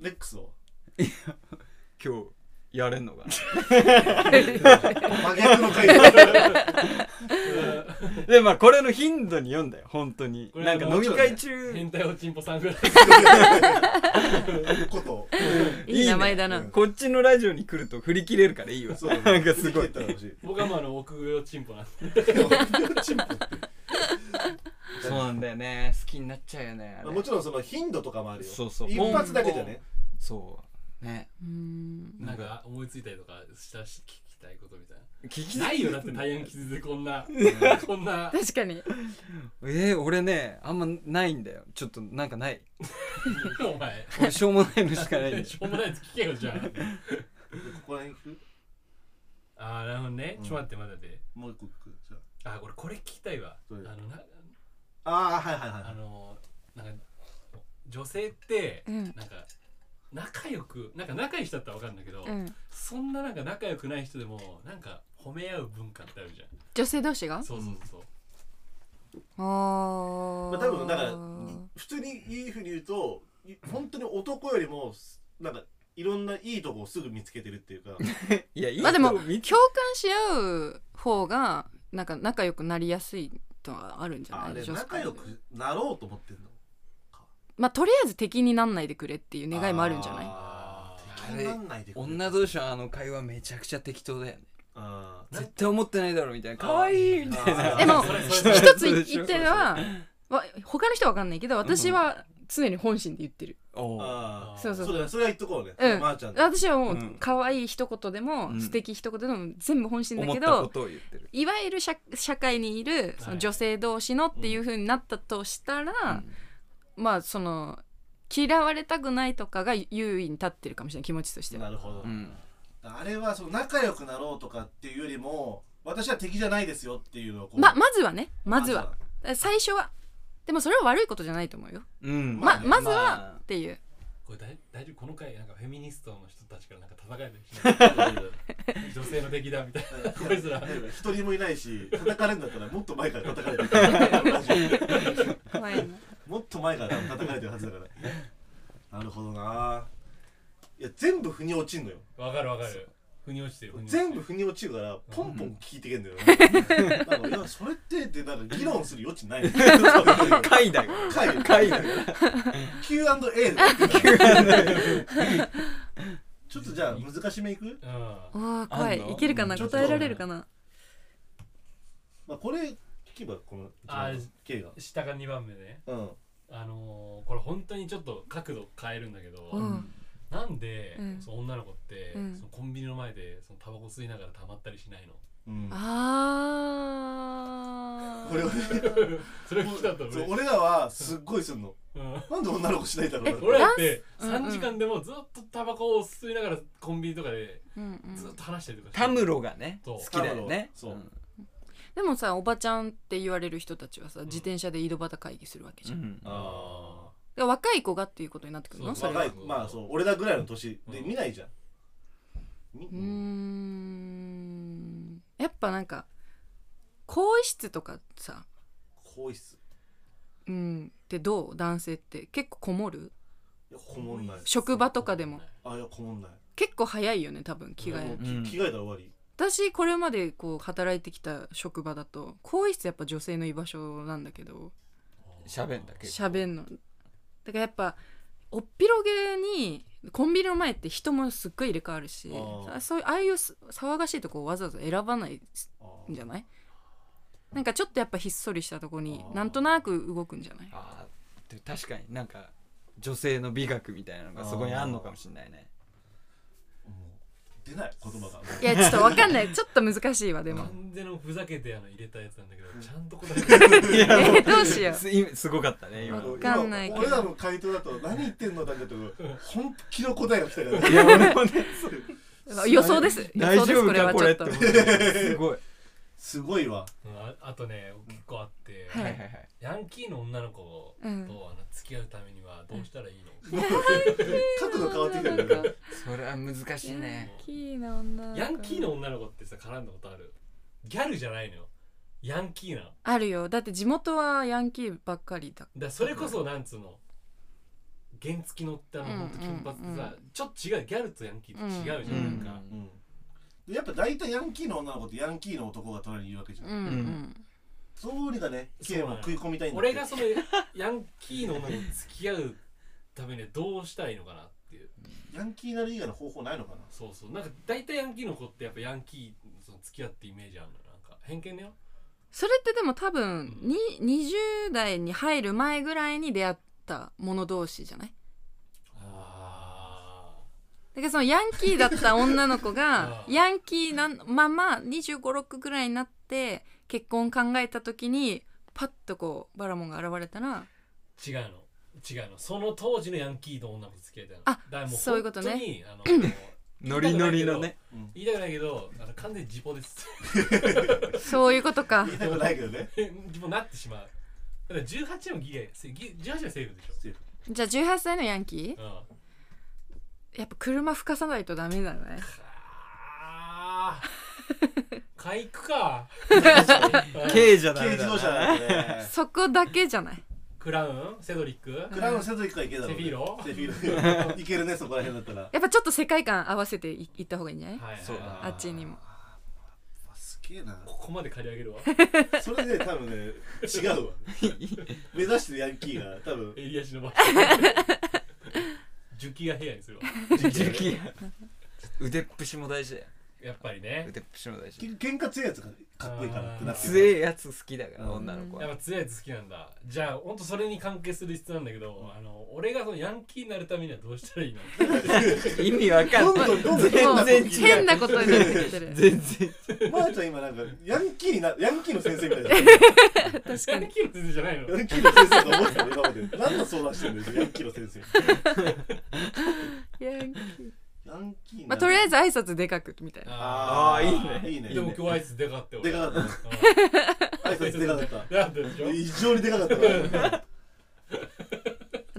ーレックスを
今日やれんのが
真逆の回答
うん
でまあこれの頻度に読んだよ本当に
これ
な
は
んか
も
飲
う
み
ちょっとね
会中
変態おちんぽさんぐらい
こと
いい名前だ
いい
な
ねうん
こっちのラジオに来ると振り切れるからいいわ
そう
なんかすご
生きて
い
ったら欲しい
僕はもうあの奥上ちんぽなんで
チンポって
そうなんだよね好きになっちゃうよねあ
まあ
れ
もちろんその頻度とかもあるよ
そうそう
一発だけじゃね
そうね
うん
なんか思いついたりとかしたし聞きたいことみたいな
聞き
ないよだって大変傷でこん なこんな
確かに
えー、俺ねあんまないんだよちょっとなんかない
お前
俺しょうもないのしかないんだよ
しょうもないやつ聞けよじゃ
ここら辺行く
あ あーなるほどねちょっと待ってまだで
もう一個行くじゃ
あー俺これ聞きたいわあ
ど
の
れ
な
ああーはいはいはい
あのなんか女性って
うん
なんか仲良くなんか仲良い人だったらわかるんだけど、
うん
そんななんか仲良くない人でもなんか褒め合う文化ってあるじゃん
女性同士が
そうそうそう、
あ
ま
ー
あ、多分だから普通にいいふうに言うとい本当に男よりもなんかいろんないいとこをすぐ見つけてるって いうか
いやいい
まあでも
とこ見て
共感し合う方がなんか仲良くなりやすいとはあるんじゃ
あ
ない
れ
でしょうか
仲良くなろうと思ってんの
まあとりあえず敵になんないでくれっていう願いもあるんじゃない
あー
あ
敵
れ
になんないでくれ
女同士のあの会話めちゃくちゃ適当だよね
あー
絶対思ってないだろみたいな可愛いみたいな
あー
でも
それそれ
一つ
そうでしょ
言ってるのはわ他の人は分かんないけど私は常に本心で言ってる、
お う
あ
そう
ー
そう
それはそれは言っとこうね、
うん
まーちゃんの
私はもう
うん
可愛い一言でも、
うん
素敵一言でも全部本心だ
思っ
け
たこ
ど
とを言ってる
いわゆる社社会にいるその女性同士のっていう風になったとしたら、まあその嫌われたくないとかが優位に立ってるかもしれない気持ちとしては
なるほど、
うん
あれはその仲良くなろうとかっていうよりも私は敵じゃないですよっていうのをこう
ままずはねまずは最初はでもそれは悪いことじゃないと思うよ
うん
ま
まあね
まず
まあ
はっていう
これ大大丈夫この回なんかフェミニストの人たちからなんか戦えた りしない女性の敵だみたいなこいつら
ね一人もいないし叩かれるんだったらもっと前から叩か れてるマジで
怖いな
もっと前から叩かれてるはずだからなるほどないや全部腑に落ちんのよ
わかるわかる腑に落ちてる腑に落ちてる
全部腑に落ちるからポンポン聞いてけんだよ、なんかいやそれってってなんか議論する余地ない の
会 だよ
回
会だよ
Q&A だよちょっとじゃあ難しめい
う
く、
ん
おお怖
あん
い
の
いけるかな
うん
答えられるかな
まあ、これ聞けばこの
あ
K が
下が2番目ね
うん
あのーこれ本当にちょっと角度変えるんだけど、
うん
なんで、
うん
その女の子って、
うん
そのコンビニの前でそのタバコ吸いながらたまったりしないの
うん
あー
これは
それを聞いたと
そう
俺、
俺らはすっごいすんの
うん、
なんで女の子しないだろう
俺だって
ダンス
3時間でもずっとタバコを吸いながらコンビニとかで
うんうん
ずっと話したりとかして
タムロがね
そう
好きだよね
タムロそうん
でもさおばちゃんって言われる人たちはさ
ん
自転車で井戸端会議するわけじゃん、
うん
あ
で若い子がっていうことになってくるの
そ
それ
若
はい
まあそう俺らぐらいの年で
うん
見ないじゃん、み
うーんやっぱなんか更衣室とかさ
更衣室
うんってどう男性って結構こもる
いやこもんない
職場とかでも
あいやこもんない
結構早いよね多分着替え
もう
る
えうん
き着替えたら終わり
私これまでこう働いてきた職場だと更衣室やっぱ女性の居場所なんだけど
喋んだけ
喋んのだからやっぱおっぴろげにコンビニの前って人もすっごい入れ替わるし
あー
そういうああいうす騒がしいとこをわざわざ選ばない
あ
ん
ー
じゃないなんかちょっとやっぱひっそりしたとこに
あー
なんとなく動くんじゃない
あーで確かになんか女性の美学みたいなのがそこにあんのかもしれないね
もう出ない言葉が
いやちょっとわかんないちょっと難しいわでも
完全のふざけてあの入れたやつなんだけどちゃんと答えてる
いやも
えどうしよう
す今すごかったね今
もう
の
わかんないけ
今
ど
俺らの回答だと何言ってんのだけど本気の答えが来たから
いや俺もね
予想です予
大
想で
丈
す
夫
これ
か
は
こ
ちょ
れ
っ
って
と
思ってすごい
すごいわ
うんああとね結構あって、
はい
はいはいはい
ヤンキーの女の子とあ
うん
の付き合うためにはどうしたらいいの、
角度変わってきた
なん
か
から
それは難しい
ヤン
ね
キーな女の子
ヤンキーの女の子ってさ絡んだことあるギャルじゃないのよヤンキーなだか
あるよだって地元はヤンキーばっかりだ
らそれこそなんつうの原付き乗ったのほんと金髪ってさ、
うん
ちょっと違うギャルとヤンキーって違うじゃん、
うん
なんか
うんでやっぱ大体ヤンキーの女の子ってヤンキーの男が隣にいるわけじゃん、
うんうん
そうにかね K も食い込みたいんだ
俺がそのヤンキーの女の子と付き合うためにはどうしたらいいのかなっていう
ヤンキーになる以外の方法ないのかな
そうそうなんか大体ヤンキーの子ってやっぱヤンキーその付き合ってイメージあるのよなんか偏見だよ
それってでも多分に20代に入る前ぐらいに出会った者同士じゃない
あ
だからそのヤンキーだった女の子
あ
が
あ
ヤンキーなまま2 5 6ぐらいになって結婚考えた時にパッとこうバラモンが現れたら
違うの違うのその当時のヤンキーの女の子と付き合いたいの
あ
だからもう
そういうことね
本当に あの
ノリノリのね
言いたくないけどあの完全に自暴です
そういうことか
言いたくないけど ね
自暴になってしまうだから18のギリせギ18はセーフでしょ
じゃあ18歳のヤンキ
うんは
ーやっぱ車吹かさないとダ メだね
あかいく か
軽じゃダ
軽
メ
自
だ
動車
な
だよね
そこだけじゃない
クラウンセドリック
クラウンせず行くからいけるだろうね
セフィーロ
セフィーロいけるねそこら辺だったら
やっぱちょっと世界観合わせていいった方がいいんじゃない
はい
そうだな
あっちにも
あすげえな
ここまで借り上げるわ
それね多分ね違うわ目指してるヤンキーが多分
襟足伸ばして 樹気が部屋にするわ
時期腕っぷしも大事だよ
やっぱりね
腕っぷしも大事
喧喧嘩強いやつがかっこいいからってなって
強
る
えやつ好きだから
うん
女の子
やっ
は
ぱ強いやつ好きなんだじゃあほんとそれに関係する必要なんだけど、あの俺がそのヤンキーになるためにはどうしたら いいの
意味わかんない
どんどんどんどん
もう
全然違
変
う
なことになってきてる
全然
まーちゃん今なんかヤンキーになヤンキーの先生みたいな
確か
ヤン
に
キーの先生じゃないの
ヤンキーの先生と思ってたの今まで何の相談してるんですよヤンキーの先生
ヤンキー
ヤンキー
まあとりあえ
ず
ず挨拶でかくみたいな
あ
あー
い
いいね
いね
ーでも今日あいつでかって俺
でかかっ
う
た挨拶でかかった
んでかったでしょ
異常にでかかったからな
あ
んか
と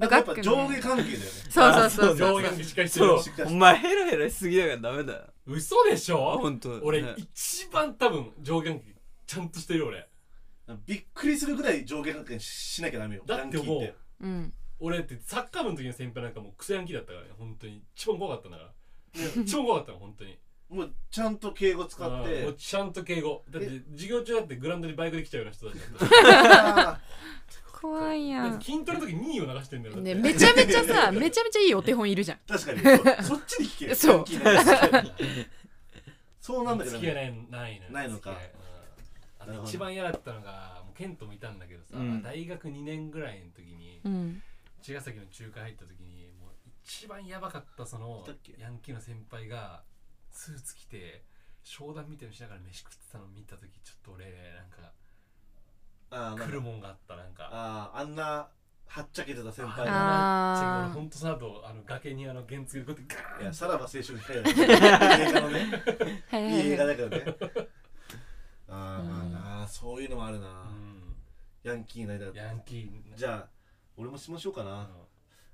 ガ
やっ
ッ
ぱ
ク
上
の
下
ね
関係だよね
そうそうそうそ
上
う
下にしっかりしてる
そ
わ
うお前ヘラヘラしすぎだからダメだよ
嘘でしょ
本当
俺
ね
一番多分上下関係ちゃんとしてる俺
びっくりするぐらい上下関係しなきゃダメよ
だってもう
ヤンキーって
うん
俺だってサッカー部の時の先輩なんかもうクソヤンキーだったからね本当に一番怖かったんだから、一番怖かったの本当に
もうちゃんと敬語使っ
うんも
て
うちゃんと敬語だって授業中だってグラウンドにバイクで来ちゃうような人たちだった
あ
怖いや
だっ
ん
て、筋トレの時2位を流してんだよだって
ね、めちゃめちゃさめちゃめちゃいいお手本いるじゃん
確かにそうそっちに聞ける
そう
聞いてないそうなんだけど
付き合いないないのよ
ないのか
付き合いうん
なる
あ
ほ
と
ど
一番嫌だったのがもうケントもいたんだけどさ、
うん
大学2年ぐらいの時に
うん
茅ヶ崎の中華入った時にもう一番やばかったその
いたっけ
ヤンキーの先輩がスーツ着て商談みたいのしながら飯食ってたの見た時ちょっと俺なんか
あーなん
来
か
るもんがあったなんか
あーあんなはっちゃけてた先
あ
輩
れ
が
なっちゃう
あー
俺ほんとその後あの崖にあの原付でこうやってガーン
いやさらば青春控えだ ね映画のね
はい
い
はいい
映
は
画
い
だけどねあーまあなそういうのもあるなヤンキーになりたかっ
うん
た
ヤンキーに
じゃあ俺もしましょうか
う
なん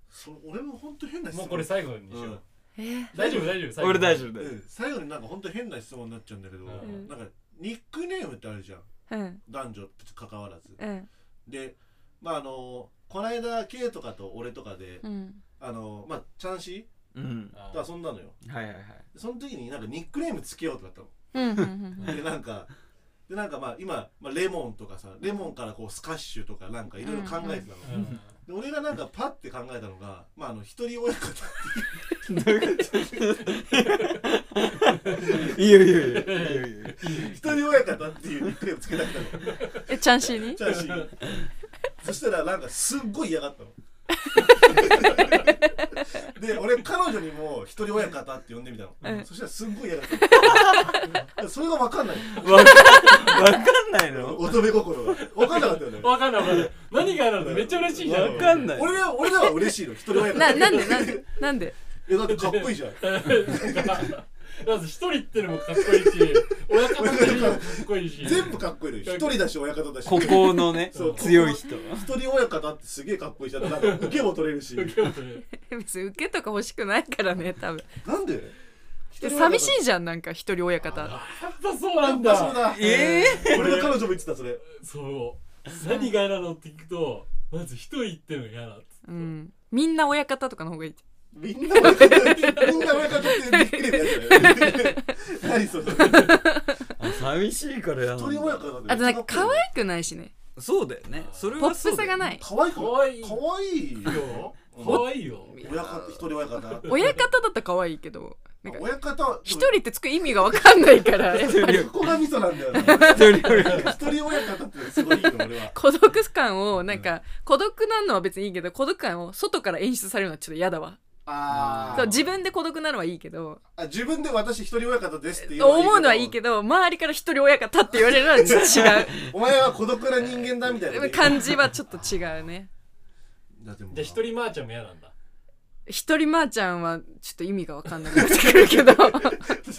そ俺も本当変な質問
もうこれ最後にしよう、
うん
えー
大丈夫大丈夫最後
俺大丈夫だ
う
よ
ん最後になんか本当変な質問になっちゃうんだけど
うん
なんかニックネームってあるじゃん
うん
男女関わらず
うん
でまああのこないだ K とかと俺とかで
うん
あのまあチャンシ
うん
あ
ー
ー
と遊んだのよ
はいはいはい
その時になんかニックネームつけようってなったの
うんうんうん
でなんかでなんかまあ今、まあ、レモンとかさレモンからこうスカッシュとかなんかいろいろ考えてたの、
うん
で俺がなんかパッて考えたのがまああの一人親方
いいよいいよいいよいいよいいよ
一人親方っていうニックネームつけたくたの
えチャンシーに
チャーシーそしたらなんかすっごい嫌がったので俺彼女にも一人親方って呼んでみたの、
うん
そしたらすっごい嫌がったのそれが分かんない
わかわかんないの
乙女心が分かんなかったよね
わかんないわかんない何があるのかめっちゃ嬉しいじゃん
わかんない
俺ら俺らは嬉しいの一人親方
ななんでなんでなんで
いやだってかっこいいじゃん
まず一人ってのもかっこいいし親方っていうのもかっこいいし
全部かっこいいのよ一人だし親方だし
ここのね
そう
強い人
一人親方ってすげえかっこいいじゃんなんか受けも取れるし
受け持って
別に受けとか欲しくないからね多分
なんで
寂し
い
いじゃんなんか一人親方
やっぱそうな
なんんだそ
だ
うだ
え
俺の彼女も言ってたそれ
そう何が嫌なのって聞くとまず一人ってのが嫌だっつ
うんみんな親方とかの方がいい
みんな親方みんな親方ってびっくりなやつだよ何それ一
え寂しいからやな
人親方で
あとなんか可愛
い
くないしね
そうだよねそれ
ポ
は
ッ
そ
プ
う
さ
だ
が
よね
ない
可愛い
可愛い
可愛い
い
よ
可愛いよ
親方一人親方
親方だったら可愛いけどなんか
親方
一人ってつく意味がわかん ないからやっぱり
そこがミソなんだよな
一人よりか
一人親方ってすごいいいの俺は
孤独感をなんか孤独なのは別にいいけど孤独感を外から演出されるのはちょっと嫌だわ
あ
そう自分で孤独なのはいいけど
あ自分で私一人親方ですって
思うのはいいけ
ど
ど周りから一人親方って言われるのは違
お前は孤独な人間だみ たいなこと言
う
う
感じはちょっと違うね
だってもう
じゃあ一人まーちゃんも嫌なんだ
一人まーちゃんはちょっと意味がわかんなくなってくる けどちょっと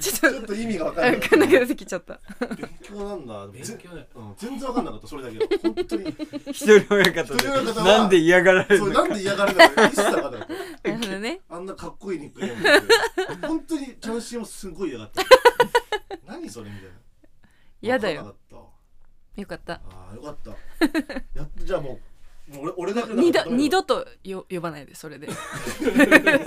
ちょっと意味が分かんない
わかんなくなってきちゃった
勉強なんだ
勉
ぜ
強だよ
うん全然分かんなかったそれだけは本当に
一人親方
一人親
で
方は
なんで嫌がられる
そう
の
なんで嫌がるのか一切分かんなかった
なるほどね
あんなかっこいいニックネーム で本当にチャンシーもすごい嫌がった何それみたいな
嫌だよ
分かんなかっ
よかった
たああよかったやっとじゃあもうもう俺俺だけ
二度二度とよ呼ばないでそれで
度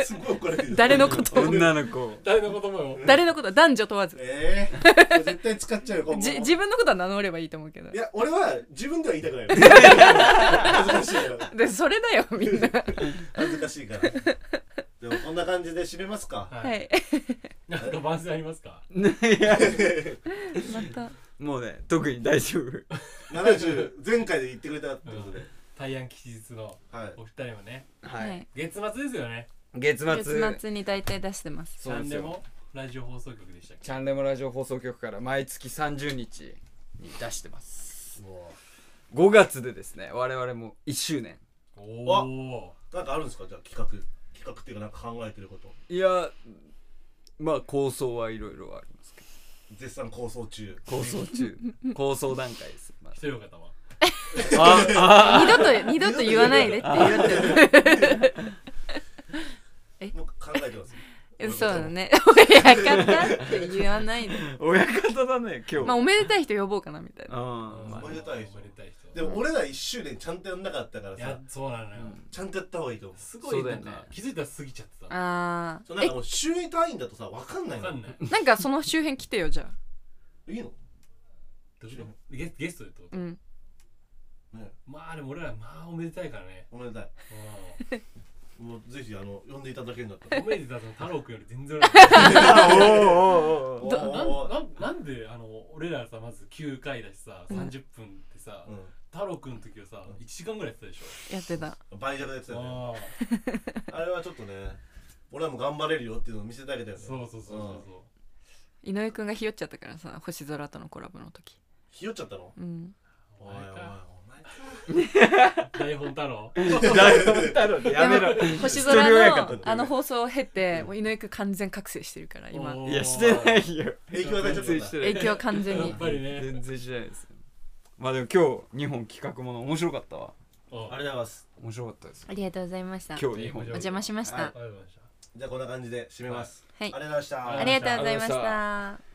すごい怒られてる
誰のことも
女の子
誰のこともよ
誰のことは男女問わず
ええー、絶対使っちゃうよ今後
じ自分のことは名乗ればいいと思うけど
いや俺は自分では言いたくない の恥ずかしいから
でそれだよみんな
恥ずかしいからでもこんな感じで締めますか
は
はい
い
なんか番宣ありますか
いや
また
もうね特に大丈夫
70前回で言ってくれたってことで、
大安吉日の
はい
お二人もね
はい、
はい
月末ですよね
月末
月末に大体出してます
そうで
何
す
で
よ
もラジオ放送局でしたっけ
チャンレモラジオ放送局から毎月30日に出してます5月でですね我々も1周年
おお
なんかあるんですかじゃあ企画企画っていうかなんか考えてること
いやまあ構想はいろいろありますけ
絶賛構想中
ど構想中 構想段階です、ま
一人方は
あ、あ
二度と二度と言わないでって言われてる
もう考えてます
えそうだね親方って言わないで
あ親方だね今日、
まあおめでたい人呼ぼうかなみたいな
うんまあ
おめでたい人
おめでたい人
でも俺ら1周年ちゃんとやんなかったから
いや
さ
そうなのよ
うん
ちゃんとやった方がいいと思う
すごい
そうだ
な
よ
ん
ね
か気づいたら過ぎちゃってたわ
あ
そうなんか
ー
もう周囲単位だとさ分かんない
か
の
んない
えなんかその周辺来てよじゃあ
いいの
どういうことゲゲストでってこ
うん
ね
まあでも俺らまあおめでたいからね
おめでたいもうぜひあの呼んでいただけるんだった
う
ら
んおめでたその太郎くんより全然俺ら
おーおーおーおー
なん
おー
なんなんであの俺らさまず9回だしさ30分ってさ、
う
太郎くんの時はさ1時間ぐらいやってたでし
やってた
んバイジャルのやつだ
ょ、
よね
あ
あれはちょっとね俺はもう頑張れるよっていうのを見せてあげた
あ
よね
そうそうそうそうそう、
井上くんがひよっちゃったからさ星空とのコラボの時
ひよっちゃったの
うん
おいおいお
台本太郎
太郎やめろ
でも星
一人親
空
方
のあの放送を経てもう井上くん完全覚醒してるから今
おー
いやしてないよ
前影響与えちゃった
全
ん
然
だ
してない
影響完全
や
に
っぱりね
全然してないですよまあでも今日2本企画もの面白かったわ
あ
ありがとうございます
面白かったです
ありがとうございました
今日2本
お邪魔しました、
はい
ありがとうございました
じゃあこんな感じで締めます
はい
ありがとうございました
ありがとうございまし
ありがとうござい
た